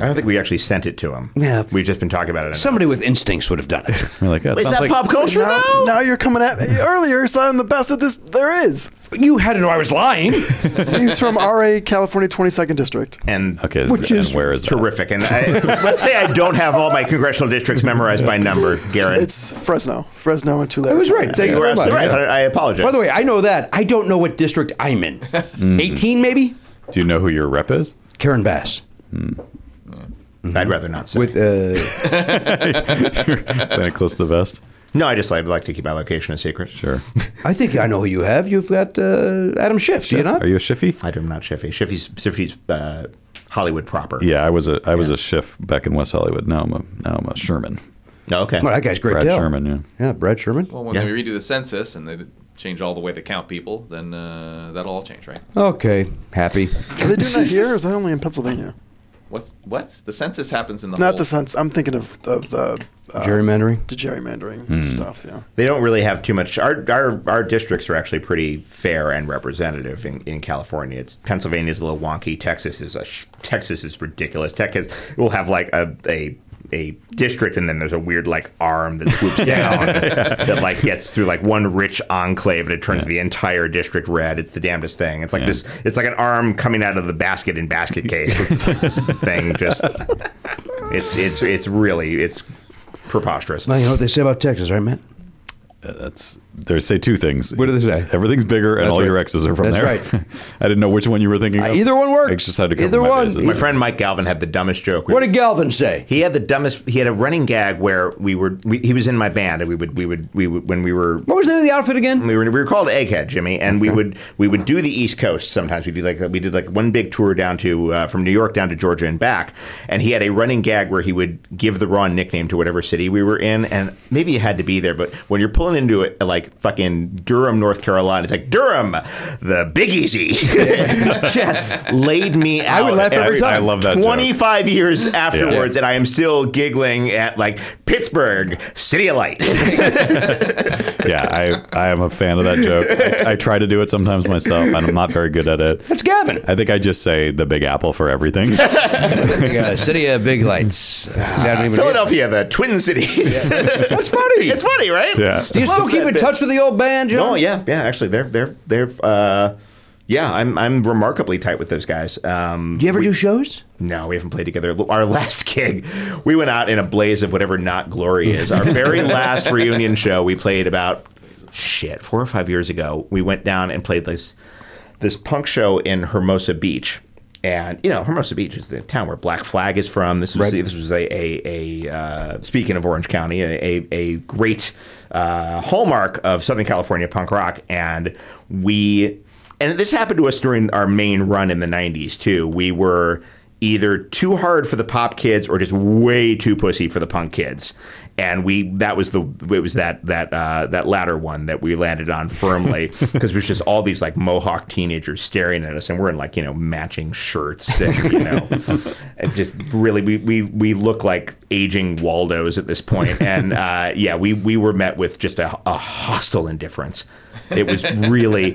I don't think we actually sent it to him. Yeah. We've just been talking about it. enough. Somebody with instincts would have done it. We're like, is that sounds like- pop culture Now, though? now you're coming at me earlier, so I'm the best at this there is. you had to know I was lying. He's from RA, California, 22nd District. And Okay, Which and is where is that? terrific. And I, let's say I don't have all my congressional districts memorized by number, Garrett. It's Fresno. Fresno and Tulare. I was right. Thank you you were very much. absolutely right. I, I apologize. By the way, I know that. I don't know what district I'm in. Mm-hmm. 18 maybe? Do you know who your rep is? Karen Bass. I'd rather not Mhm. say. With uh, Then close to the vest. no, I just like, like to keep my location a secret. Sure. I think I know who you have. You've got uh, Adam Schiff, do you not? Are you a Shiffy? I do not Shiffy. Shiffy's, Shiffy's uh, Hollywood proper. Yeah, I was a I was a Schiff back in West Hollywood. Now I'm a now I'm a Sherman. No, okay. well, that guy's great Brad deal. Sherman, yeah. Yeah, Brad Sherman. Well, when Yeah. they redo the census and they change all the way they count people, then uh, that'll all change, right? Okay. Happy. Are they doing that here, or is that only in Pennsylvania? What? What? The census happens in the Not whole- the sense. I'm thinking of, of the, uh, Gerrymandering. the gerrymandering stuff, yeah. They don't really have too much. Our, our our districts are actually pretty fair and representative in, in California. It's Pennsylvania's a little wonky. Texas is a sh- Texas is ridiculous. Texas will have like a a a district and then there's a weird like arm that swoops down that like gets through like one rich enclave and it turns the entire district red it's the damnedest thing it's like this it's like an arm coming out of the basket in basket case it's like this thing just it's it's it's really it's preposterous Well, you know what they say about Texas, right, Matt? that's they say two things. What do they say? Everything's bigger, and That's all your right. exes are from That's there. right. I didn't know which one you were thinking. Uh, of. either one works. I just had to cover Either my one. bases. My friend Mike Galvin had the dumbest joke. We What did Galvin say? He had the dumbest. He had a running gag where we were. We, he was in my band, and we would. We would. We would when we were. What was the name of the outfit again? We were, we were called Egghead, Jimmy, and we would we would do the East Coast sometimes. We'd be like we did like one big tour down to uh, from New York down to Georgia and back. And he had a running gag where he would give the wrong nickname to whatever city we were in, and maybe it had to be there. But when you're pulling into it, like fucking Durham, North Carolina, it's like Durham, the Big Easy, just laid me out. would laugh every And time. I love that joke. 25 years afterwards, and I am still giggling at like Pittsburgh, City of Light. yeah, I, I am a fan of that joke. I, I try to do it sometimes myself, and I'm not very good at it. That's Gavin. I think I just say the Big Apple for everything. Uh, City of Big Lights. Is Ah, that even- Philadelphia, the Twin Cities. That's funny. it's funny, right? yeah. Do you still Love keep that in bit. touch with the old band, John? Oh yeah, yeah. Actually, they're they're they're. Uh, yeah, I'm I'm remarkably tight with those guys. Um, Do you ever do shows? no, we haven't played together. Our last gig, we went out in a blaze of whatever not glory is. Our very last reunion show, we played about shit four or five years ago. We went down and played this this punk show in Hermosa Beach, and you know Hermosa Beach is the town where Black Flag is from. This was this was a a, a uh, speaking of Orange County, a a, a great uh, hallmark of Southern California punk rock, and we. And this happened to us during our main run in the 90s, too. We were either too hard for the pop kids or just way too pussy for the punk kids. And we that was the it was that that uh, that latter one that we landed on firmly because it was just all these like mohawk teenagers staring at us and we're in like you know matching shirts and you know and just really we we we look like aging Waldos at this point and uh, yeah we we were met with just a, a hostile indifference. It was really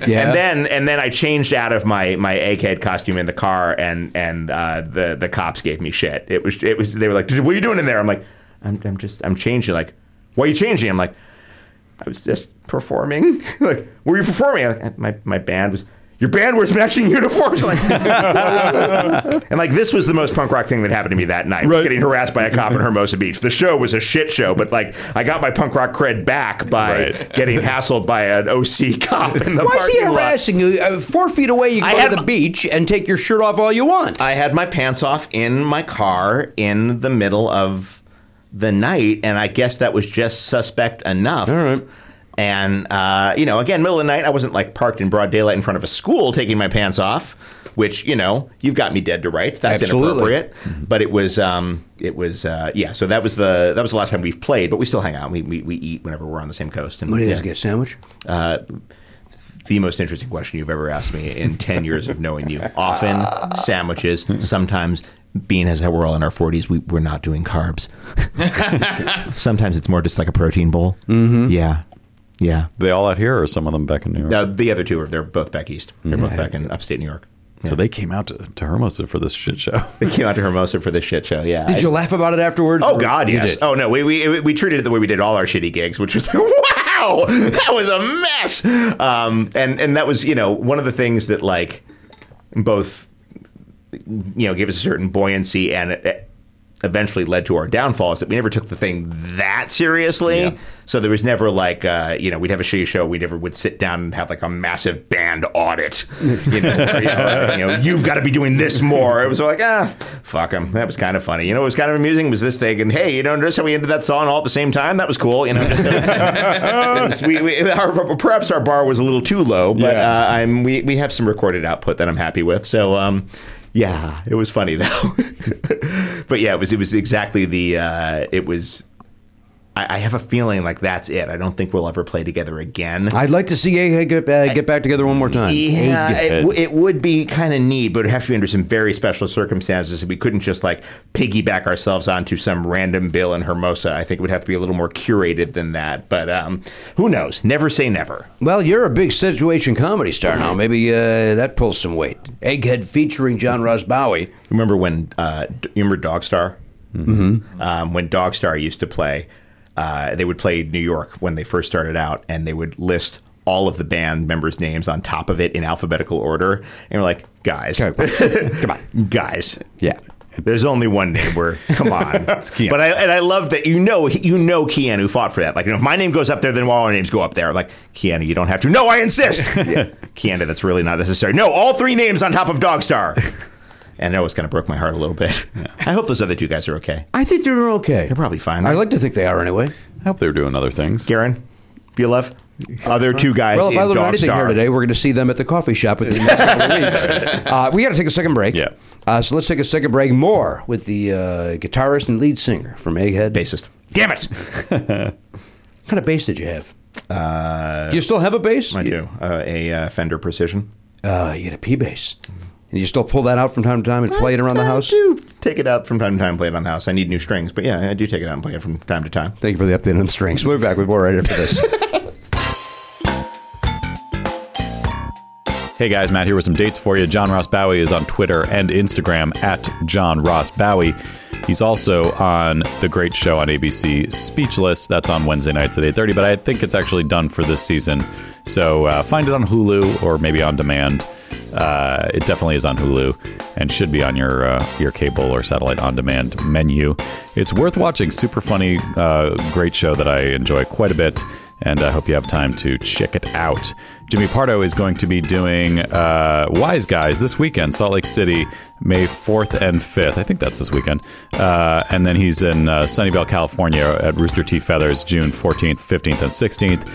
and then and then I changed out of my my egghead costume in the car and and uh, the the cops gave me shit. It was it was they were like, "What are you doing in there?" I'm like, "I'm I'm just I'm changing." Like, "Why are you changing?" I'm like, "I was just performing." like, "Were you performing?" I'm like, my my band was. Your band wears matching uniforms, like, and like this was the most punk rock thing that happened to me that night. I was Right. getting harassed by a cop in Hermosa Beach. The show was a shit show, but like I got my punk rock cred back by Right. getting hassled by an OC cop in the Why is he parking lot. harassing you? Uh, four feet away, you can I go had to the my- beach and take your shirt off all you want. I had my pants off in my car in the middle of the night, and I guess that was just suspect enough. All right. And uh, you know, again, middle of the night, I wasn't like parked in broad daylight in front of a school taking my pants off, which you know, you've got me dead to rights. That's Absolutely. inappropriate. But it was, um, it was, uh, yeah. So that was the that was the last time we've played, but we still hang out. We we, we eat whenever we're on the same coast. And What do you yeah guys get? a Sandwich? the most interesting question you've ever asked me in 10 years of knowing you. Often sandwiches, sometimes being as how we're all in our 40s, we, we're not doing carbs. sometimes it's more just like a protein bowl. Mm-hmm. Yeah. Yeah. They all out here, or some of them back in New York. Uh, the other two are, they're both back east. They're both back in upstate New York. So they came out to, to Hermosa for this shit show. They came out to Hermosa for this shit show. Yeah. Did you laugh about it afterwards? Oh Or- God, You yes. did. Oh no, we, we we treated it the way we did all our shitty gigs, which was like, wow, that was a mess. Um, and and that was you know one of the things that like both you know gave us a certain buoyancy and it- it eventually led to our downfall is that we never took the thing that seriously. So there was never like uh, you know we'd have a shitty show, we never would sit down and have like a massive band audit. You know, where, you, know have got to be doing this more. It was like ah fuck them. That was kind of funny. You know, what was kind of amusing was this thing and hey, you know, notice how we ended that song all at the same time? That was cool. You know, just, it was- we, we, our, perhaps our bar was a little too low, but Yeah. uh, I'm we, we have some recorded output that I'm happy with. So um, yeah, it was funny though. but yeah, it was it was exactly the uh, it was. I, I have a feeling like that's it. I don't think we'll ever play together again. I'd like to see Egghead get, uh, get back together one more time. Yeah, it, w- it would be kind of neat, but it'd have to be under some very special circumstances. We couldn't just like piggyback ourselves onto some random bill in Hermosa. I think it would have to be a little more curated than that. But um, who knows? Never say never. Well, you're a big situation comedy star now. Maybe uh, that pulls some weight. Egghead featuring John Ross Bowie. Remember when? Uh, d- you remember Dogstar? Mm-hmm. Um, when Dogstar used to play, uh, they would play New York when they first started out, and they would list all of the band members' names on top of it in alphabetical order. And we're like, guys, come on, guys, Yeah. There's only one name where come on. Keanu. But I and I love that you know you know Keanu fought for that. Like you know, if my name goes up there, then all our names go up there. Like Keanu, you don't have to. No, I insist. Yeah. Keanu, that's really not necessary. No, all three names on top of Dogstar. And it always kind of broke my heart a little bit. I hope those other two guys are okay. I think they're okay. They're probably fine. I like to think they are anyway. I hope they're doing other things. Garen, you love other two guys. Well, if in I learn Dogstar. anything here today, we're going to see them at the coffee shop within the next couple of weeks. Uh, we got to take a second break. Yeah. Uh, so let's take a second break more with the uh, guitarist and lead singer from Egghead. bassist. Damn it! What kind of bass did you have? Uh, do you still have a bass? I do uh, a uh, Fender Precision. Uh, you had a P bass. And you still pull that out from time to time and play it around the house? I do take it out from time to time, play it on the house. I need new strings, but yeah, I do take it out and play it from time to time. Thank you for the update on the strings. We'll be back with more right after this. Hey guys, Matt here with some dates for you. John Ross Bowie is on Twitter and Instagram at John Ross Bowie. He's also on the great show on ABC, Speechless. That's on Wednesday nights at 8.30, but I think it's actually done for this season. So uh, find it on Hulu or maybe on demand. Uh, it definitely is on Hulu and should be on your uh, your cable or satellite on demand menu. It's worth watching. Super funny, uh, great show that I enjoy quite a bit, and I hope you have time to check it out. Jimmy Pardo is going to be doing uh, Wise Guys this weekend, Salt Lake City, May 4th and 5th. I think that's this weekend. Uh, and then he's in uh, Sunnyvale, California at Rooster Teeth Feathers, June 14th, 15th, and 16th.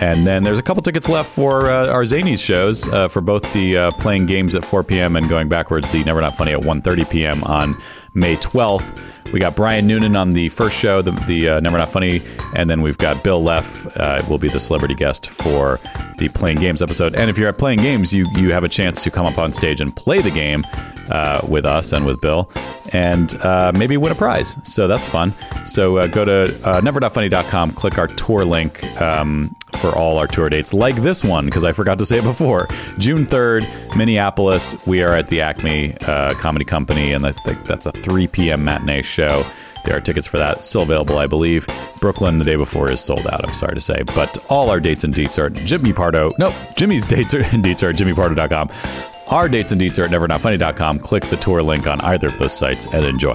And then there's a couple tickets left for uh, our Zanies shows uh, for both the uh, playing games at 4 p.m. and going backwards, the Never Not Funny at 1.30 p.m. on May 12th. We got Brian Noonan on the first show, the, the uh, Never Not Funny, and then we've got Bill Leff uh, will be the celebrity guest for the Playing Games episode. And if you're at Playing Games, you you have a chance to come up on stage and play the game uh, with us and with Bill, and uh, maybe win a prize. So that's fun. So uh, go to uh, never.funny.com, click our tour link. Um, for all our tour dates, like this one, because I forgot to say it before. June 3rd, Minneapolis. We are at the Acme uh, Comedy Company, and I think that's a 3 p.m. matinee show. There are tickets for that still available, I believe. Brooklyn the day before is sold out, I'm sorry to say. But all our dates and deets are at Jimmy Pardo. Nope, Jimmy's dates are, and deets are at jimmypardo.com. Our dates and deets are at nevernotfunny.com. Click the tour link on either of those sites and enjoy.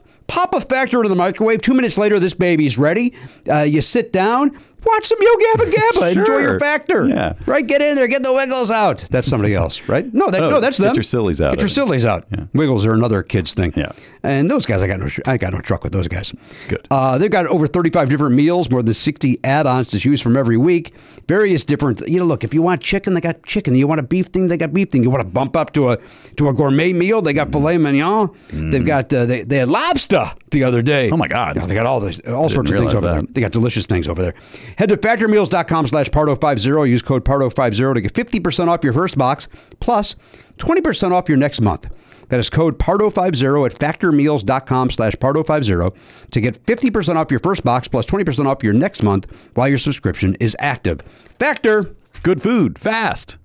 Pop a Factor into the microwave. Two minutes later, this baby's ready. Uh, you sit down, watch some Yo Gabba Gabba. Enjoy Sure. your Factor. Yeah. Right? Get in there, get the wiggles out. That's somebody else, right? No, that, Oh, no that's get them. your sillies out, Get I your think. sillies out. Wiggles are another kid's thing. Yeah. And those guys, I got no, I got no truck with those guys. Good. Uh, they've got over 35 different meals, more than 60 add-ons to choose from every week. Various different, you know, look, if you want chicken, they got chicken. You want a beef thing, they got beef thing. You want to bump up to a to a gourmet meal, they got filet mignon. They've got uh, they, they had lobster the other day. Mm. Oh, my God. Yeah, they got all this all sorts of realize things over there. that. They got delicious things over there. Head to factormeals.com slash pardo50. oh. Use code pardo50 to get 50% off your first box plus 20% off your next month. That is code pardo50 at factormeals.com slash pardo50 to get 50% off your first box plus 20% off your next month while your subscription is active. Factor. Good food, fast.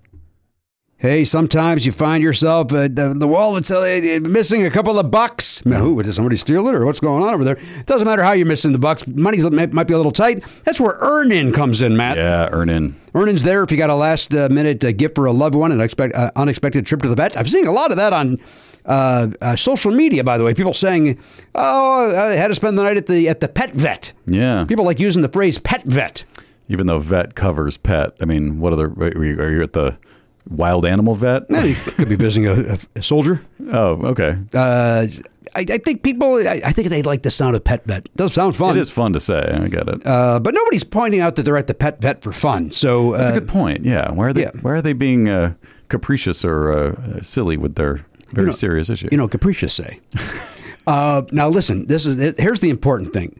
Hey, sometimes you find yourself uh, the, the wallet's uh, missing a couple of bucks. Man, who, did somebody steal it or what's going on over there? doesn't matter how you're missing the bucks. Money might be a little tight. That's where earn in comes in, Matt. Yeah, earning. Earnings there if you got a last uh, minute uh, gift for a loved one, an expect, uh, unexpected trip to the vet. I've seen a lot of that on uh, uh, social media, by the way. People saying, "Oh, I had to spend the night at the at the pet vet." Yeah. People like using the phrase "pet vet." Even though vet covers pet. I mean, what other? Are you, are you at the wild animal vet? Eh, you could be visiting a, a- a soldier. oh, okay. Uh, I, I think people, I, I think they like the sound of pet vet. does sound fun. It is fun to say. I get it. Uh, but nobody's pointing out that they're at the pet vet for fun. So uh, That's a good point. Yeah. Why are they? yeah. Why are they being uh, capricious or uh, silly with their very serious issue? you know, capricious say. uh, now listen, this is here's the important thing.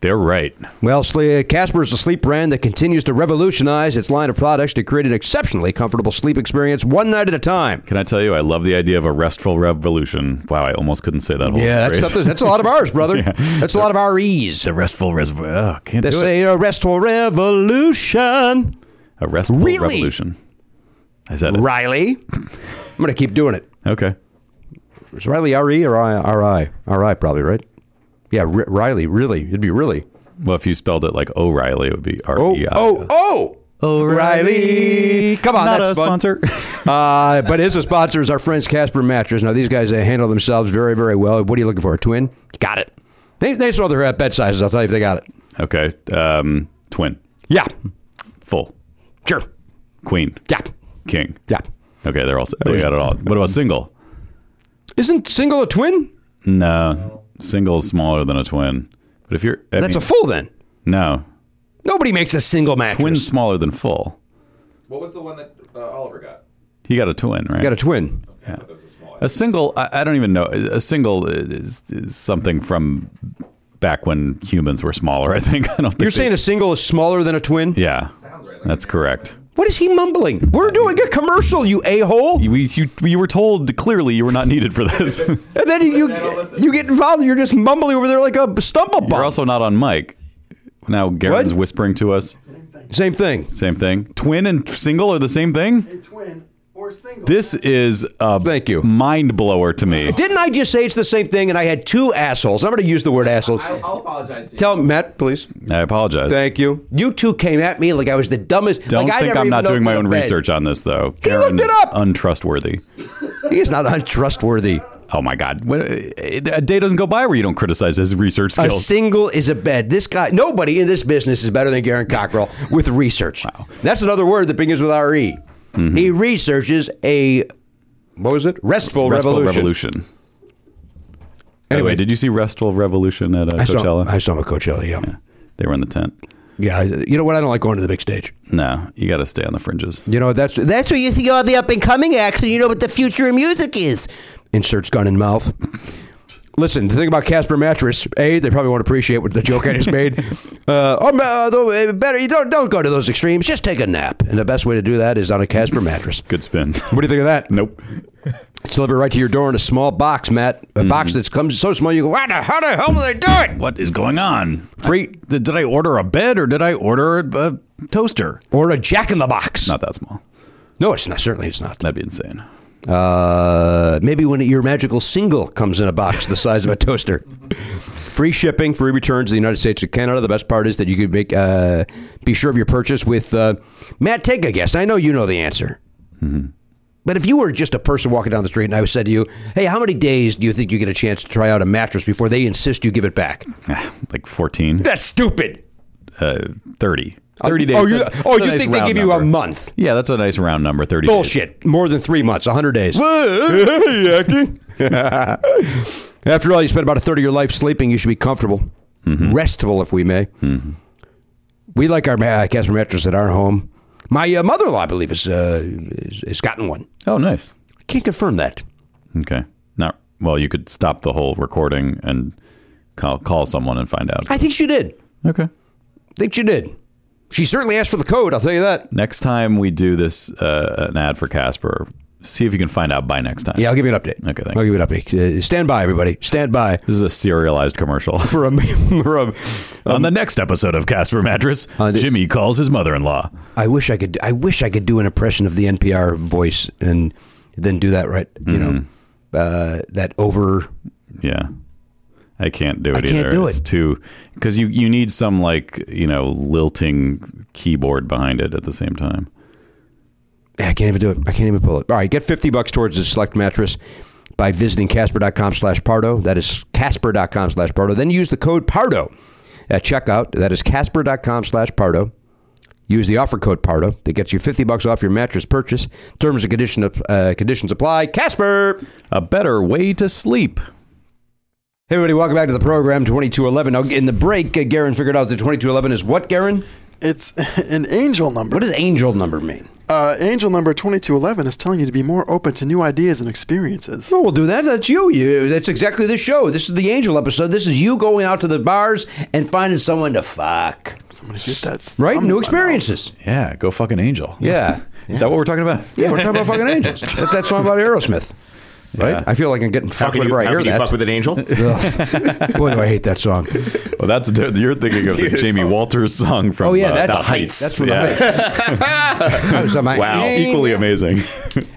They're right. Well, Sle- Casper is a sleep brand that continues to revolutionize its line of products to create an exceptionally comfortable sleep experience one night at a time. Can I tell you? I love the idea of a restful revolution. Wow, I almost couldn't say that. Whole Yeah, that's, phrase. stuff, that's a lot of ours, brother. That's a lot of our E's. a restful res. Oh, can't They do it. say a restful revolution. A restful Really? revolution. I said it. Riley. I'm going to keep doing it. Okay. Is Riley R-E or I- R-I? R-I probably, right? Yeah, R- Riley, really. It'd be really. Well, if you spelled it like O'Reilly, it would be R Oh, E I. oh, oh. O'Reilly. Come on, Not that's a fun. sponsor. Uh, but as a sponsor is our friends Casper Mattress. Now these guys they handle themselves very, very well. What are you looking for? A twin? You got it. They they saw their uh, bed sizes. I'll tell you if they got it. okay. Um, twin. Yeah, Full. sure. Queen. Yeah, King. yeah. Okay, they're all they got it all. What about single? Isn't single a twin? No, single is smaller than a twin. But if you're I That's mean, a full then. no Nobody makes a single mattress. twin smaller than full. What was the one that uh, Oliver got? He got a twin, right? got a twin. Yeah. I thought that was a small. A single, I, I don't even know. A single is, is something from back when humans were smaller. I think. I don't. Think You're saying a single is smaller than a twin? yeah. That's correct. What is he mumbling? We're doing a commercial, you a hole. You, you, you were told clearly you were not needed for this. you're And then you you get involved. and You're just mumbling over there like a stumble bump. also not on mic. Now Garen's What? whispering to us. Same thing. Same thing. Twin and single are the same thing. A twin or single. This is a Thank you. mind blower to me. Didn't I just say it's the same thing? And I had two assholes. I'm going to use the word asshole. I'll, I'll apologize to you. Tell Matt, please. I apologize. Thank you. You two came at me like I was the dumbest. Don't like I think never I'm even not doing opened my a own bed. research on this, though. He looked Garen's it up! Untrustworthy. He is not untrustworthy. Oh my God! What, a day doesn't go by where you don't criticize his research A skills. single is a bed. This guy, nobody in this business is better than Garen Cockrell with research. That's another word that begins with re. Mm-hmm. He researches a what was it? Restful, Restful revolution. Revolution. Anyway, Anyway. did you see Restful Revolution at uh, I saw, Coachella? I saw him at Coachella. Yeah. they were in the tent. yeah, You know what? I don't like going to the big stage. No, you got to stay on the fringes. You know that's That's where you see all the up and coming acts, and you know what the future of music is. inserts gun in mouth. Listen, the thing about Casper mattress, a they probably won't appreciate what the joke I just made. Uh, oh, ma- uh, though, uh, better you don't don't go to those extremes. Just take a nap, and the best way to do that is on a Casper mattress. Good spin. What do you think of that? nope. It's delivered right to your door in a small box, Matt. A box that comes so small you go, what the hell the hell are they doing? What is going on? Free Did, did I order a bed or did I order a toaster? or a Jack in the Box? Not that small. No, it's not. Certainly, it's not. That'd be insane. Uh, maybe when your magical single comes in a box the size of a toaster. free shipping, free returns to the United States and Canada. The best part is that you can make uh, be sure of your purchase with uh, Matt. Take a guess. I know you know the answer. But if you were just a person walking down the street and I said to you, hey, how many days do you think you get a chance to try out a mattress before they insist you give it back? Ah, like 14, That's stupid. uh, 30. 30 days. Oh, you, That's- oh, that's a you nice think they round give you a number. month? Yeah, that's a nice round number, 30 days. Bullshit. More than three months, 100 days. Hey, acting. After all, you spent about a third of your life sleeping. You should be comfortable, Mm-hmm. restful, if we may. We like our ma- Casper mattress at our home. My uh, mother-in-law, I believe, has, uh, is, has gotten one. Oh, nice. Can't confirm that. Okay. Not well. You could stop the whole recording and call call someone and find out. I think she did. Okay. Think she did. She certainly asked for the code. I'll tell you that. Next time we do this uh, an ad for Casper, see if you can find out by next time. Yeah, I'll give you an update. Okay, thank I'll you. give you an update. Uh, stand by, everybody. Stand by This is a serialized commercial. for a. For a On the next episode of Casper Mattress, Uh, the- Jimmy calls his mother-in-law. I wish I could. I wish I could do an impression of the NPR voice and then do that right. You know, uh, that over. Yeah. I can't do it can't either. do It's it. too because you you need some like you know lilting keyboard behind it at the same time. I can't even do it. I can't even pull it. All right, get fifty bucks towards the select mattress by visiting Casper.com slash Pardo. That is Casper.com slash Pardo. Then use the code Pardo at checkout. That is Casper.com slash Pardo. Use the offer code Pardo that gets you fifty bucks off your mattress purchase. Terms and condition of, uh, conditions apply. Casper. A better way to sleep. Hey everybody, welcome back to the program 2211. Now in the break, uh, Garen figured out that 2211 is what, Garen? It's an angel number. What does angel number mean? Uh, angel number 2211 is telling you to be more open to new ideas and experiences. Oh, we'll do that. That's you. you. That's exactly the show. This is the angel episode. This is you going out to the bars and finding someone to fuck. I'm going to get that. Right? thumb in New my experiences. Yeah, go fucking angel. Yeah. Is that what we're talking about? Yeah, we're talking about fucking angels. That's that song about Aerosmith. Right? Yeah. I feel like I'm getting How fucked can you, whenever I how hear can you that. fuck with an angel? Boy, do I hate that song. Well, that's you're thinking of the Jamie Walters song from Oh, yeah, uh, that's the Heights. That's from Yeah. the Heights. That was on my- Wow. Equally amazing.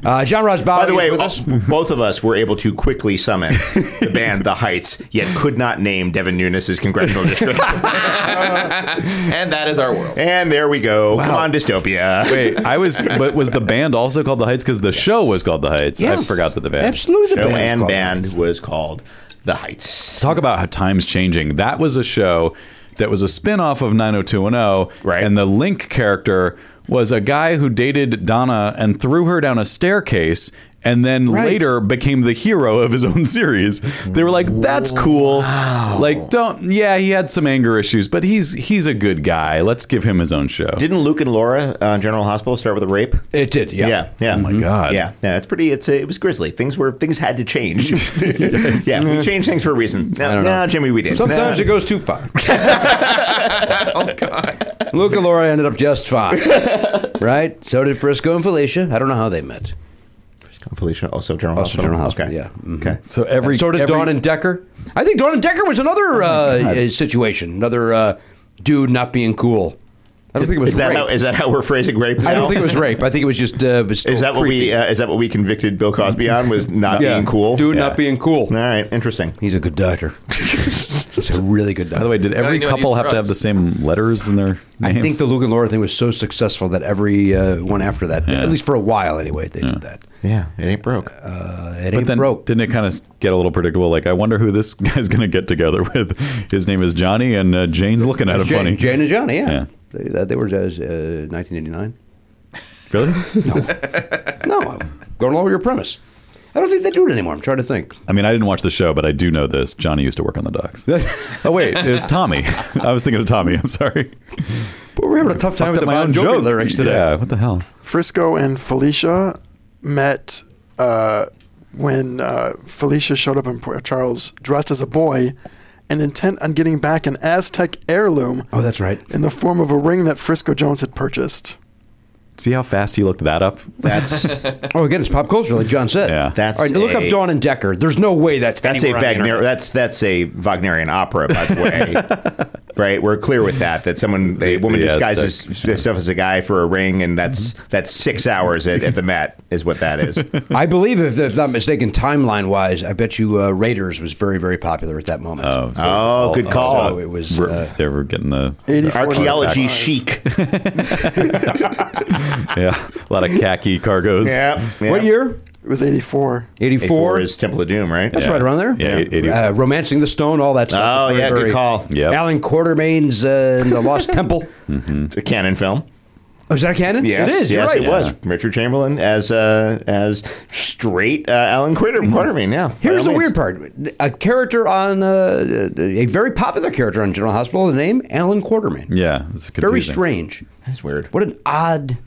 Uh, John Ross Bowden By the is way, uh, with us- us. both of us were able to quickly summon the band The Heights, yet could not name Devin Nunes' congressional district. and that is our world. and there we go. Come on, dystopia. Wait, I was, but was the band also called the Heights? Because the show was called the Heights. I Yes. forgot that the band. Absolutely. The Show band's and called band Heights. was called The Heights. Talk about how times changing. That was a show that was a spin-off of 90210 Right. and the link character was a guy who dated Donna and threw her down a staircase and then later became the hero of his own series. They were like, "That's cool." Like, don't yeah, he had some anger issues, but he's he's a good guy. Let's give him his own show. Didn't Luke and Laura on General Hospital start with a rape? It did, yeah. Mm-hmm. yeah, yeah. Oh my God. Yeah, yeah. It's pretty. It's it was grisly. Things were things had to change. yeah, we changed things for a reason. No, no Jimmy, we didn't. Sometimes No. it goes too far. oh God! Luke and Laura ended up just fine, right? So did Frisco and Felicia. I don't know how they met. Felicia also General Also Hospital. General Hospital, Okay. yeah. Mhm. Okay. So every so did every- Dawn and Decker. I think Dawn and Decker was another uh, situation, another uh, dude not being cool. I don't think it was Is that rape. how, is that how we're phrasing rape? Now? I don't think it was rape. I think it was just. Uh, it's still Is that what creepy. we uh, is that what we convicted Bill Cosby on was not Yeah. being cool? Dude Yeah. not being cool. All right, interesting. He's a good doctor. He's a really good doctor. By the way, did every knew I couple used have to have drugs. the same letters in their I names? think the Luke and Laura thing was so successful that every uh, one after that, Yeah. at least for a while anyway, they did that. Yeah, it ain't broke. Uh, it but ain't then broke. didn't it kind of get a little predictable? Like, I wonder who this guy's going to get together with. His name is Johnny, and uh, Jane's looking at him Jane, funny. Jane and Johnny, yeah. Yeah. They, that, they were just, uh, 1989. Really? No, I'm going along with your premise. I don't think they do it anymore. I'm trying to think. I mean, I didn't watch the show, but I do know this. Johnny used to work on the docks. oh wait, it was Tommy. I was thinking of Tommy. I'm sorry. But we're having a tough time with Fucked the up my Bon own Jovi joke. lyrics today. Yeah. What the hell? Frisco and Felicia met uh, when uh, Felicia showed up in Port uh, Charles dressed as a boy and intent on getting back an Aztec heirloom Oh, that's right. in the form of a ring that Frisco Jones had purchased. See how fast he looked that up? That's Oh, again, it's pop culture, like John said. Yeah. That's All right, now look up a- Dawn and Decker. There's no way that's that's a anywhere on the Wagner. internet. That's that's a Wagnerian opera, by the way. right? We're clear with that. That someone, a woman the disguises herself as a guy for a ring, and that's Mm-hmm. that's six hours at, at the Met is what that is. I believe, if, if not mistaken, timeline wise, I bet you uh, Raiders was very, very popular at that moment. Oh, so- oh, good call. So it was. We're- Uh, they were getting the 84 Archaeology Artifacts. chic. yeah, a lot of khaki cargos. yeah, yeah. What year? It was 84. 84. is Temple of Doom, right? That's Yeah. right around there. Yeah, eight- eighty- Uh, Romancing the Stone, all that stuff. Oh, Very, yeah, good very- call. Yep. Alan Quartermain's uh, The Lost Temple. It's a canon film. Oh, is that a canon? Yes, it is. you're yes, right. it was Richard Chamberlain as uh, as straight uh, Alan Quitter, Quartermain. Yeah. Mm-hmm. Here's the By all weird part: a character on uh, a very popular character on General Hospital. The name Alan Quartermain. yeah. It's Very confusing. strange. That's weird. What an odd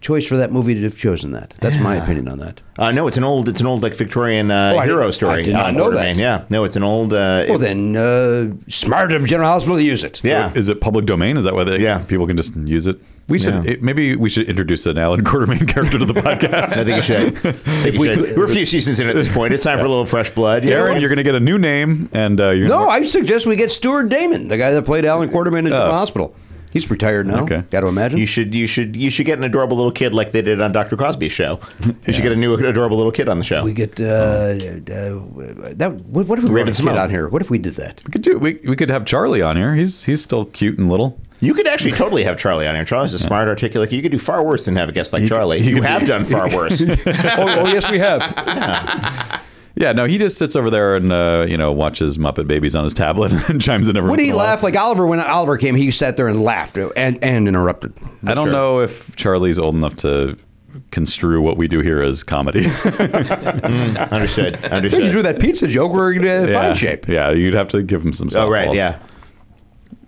choice for that movie to have chosen that. That's my opinion on that. Uh, no, it's an old, it's an old like Victorian uh, Oh, I hero didn't- story. I did not on know Quartermain, that. Yeah, no, it's an old. Uh, Well, it- then, uh, smart of General Hospital to use it. yeah, Is it public domain? Is that why they, Yeah. people can just use it? We should Yeah. it- maybe we should introduce an Alan Quartermain character to the podcast. I think you should. I think you we should. could- We're a few seasons in at this point. It's time for a little fresh blood. You know Darren, what? you're going to get a new name, and uh, you're gonna No, work- I suggest we get Stuart Damon, the guy that played Alan Quarterman in General Hospital. He's retired now. Okay. Got to imagine. You should you should you should get an adorable little kid like they did on Dr. Crosby's show. You should get a new adorable little kid on the show. we get uh, uh, that. What, what if we Raven brought a kid Simone. on here? What if we did that? we could do we, we could have Charlie on here. He's he's still cute and little. You could actually totally have Charlie on here. Charlie's a smart, articulate. You could do far worse than have a guest like Charlie. You, have done far worse. oh, oh, yes, we have. Yeah, no, he just sits over there and uh, you know watches Muppet Babies on his tablet and chimes in every. once Wouldn't he in a while. laugh like Oliver? When Oliver came, he sat there and laughed and, and interrupted. I don't know if Charlie's old enough to construe what we do here as comedy. understood. Hey, you Understood. do that pizza joke, we're in uh, yeah. fine shape. Yeah, you'd have to give him some. oh right, softballs. yeah.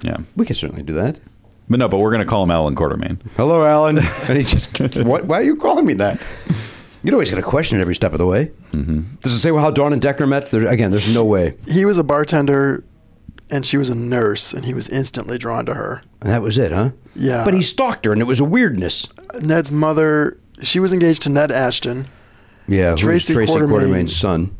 yeah. We can certainly do that. But no, but we're gonna call him Alan Quartermain. Hello, Alan. And he just, what, why are you calling me that? You know he's going to question it every step of the way. Mm-hmm. Does it say how Dawn and Decker met? There, again, there's no way. He was a bartender and she was a nurse, and he was instantly drawn to her. And that was it, huh? Yeah. But he stalked her, and it was a weirdness. Ned's mother, she was engaged to Ned Ashton, Yeah, who's Tracy Tracy Quartermain. Quartermain's son.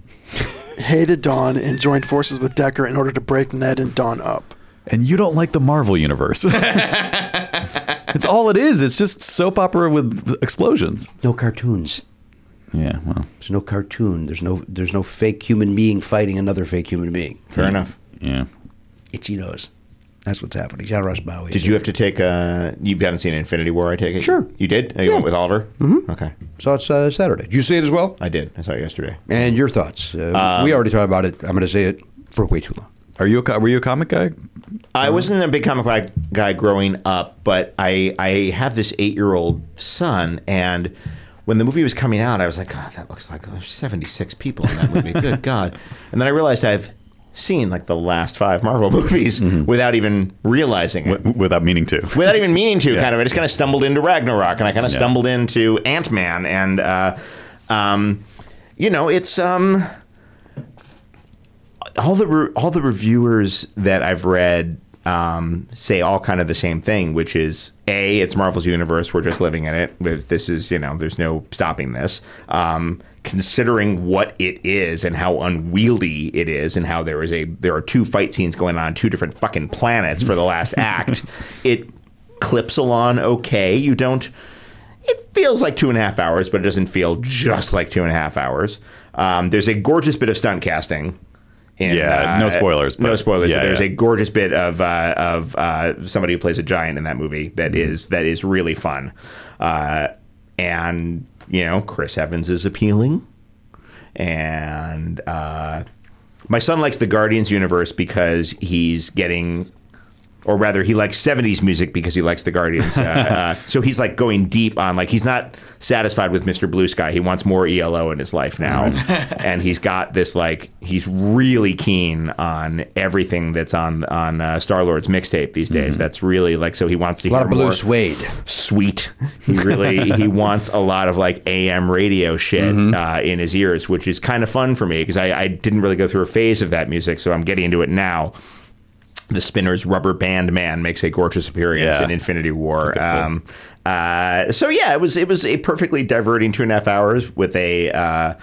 hated Dawn, and joined forces with Decker in order to break Ned and Dawn up. And you don't like the Marvel universe. it's all it is. It's just soap opera with explosions. No cartoons. Yeah, well, There's no cartoon. There's no. There's no fake human being fighting another fake human being. Fair enough. yeah. Itchy nose. That's what's happening. John Ross Bowie. Did you have to take? Uh, you haven't seen Infinity War, I take it. Sure. You did. Oh, You went with Oliver. Mm-hmm. Okay, saw it uh, Saturday? Did you see it as well? I did. I saw it yesterday. And your thoughts? Uh, we already talked about it. I'm going to say it for way too long. Are you a, co- were you a comic guy? I wasn't a big comic book guy growing up, but I I have this eight year old son, and when the movie was coming out, I was like, God, that looks like there's 76 people in that movie. Good God! And then I realized I've seen like the last five Marvel movies without even realizing it. W- without meaning to. Without even meaning to, kind of, I just kind of stumbled into Ragnarok, and I kind of Yeah. stumbled into Ant Man, and uh, um, you know, it's um, all the re- all the reviewers that I've read um, say all kind of the same thing, which is a it's Marvel's universe. We're just living in it. With this is you know there's no stopping this. Um, considering what it is and how unwieldy it is, and how there is a there are two fight scenes going on on two different fucking planets for the last act, it clips along okay. You don't it feels like two and a half hours, but it doesn't feel just like two and a half hours. Um, there's a gorgeous bit of stunt casting. In, Yeah, no spoilers, uh, no but- spoilers. yeah, but there's yeah. a gorgeous bit of uh, of uh, somebody who plays a giant in that movie that Mm-hmm. is that is really fun. Uh, and you know, Chris Evans is appealing, and uh, my son likes the Guardians universe because he's getting or rather he likes 70s music because he likes the guardians uh, uh, so he's like going deep on like he's not satisfied with mr blue sky he wants more elo in his life now and he's got this like he's really keen on everything that's on on uh, star lord's mixtape these days that's really like so he wants to Mm-hmm. A lot hear of blue more suede. sweet. He really he wants a lot of like AM radio shit Mm-hmm. uh, in his ears, which is kind of fun for me because I, I didn't really go through a phase of that music, so I'm getting into it now. The Spinners Rubber Band Man makes a gorgeous appearance Yeah. in Infinity War. Um, uh, so yeah, it was it was a perfectly diverting two and a half hours with a. Uh,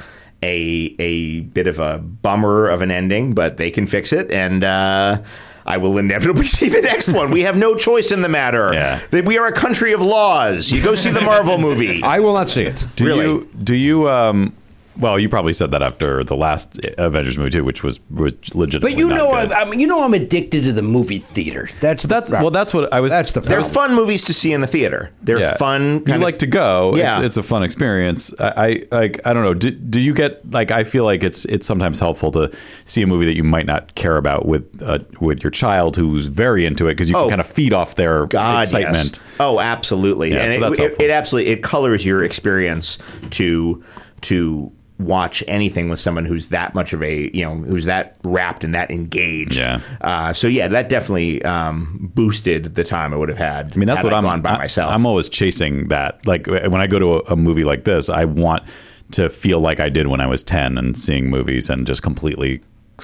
a, a bit of a bummer of an ending, but they can fix it. And uh, I will inevitably see the next one. We have no choice in the matter. Yeah. That We are a country of laws. You go see the Marvel movie. I will not see it. Do Really? you do you um well, you probably said that after the last Avengers movie too, which was was legitimately. But you not know, good. I'm, I'm, you know, I'm addicted to the movie theater. That's the that's problem. well, that's what I was. That's the They're problem. fun movies to see in the theater. They're Yeah. fun. You kinda- like to go. Yeah. It's, it's a fun experience. I, I like. I don't know. Do, do you get like? I feel like it's it's sometimes helpful to see a movie that you might not care about with uh, with your child who's very into it because you Oh. can kind of feed off their God, yes. excitement. Oh, absolutely. Yeah, and so it- that's it, helpful. it absolutely it colors your experience to to watch anything with someone who's that much of a you know who's that wrapped and that engaged. Yeah. Uh, so yeah, that definitely um, boosted the time I would have had. I mean, that's what I'm on by I- myself. I'm always chasing that. Like when I go to a, a movie like this, I want to feel like I did when I was 10 and seeing movies and just completely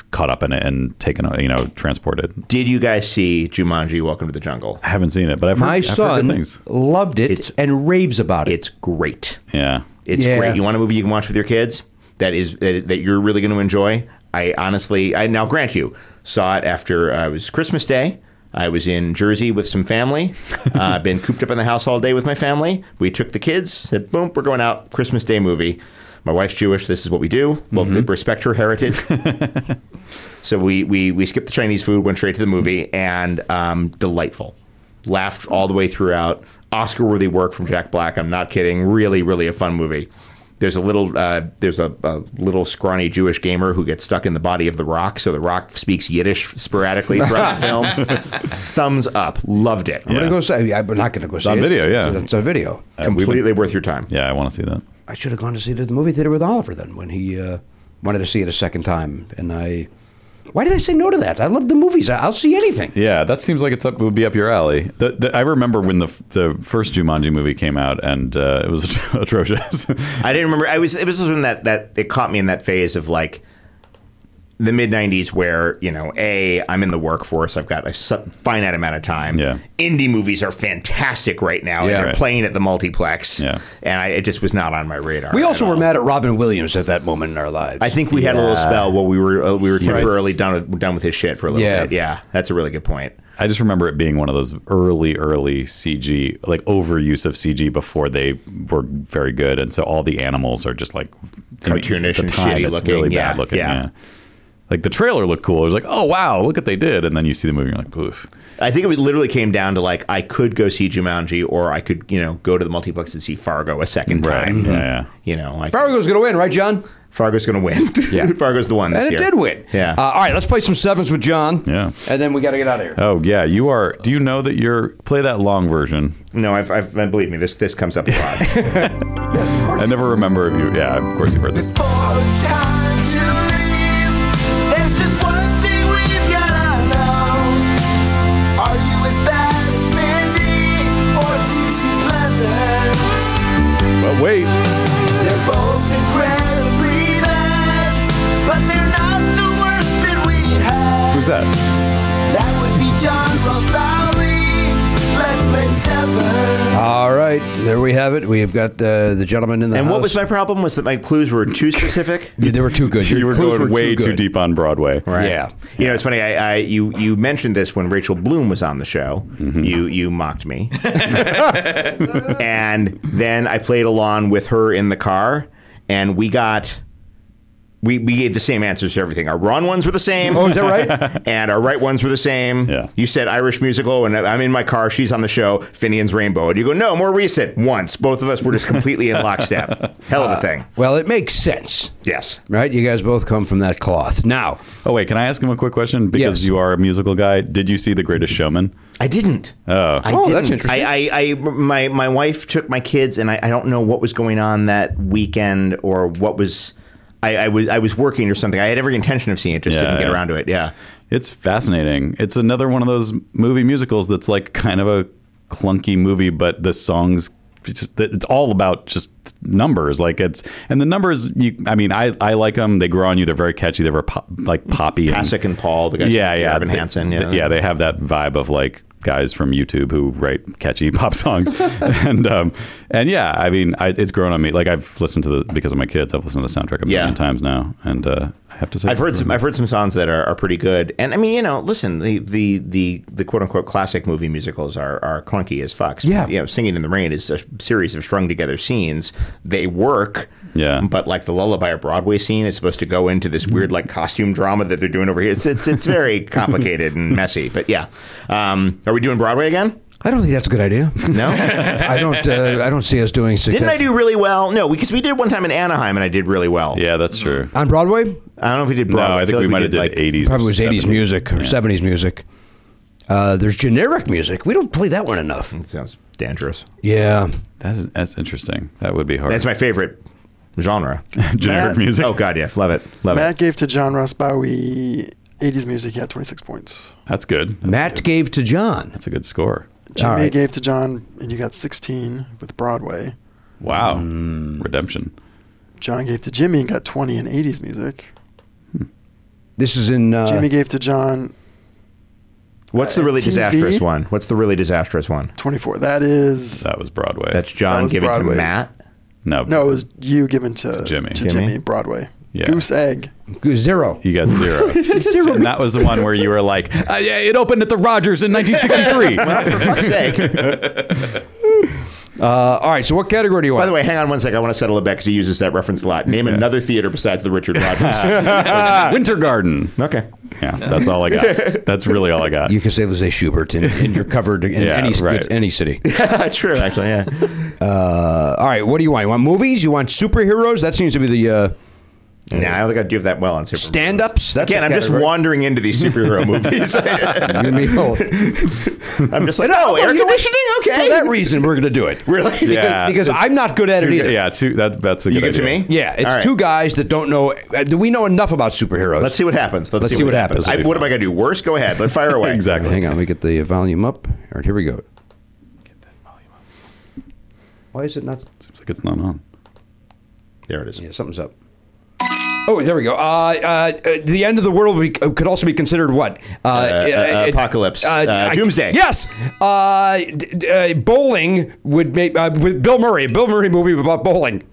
caught up in it and taken, you know, transported. Did you guys see Jumanji: Welcome to the Jungle? I haven't seen it, but I've heard, My I've heard good son things. loved it It's- and raves about it. It's great. Yeah. It's Yeah. great. You want a movie you can watch with your kids that is that, that you're really going to enjoy. I honestly, I now grant you, saw it after uh, it was Christmas Day. I was in Jersey with some family. Uh, been cooped up in the house all day with my family. We took the kids. Said, "Boom, we're going out. Christmas Day movie." My wife's Jewish. This is what we do. Well, respect her heritage. so we we we skipped the Chinese food, went straight to the movie, and um, delightful. Laughed all the way throughout. Oscar-worthy work from Jack Black. I'm not kidding. Really, really a fun movie. There's a little uh, there's a, a little scrawny Jewish gamer who gets stuck in the body of the Rock, so the Rock speaks Yiddish sporadically throughout the film. Thumbs up, loved it. Yeah. I'm gonna go see. I'm not gonna go see on it. video, yeah. It's on video. Completely worth your time. Yeah. I want to see that. I should have gone to see it at the movie theater with Oliver then when he uh, wanted to see it a second time. And I, why did I say no to that? I love the movies. I, I'll see anything. Yeah, that seems like it's up would be up your alley. The, the, I remember when the the first Jumanji movie came out, and uh, it was atrocious. I didn't remember. I was. It was when that that it caught me in that phase of like the mid '90s, where you know, a I'm in the workforce. I've got a su- finite amount of time. Yeah. Indie movies are fantastic right Yeah. now. and they're Right. playing at the multiplex. Yeah. And I, it just was not on my radar. We also at were all. mad at Robin Williams at that moment in our lives. I think we had a little spell where we were uh, we were temporarily Right. done with, done with his shit for a little Yeah. bit. Yeah, that's a really good point. I just remember it being one of those early, early CG, like overuse of CG before they were very good, and so all the animals are just like I mean, Cartoonish at the and time, shitty it's looking, really yeah, bad looking. yeah. Yeah. like the trailer looked cool. It was like, oh wow, look what they did, and then you see the movie, and you're like, poof. I think it literally came down to like I could go see Jumanji or I could you know go to the multiplex and see Fargo a second time. Yeah, yeah. You know, I Fargo's going to win, right, John? Fargo's going to win. Yeah. Fargo's the one this And it year. did win. Yeah. Uh, all right, let's play some sevens with John. Yeah. And then we got to get out of here. Oh yeah, you are. Do you know that you're play that long version? no, I've, I've, and believe me, this this comes up a lot. I never remember if you. Yeah, of course you've heard this. But wait, who's that? All right, there we have it. We have got the the gentleman in the and house. what was my problem was that my clues were too specific. Yeah, they were too good. You Your were clues going way too, good. deep on Broadway. Right. Yeah. You know, it's funny. I, I you you mentioned this when Rachel Bloom was on the show. Mm-hmm. You you mocked me, and then I played along with her in the car, and we got. We, we gave the same answers to everything. Our wrong ones were the same. Oh, is that right? and our right ones were the same. Yeah. You said Irish musical, and I'm in my car. She's on the show, Finian's Rainbow. And you go, no, more recent. Once. Both of us were just completely in lockstep. Hell of a thing. Well, it makes sense, Yes. right? You guys both come from that cloth. Now, Oh wait, can I ask him a quick question? Because Yes. you are a musical guy. Did you see The Greatest Showman? I didn't. Oh, I Oh, didn't. that's interesting. I, I, I, my, my wife took my kids, and I, I don't know what was going on that weekend or what was. I, I was I was working or something. I had every intention of seeing it, just Yeah, didn't get yeah. around to it. Yeah, It's fascinating. It's another one of those movie musicals that's like kind of a clunky movie, but the songs. it's Just, it's all about just numbers, like it's and the numbers. You, I mean, I I like them. They grow on you. They're very catchy. They're very pop, like poppy. and- Pasek and Paul, the guys. yeah, from yeah, Evan They- Hansen. th- Yeah, yeah, they have that vibe of like guys from YouTube who write catchy pop songs, and um, and yeah, I mean, I, it's grown on me. Like I've listened to the because of my kids, I've listened to the soundtrack a million Yeah. times now, and uh, I have to say, I've heard some. I've heard some songs that are, are pretty good. And I mean, you know, listen, the the the, the quote unquote classic movie musicals are, are clunky as fuck. Yeah. you know, Singing in the Rain is a series of strung together scenes. They work. Yeah. but like the Lullaby of Broadway scene is supposed to go into this weird like costume drama that they're doing over here. It's it's, it's very complicated and messy. But yeah, um, are we doing Broadway again? I don't think that's a good idea. No. I don't. Uh, I don't see us doing success Didn't I do really well? No, because we did one time in Anaheim, and I did really well. yeah, that's true. on Broadway. I don't know if we did No, Broadway. I feel think like we might have did, did like, eighties. Probably was '80s music or '70s music. Uh, there's generic music. We don't play that one enough. Sounds dangerous. Yeah, That's that's interesting. That would be hard. That's my favorite genre. generic Matt- music. oh God, yeah, love it, love Matt gave to John Ross Bowie 80s music. He had 26 points. That's good. That's, Matt gave to John. that's a good score. Jimmy right. gave to John, and you got 16 with Broadway. Wow, Mm. redemption. John gave to Jimmy and got 20 in 80s music. This is in. Uh, Jimmy gave to John it. What's the really TV? disastrous one? What's the really disastrous one? 24. That is That was Broadway. That's John was giving Broadway. to Matt. no, no, it was you given to, Jimmy. to Jimmy? Jimmy. Broadway. Yeah. Goose egg. zero. You got zero. zero. And that was the one where you were like, uh, yeah, it opened at the Rogers in 1963. For fuck's sake! Uh, all right. So what category do you By want? the way, hang on one second. I want to settle it back because he uses that reference a lot. Name another theater besides the Richard Rogers. Winter Garden. okay. Yeah, that's all I got. That's really all I got. you can say Lise Schubert, and, and you're covered in Yeah, any right. any city. True, actually, yeah. Uh, all right. What do you want? You want movies? You want superheroes? That seems to be the uh, Nah, I don't think I'd do that well on Super. stand-ups. That's Again, a I'm just category. wandering into these superhero movies. You and me both. I'm just like, oh, air you know what? conditioning? Okay. For that reason, we're going to do it. Really? Yeah, because that's- I'm not good at it two- either. Yeah, two, that, that's a You good give it to idea. me? Yeah, it's All right. two guys that don't know. uh, Do we know enough about superheroes? Let's see what happens. Let's, Let's see what happens. I- what am I going to do? Worse? Go ahead. Let fire away. Exactly. Hang on, let me get the volume up. All right, here we go. Why is it not? Seems like it's not on. There it is. Yeah, something's up. Oh, there we go. Uh, uh, uh, the end of the world we, uh, could also be considered what? Uh, uh, apocalypse. Uh, I- doomsday. yes. Uh, d- d- uh, bowling would make uh, with Bill Murray. Bill Murray movie about bowling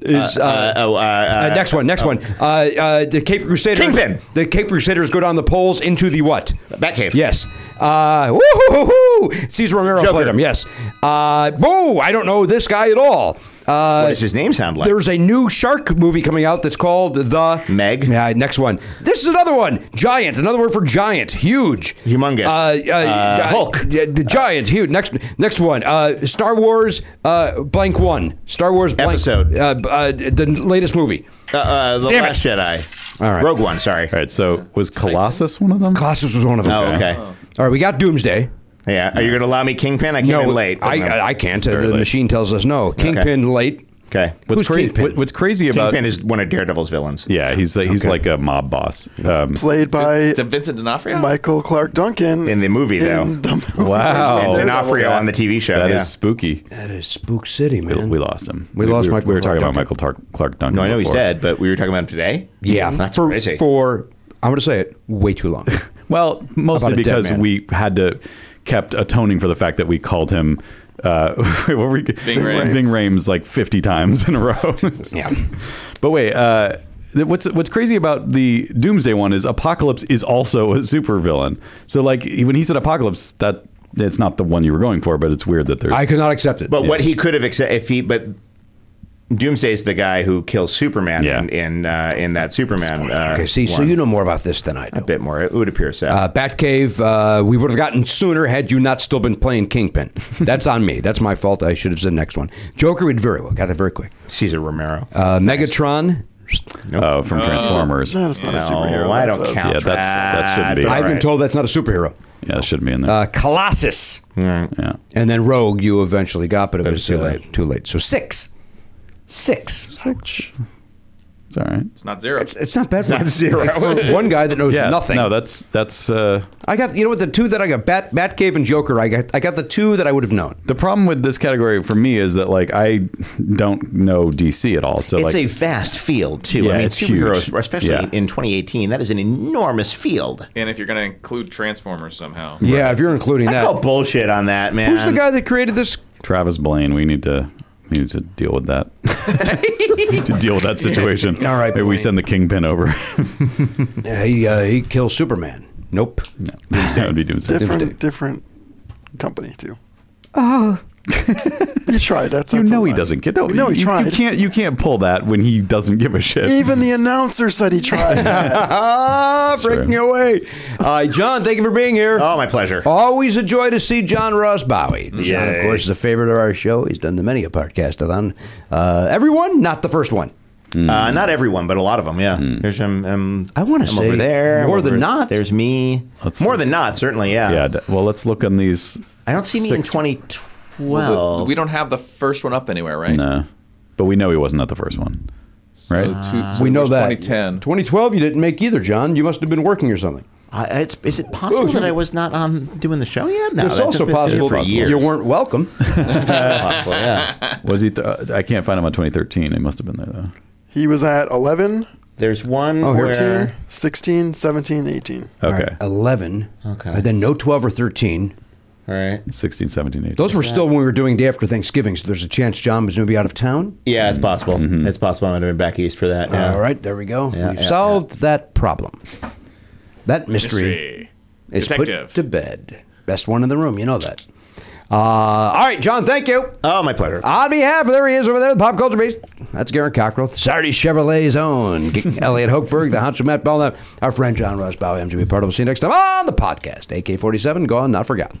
is. Uh, Uh, oh, uh, oh. uh, next one, next one. Uh, uh, the Cape Crusaders. Kingpin. The Cape Crusaders go down the poles into the what? Batcave. Yes. Uh, woo-hoo-hoo-hoo! Cesar Romero Joker. played him. Yes. Uh, whoa! I don't know this guy at all. Uh, What does his name sound like? there's a new shark movie coming out that's called the Meg? Yeah, next one. This is another one. Giant. Another word for giant. Huge. Humongous. Uh, uh, Uh, Hulk. yeah, the giant. Huge. Next. Next one. Uh, Star Wars. Uh, blank one. Star Wars. Blank, Episode. Uh, uh, the latest movie. Uh, uh, the Damn it. Last Jedi. All right. Rogue One. Sorry. All right, so was Colossus one of them? Colossus was one of them. Oh, okay. All right, we got Doomsday. Yeah. Are you going to allow me Kingpin? I came in late. I, I, I can't. The very late. machine tells us no. Kingpin late. okay. What's, Who's cra- Kingpin? what- what's crazy about Kingpin is one of Daredevil's villains. yeah, he's like, he's like a mob boss. Um, Played by To Vincent D'Onofrio? Michael Clark Duncan. In the movie, though. In the movie. Oh. Wow. He's And been Daredevil. D'Onofrio on the TV show. that yeah. is spooky. That is Uh, Spook City, We, man. we lost him. We lost were- Michael We were talking Clark about Michael Tar- Clark Duncan. no, I know he's before. dead, but we were talking about him today. Yeah, That's for crazy. for I'm going to say it way too long. Well, About mostly a dead because man. we had to kept atoning for the fact that we called him uh, what were we, Ving Rhames. Rhames like fifty times in a row. yeah, But wait, uh, th- what's what's crazy about the Doomsday one is Apocalypse is also a supervillain. So like when he said Apocalypse, that it's not the one you were going for, but it's weird that there's I could not accept it. But what he could have accept if he but Doomsday's the guy who kills Superman Yeah. in in, uh, in that Superman. Uh, okay, see, so one. you know more about this than I do. a bit more. It would appear so. Uh, Batcave, uh, we would have gotten sooner had you not still been playing Kingpin. That's on me. That's my fault. I should have said next one. Joker, we'd very well got that very quick. Caesar Romero. Uh, Megatron. uh, from Transformers. No, that's not a superhero. no, I That's don't a- count. Yeah, that's- that shouldn't be. but all I've been right. told that's not a superhero. yeah, it shouldn't be in there. Uh, Colossus, yeah. and then Rogue. You eventually got, but it was, was too uh, late. Too late. So six, six. It's all right. It's not zero. It's not bad. for, not zero. for one guy that knows Yeah, nothing. No, that's that's uh, I got you know what the two that I got Bat Batcave and Joker. I got I got the two that I would have known. the problem with this category for me is that like I don't know DC at all. So it's like a vast field too. Yeah, I mean, it's superheroes, huge. especially Yeah. in 2018, that is an enormous field. And if you're going to include Transformers somehow. Yeah, if you're including I call bullshit on that, man. Who's the guy that created this? Travis Blaine, we need to He needs to deal with that. to deal with that situation. All right, Maybe we Blaine. send the kingpin over. Yeah, he uh, he kills Superman. Nope. that would be doomsday. Doomsday. Different, different company too. Oh. you tried. That's You that's a know he lie. doesn't get. No, We know you, he you tried. can't. You can't pull that when he doesn't give a shit. Even the announcer said he tried. Ah, breaking true. away. Uh, John, thank you for being here. Oh, my pleasure. Always a joy to see John Ross Bowie. John, of Yay. course, is a favorite of our show. He's done the many a podcastathon. Uh, everyone, not the first one. Uh, not everyone, but a lot of them. Yeah. There's um, um, Hmm. I wanna I'm say over there. more I'm over- than not. There's me. Let's more see. than not, certainly. Yeah. Yeah. d- Well, let's look on these. I don't see me Six- in Well, 2012. we don't have the first one up anywhere, right? Uh, but we know he wasn't at the first one, right? Ah. we know that. 2010. 2012, you didn't make either, John. You must have been working or something. I, it's, is it possible Oh, that you- I was not on doing the show yet? No, it's Oh, that's also been- possible, for years. you weren't welcome. uh, possible, yeah. was he? Th- uh, I can't find him on 2013. He must have been there though. he was at 11, There's one here- where 14, 16, 17, 18. All Okay. right, 11. Okay. And then no 12 or 13. all right. 16, 17, 18. Those were still when we were doing day after Thanksgiving, so there's a chance John was maybe out of town. Yeah, Mm-hmm. it's possible. It's possible I might have been back east for that. Yeah. All right, there we go. Yeah, We've yeah, solved that problem. That mystery, is Detective. put to bed. Best one in the room, you know that. Uh, all right, John, thank you. Oh, my pleasure. On behalf, there he is over there, the pop culture beast. That's Garen Cockrell, Saturday Chevrolet's own, Elliot Hochberg, the honcho Matt Bell, our friend John Ross Bowie. I'm Jimmy Pardo. We'll see you next time on the podcast. AK 47, gone, not forgotten.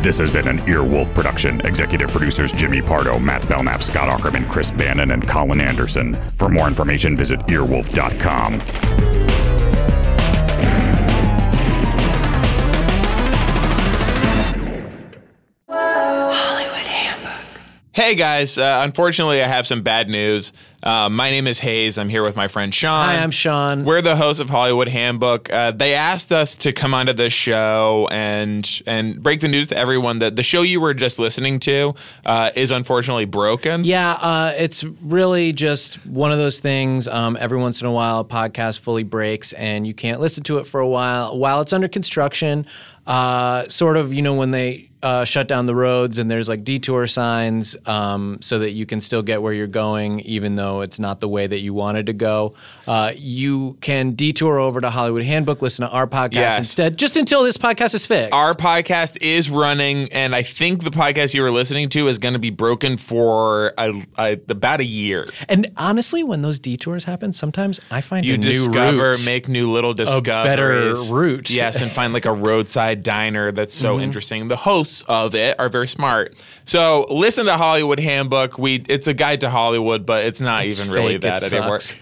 This has been an Earwolf production. Executive producers Jimmy Pardo, Matt Belknap, Scott Ackerman, Chris Bannon, and Colin Anderson. For more information, visit earwolf.com. Hey guys, uh, unfortunately, I have some bad news. Uh, my name is Hayes. I'm here with my friend Sean. Hi, I'm Sean. We're the hosts of Hollywood Handbook. Uh, they asked us to come onto this show and and break the news to everyone that the show you were just listening to uh, is unfortunately broken. Yeah, uh, it's really just one of those things. Um, every once in a while, a podcast fully breaks and you can't listen to it for a while. While it's under construction, uh, sort of, you know, when they uh, shut down the roads and there's like detour signs um, so that you can still get where you're going, even though it's not the way that you wanted to go. Uh, you can detour over to Hollywood Handbook, listen to our podcast Yes. instead, just until this podcast is fixed. Our podcast is running, and I think the podcast you were listening to is going to be broken for a, a, about a year. and honestly, when those detours happen, sometimes I find you a new discover, route. make new little Oh, discoveries, better route. Yes, and find like a roadside diner that's so Mm-hmm. interesting. The hosts of it are very smart. So listen to Hollywood Handbook. We it's a guide to Hollywood, but it's not It's even really fake. that It anymore. sucks.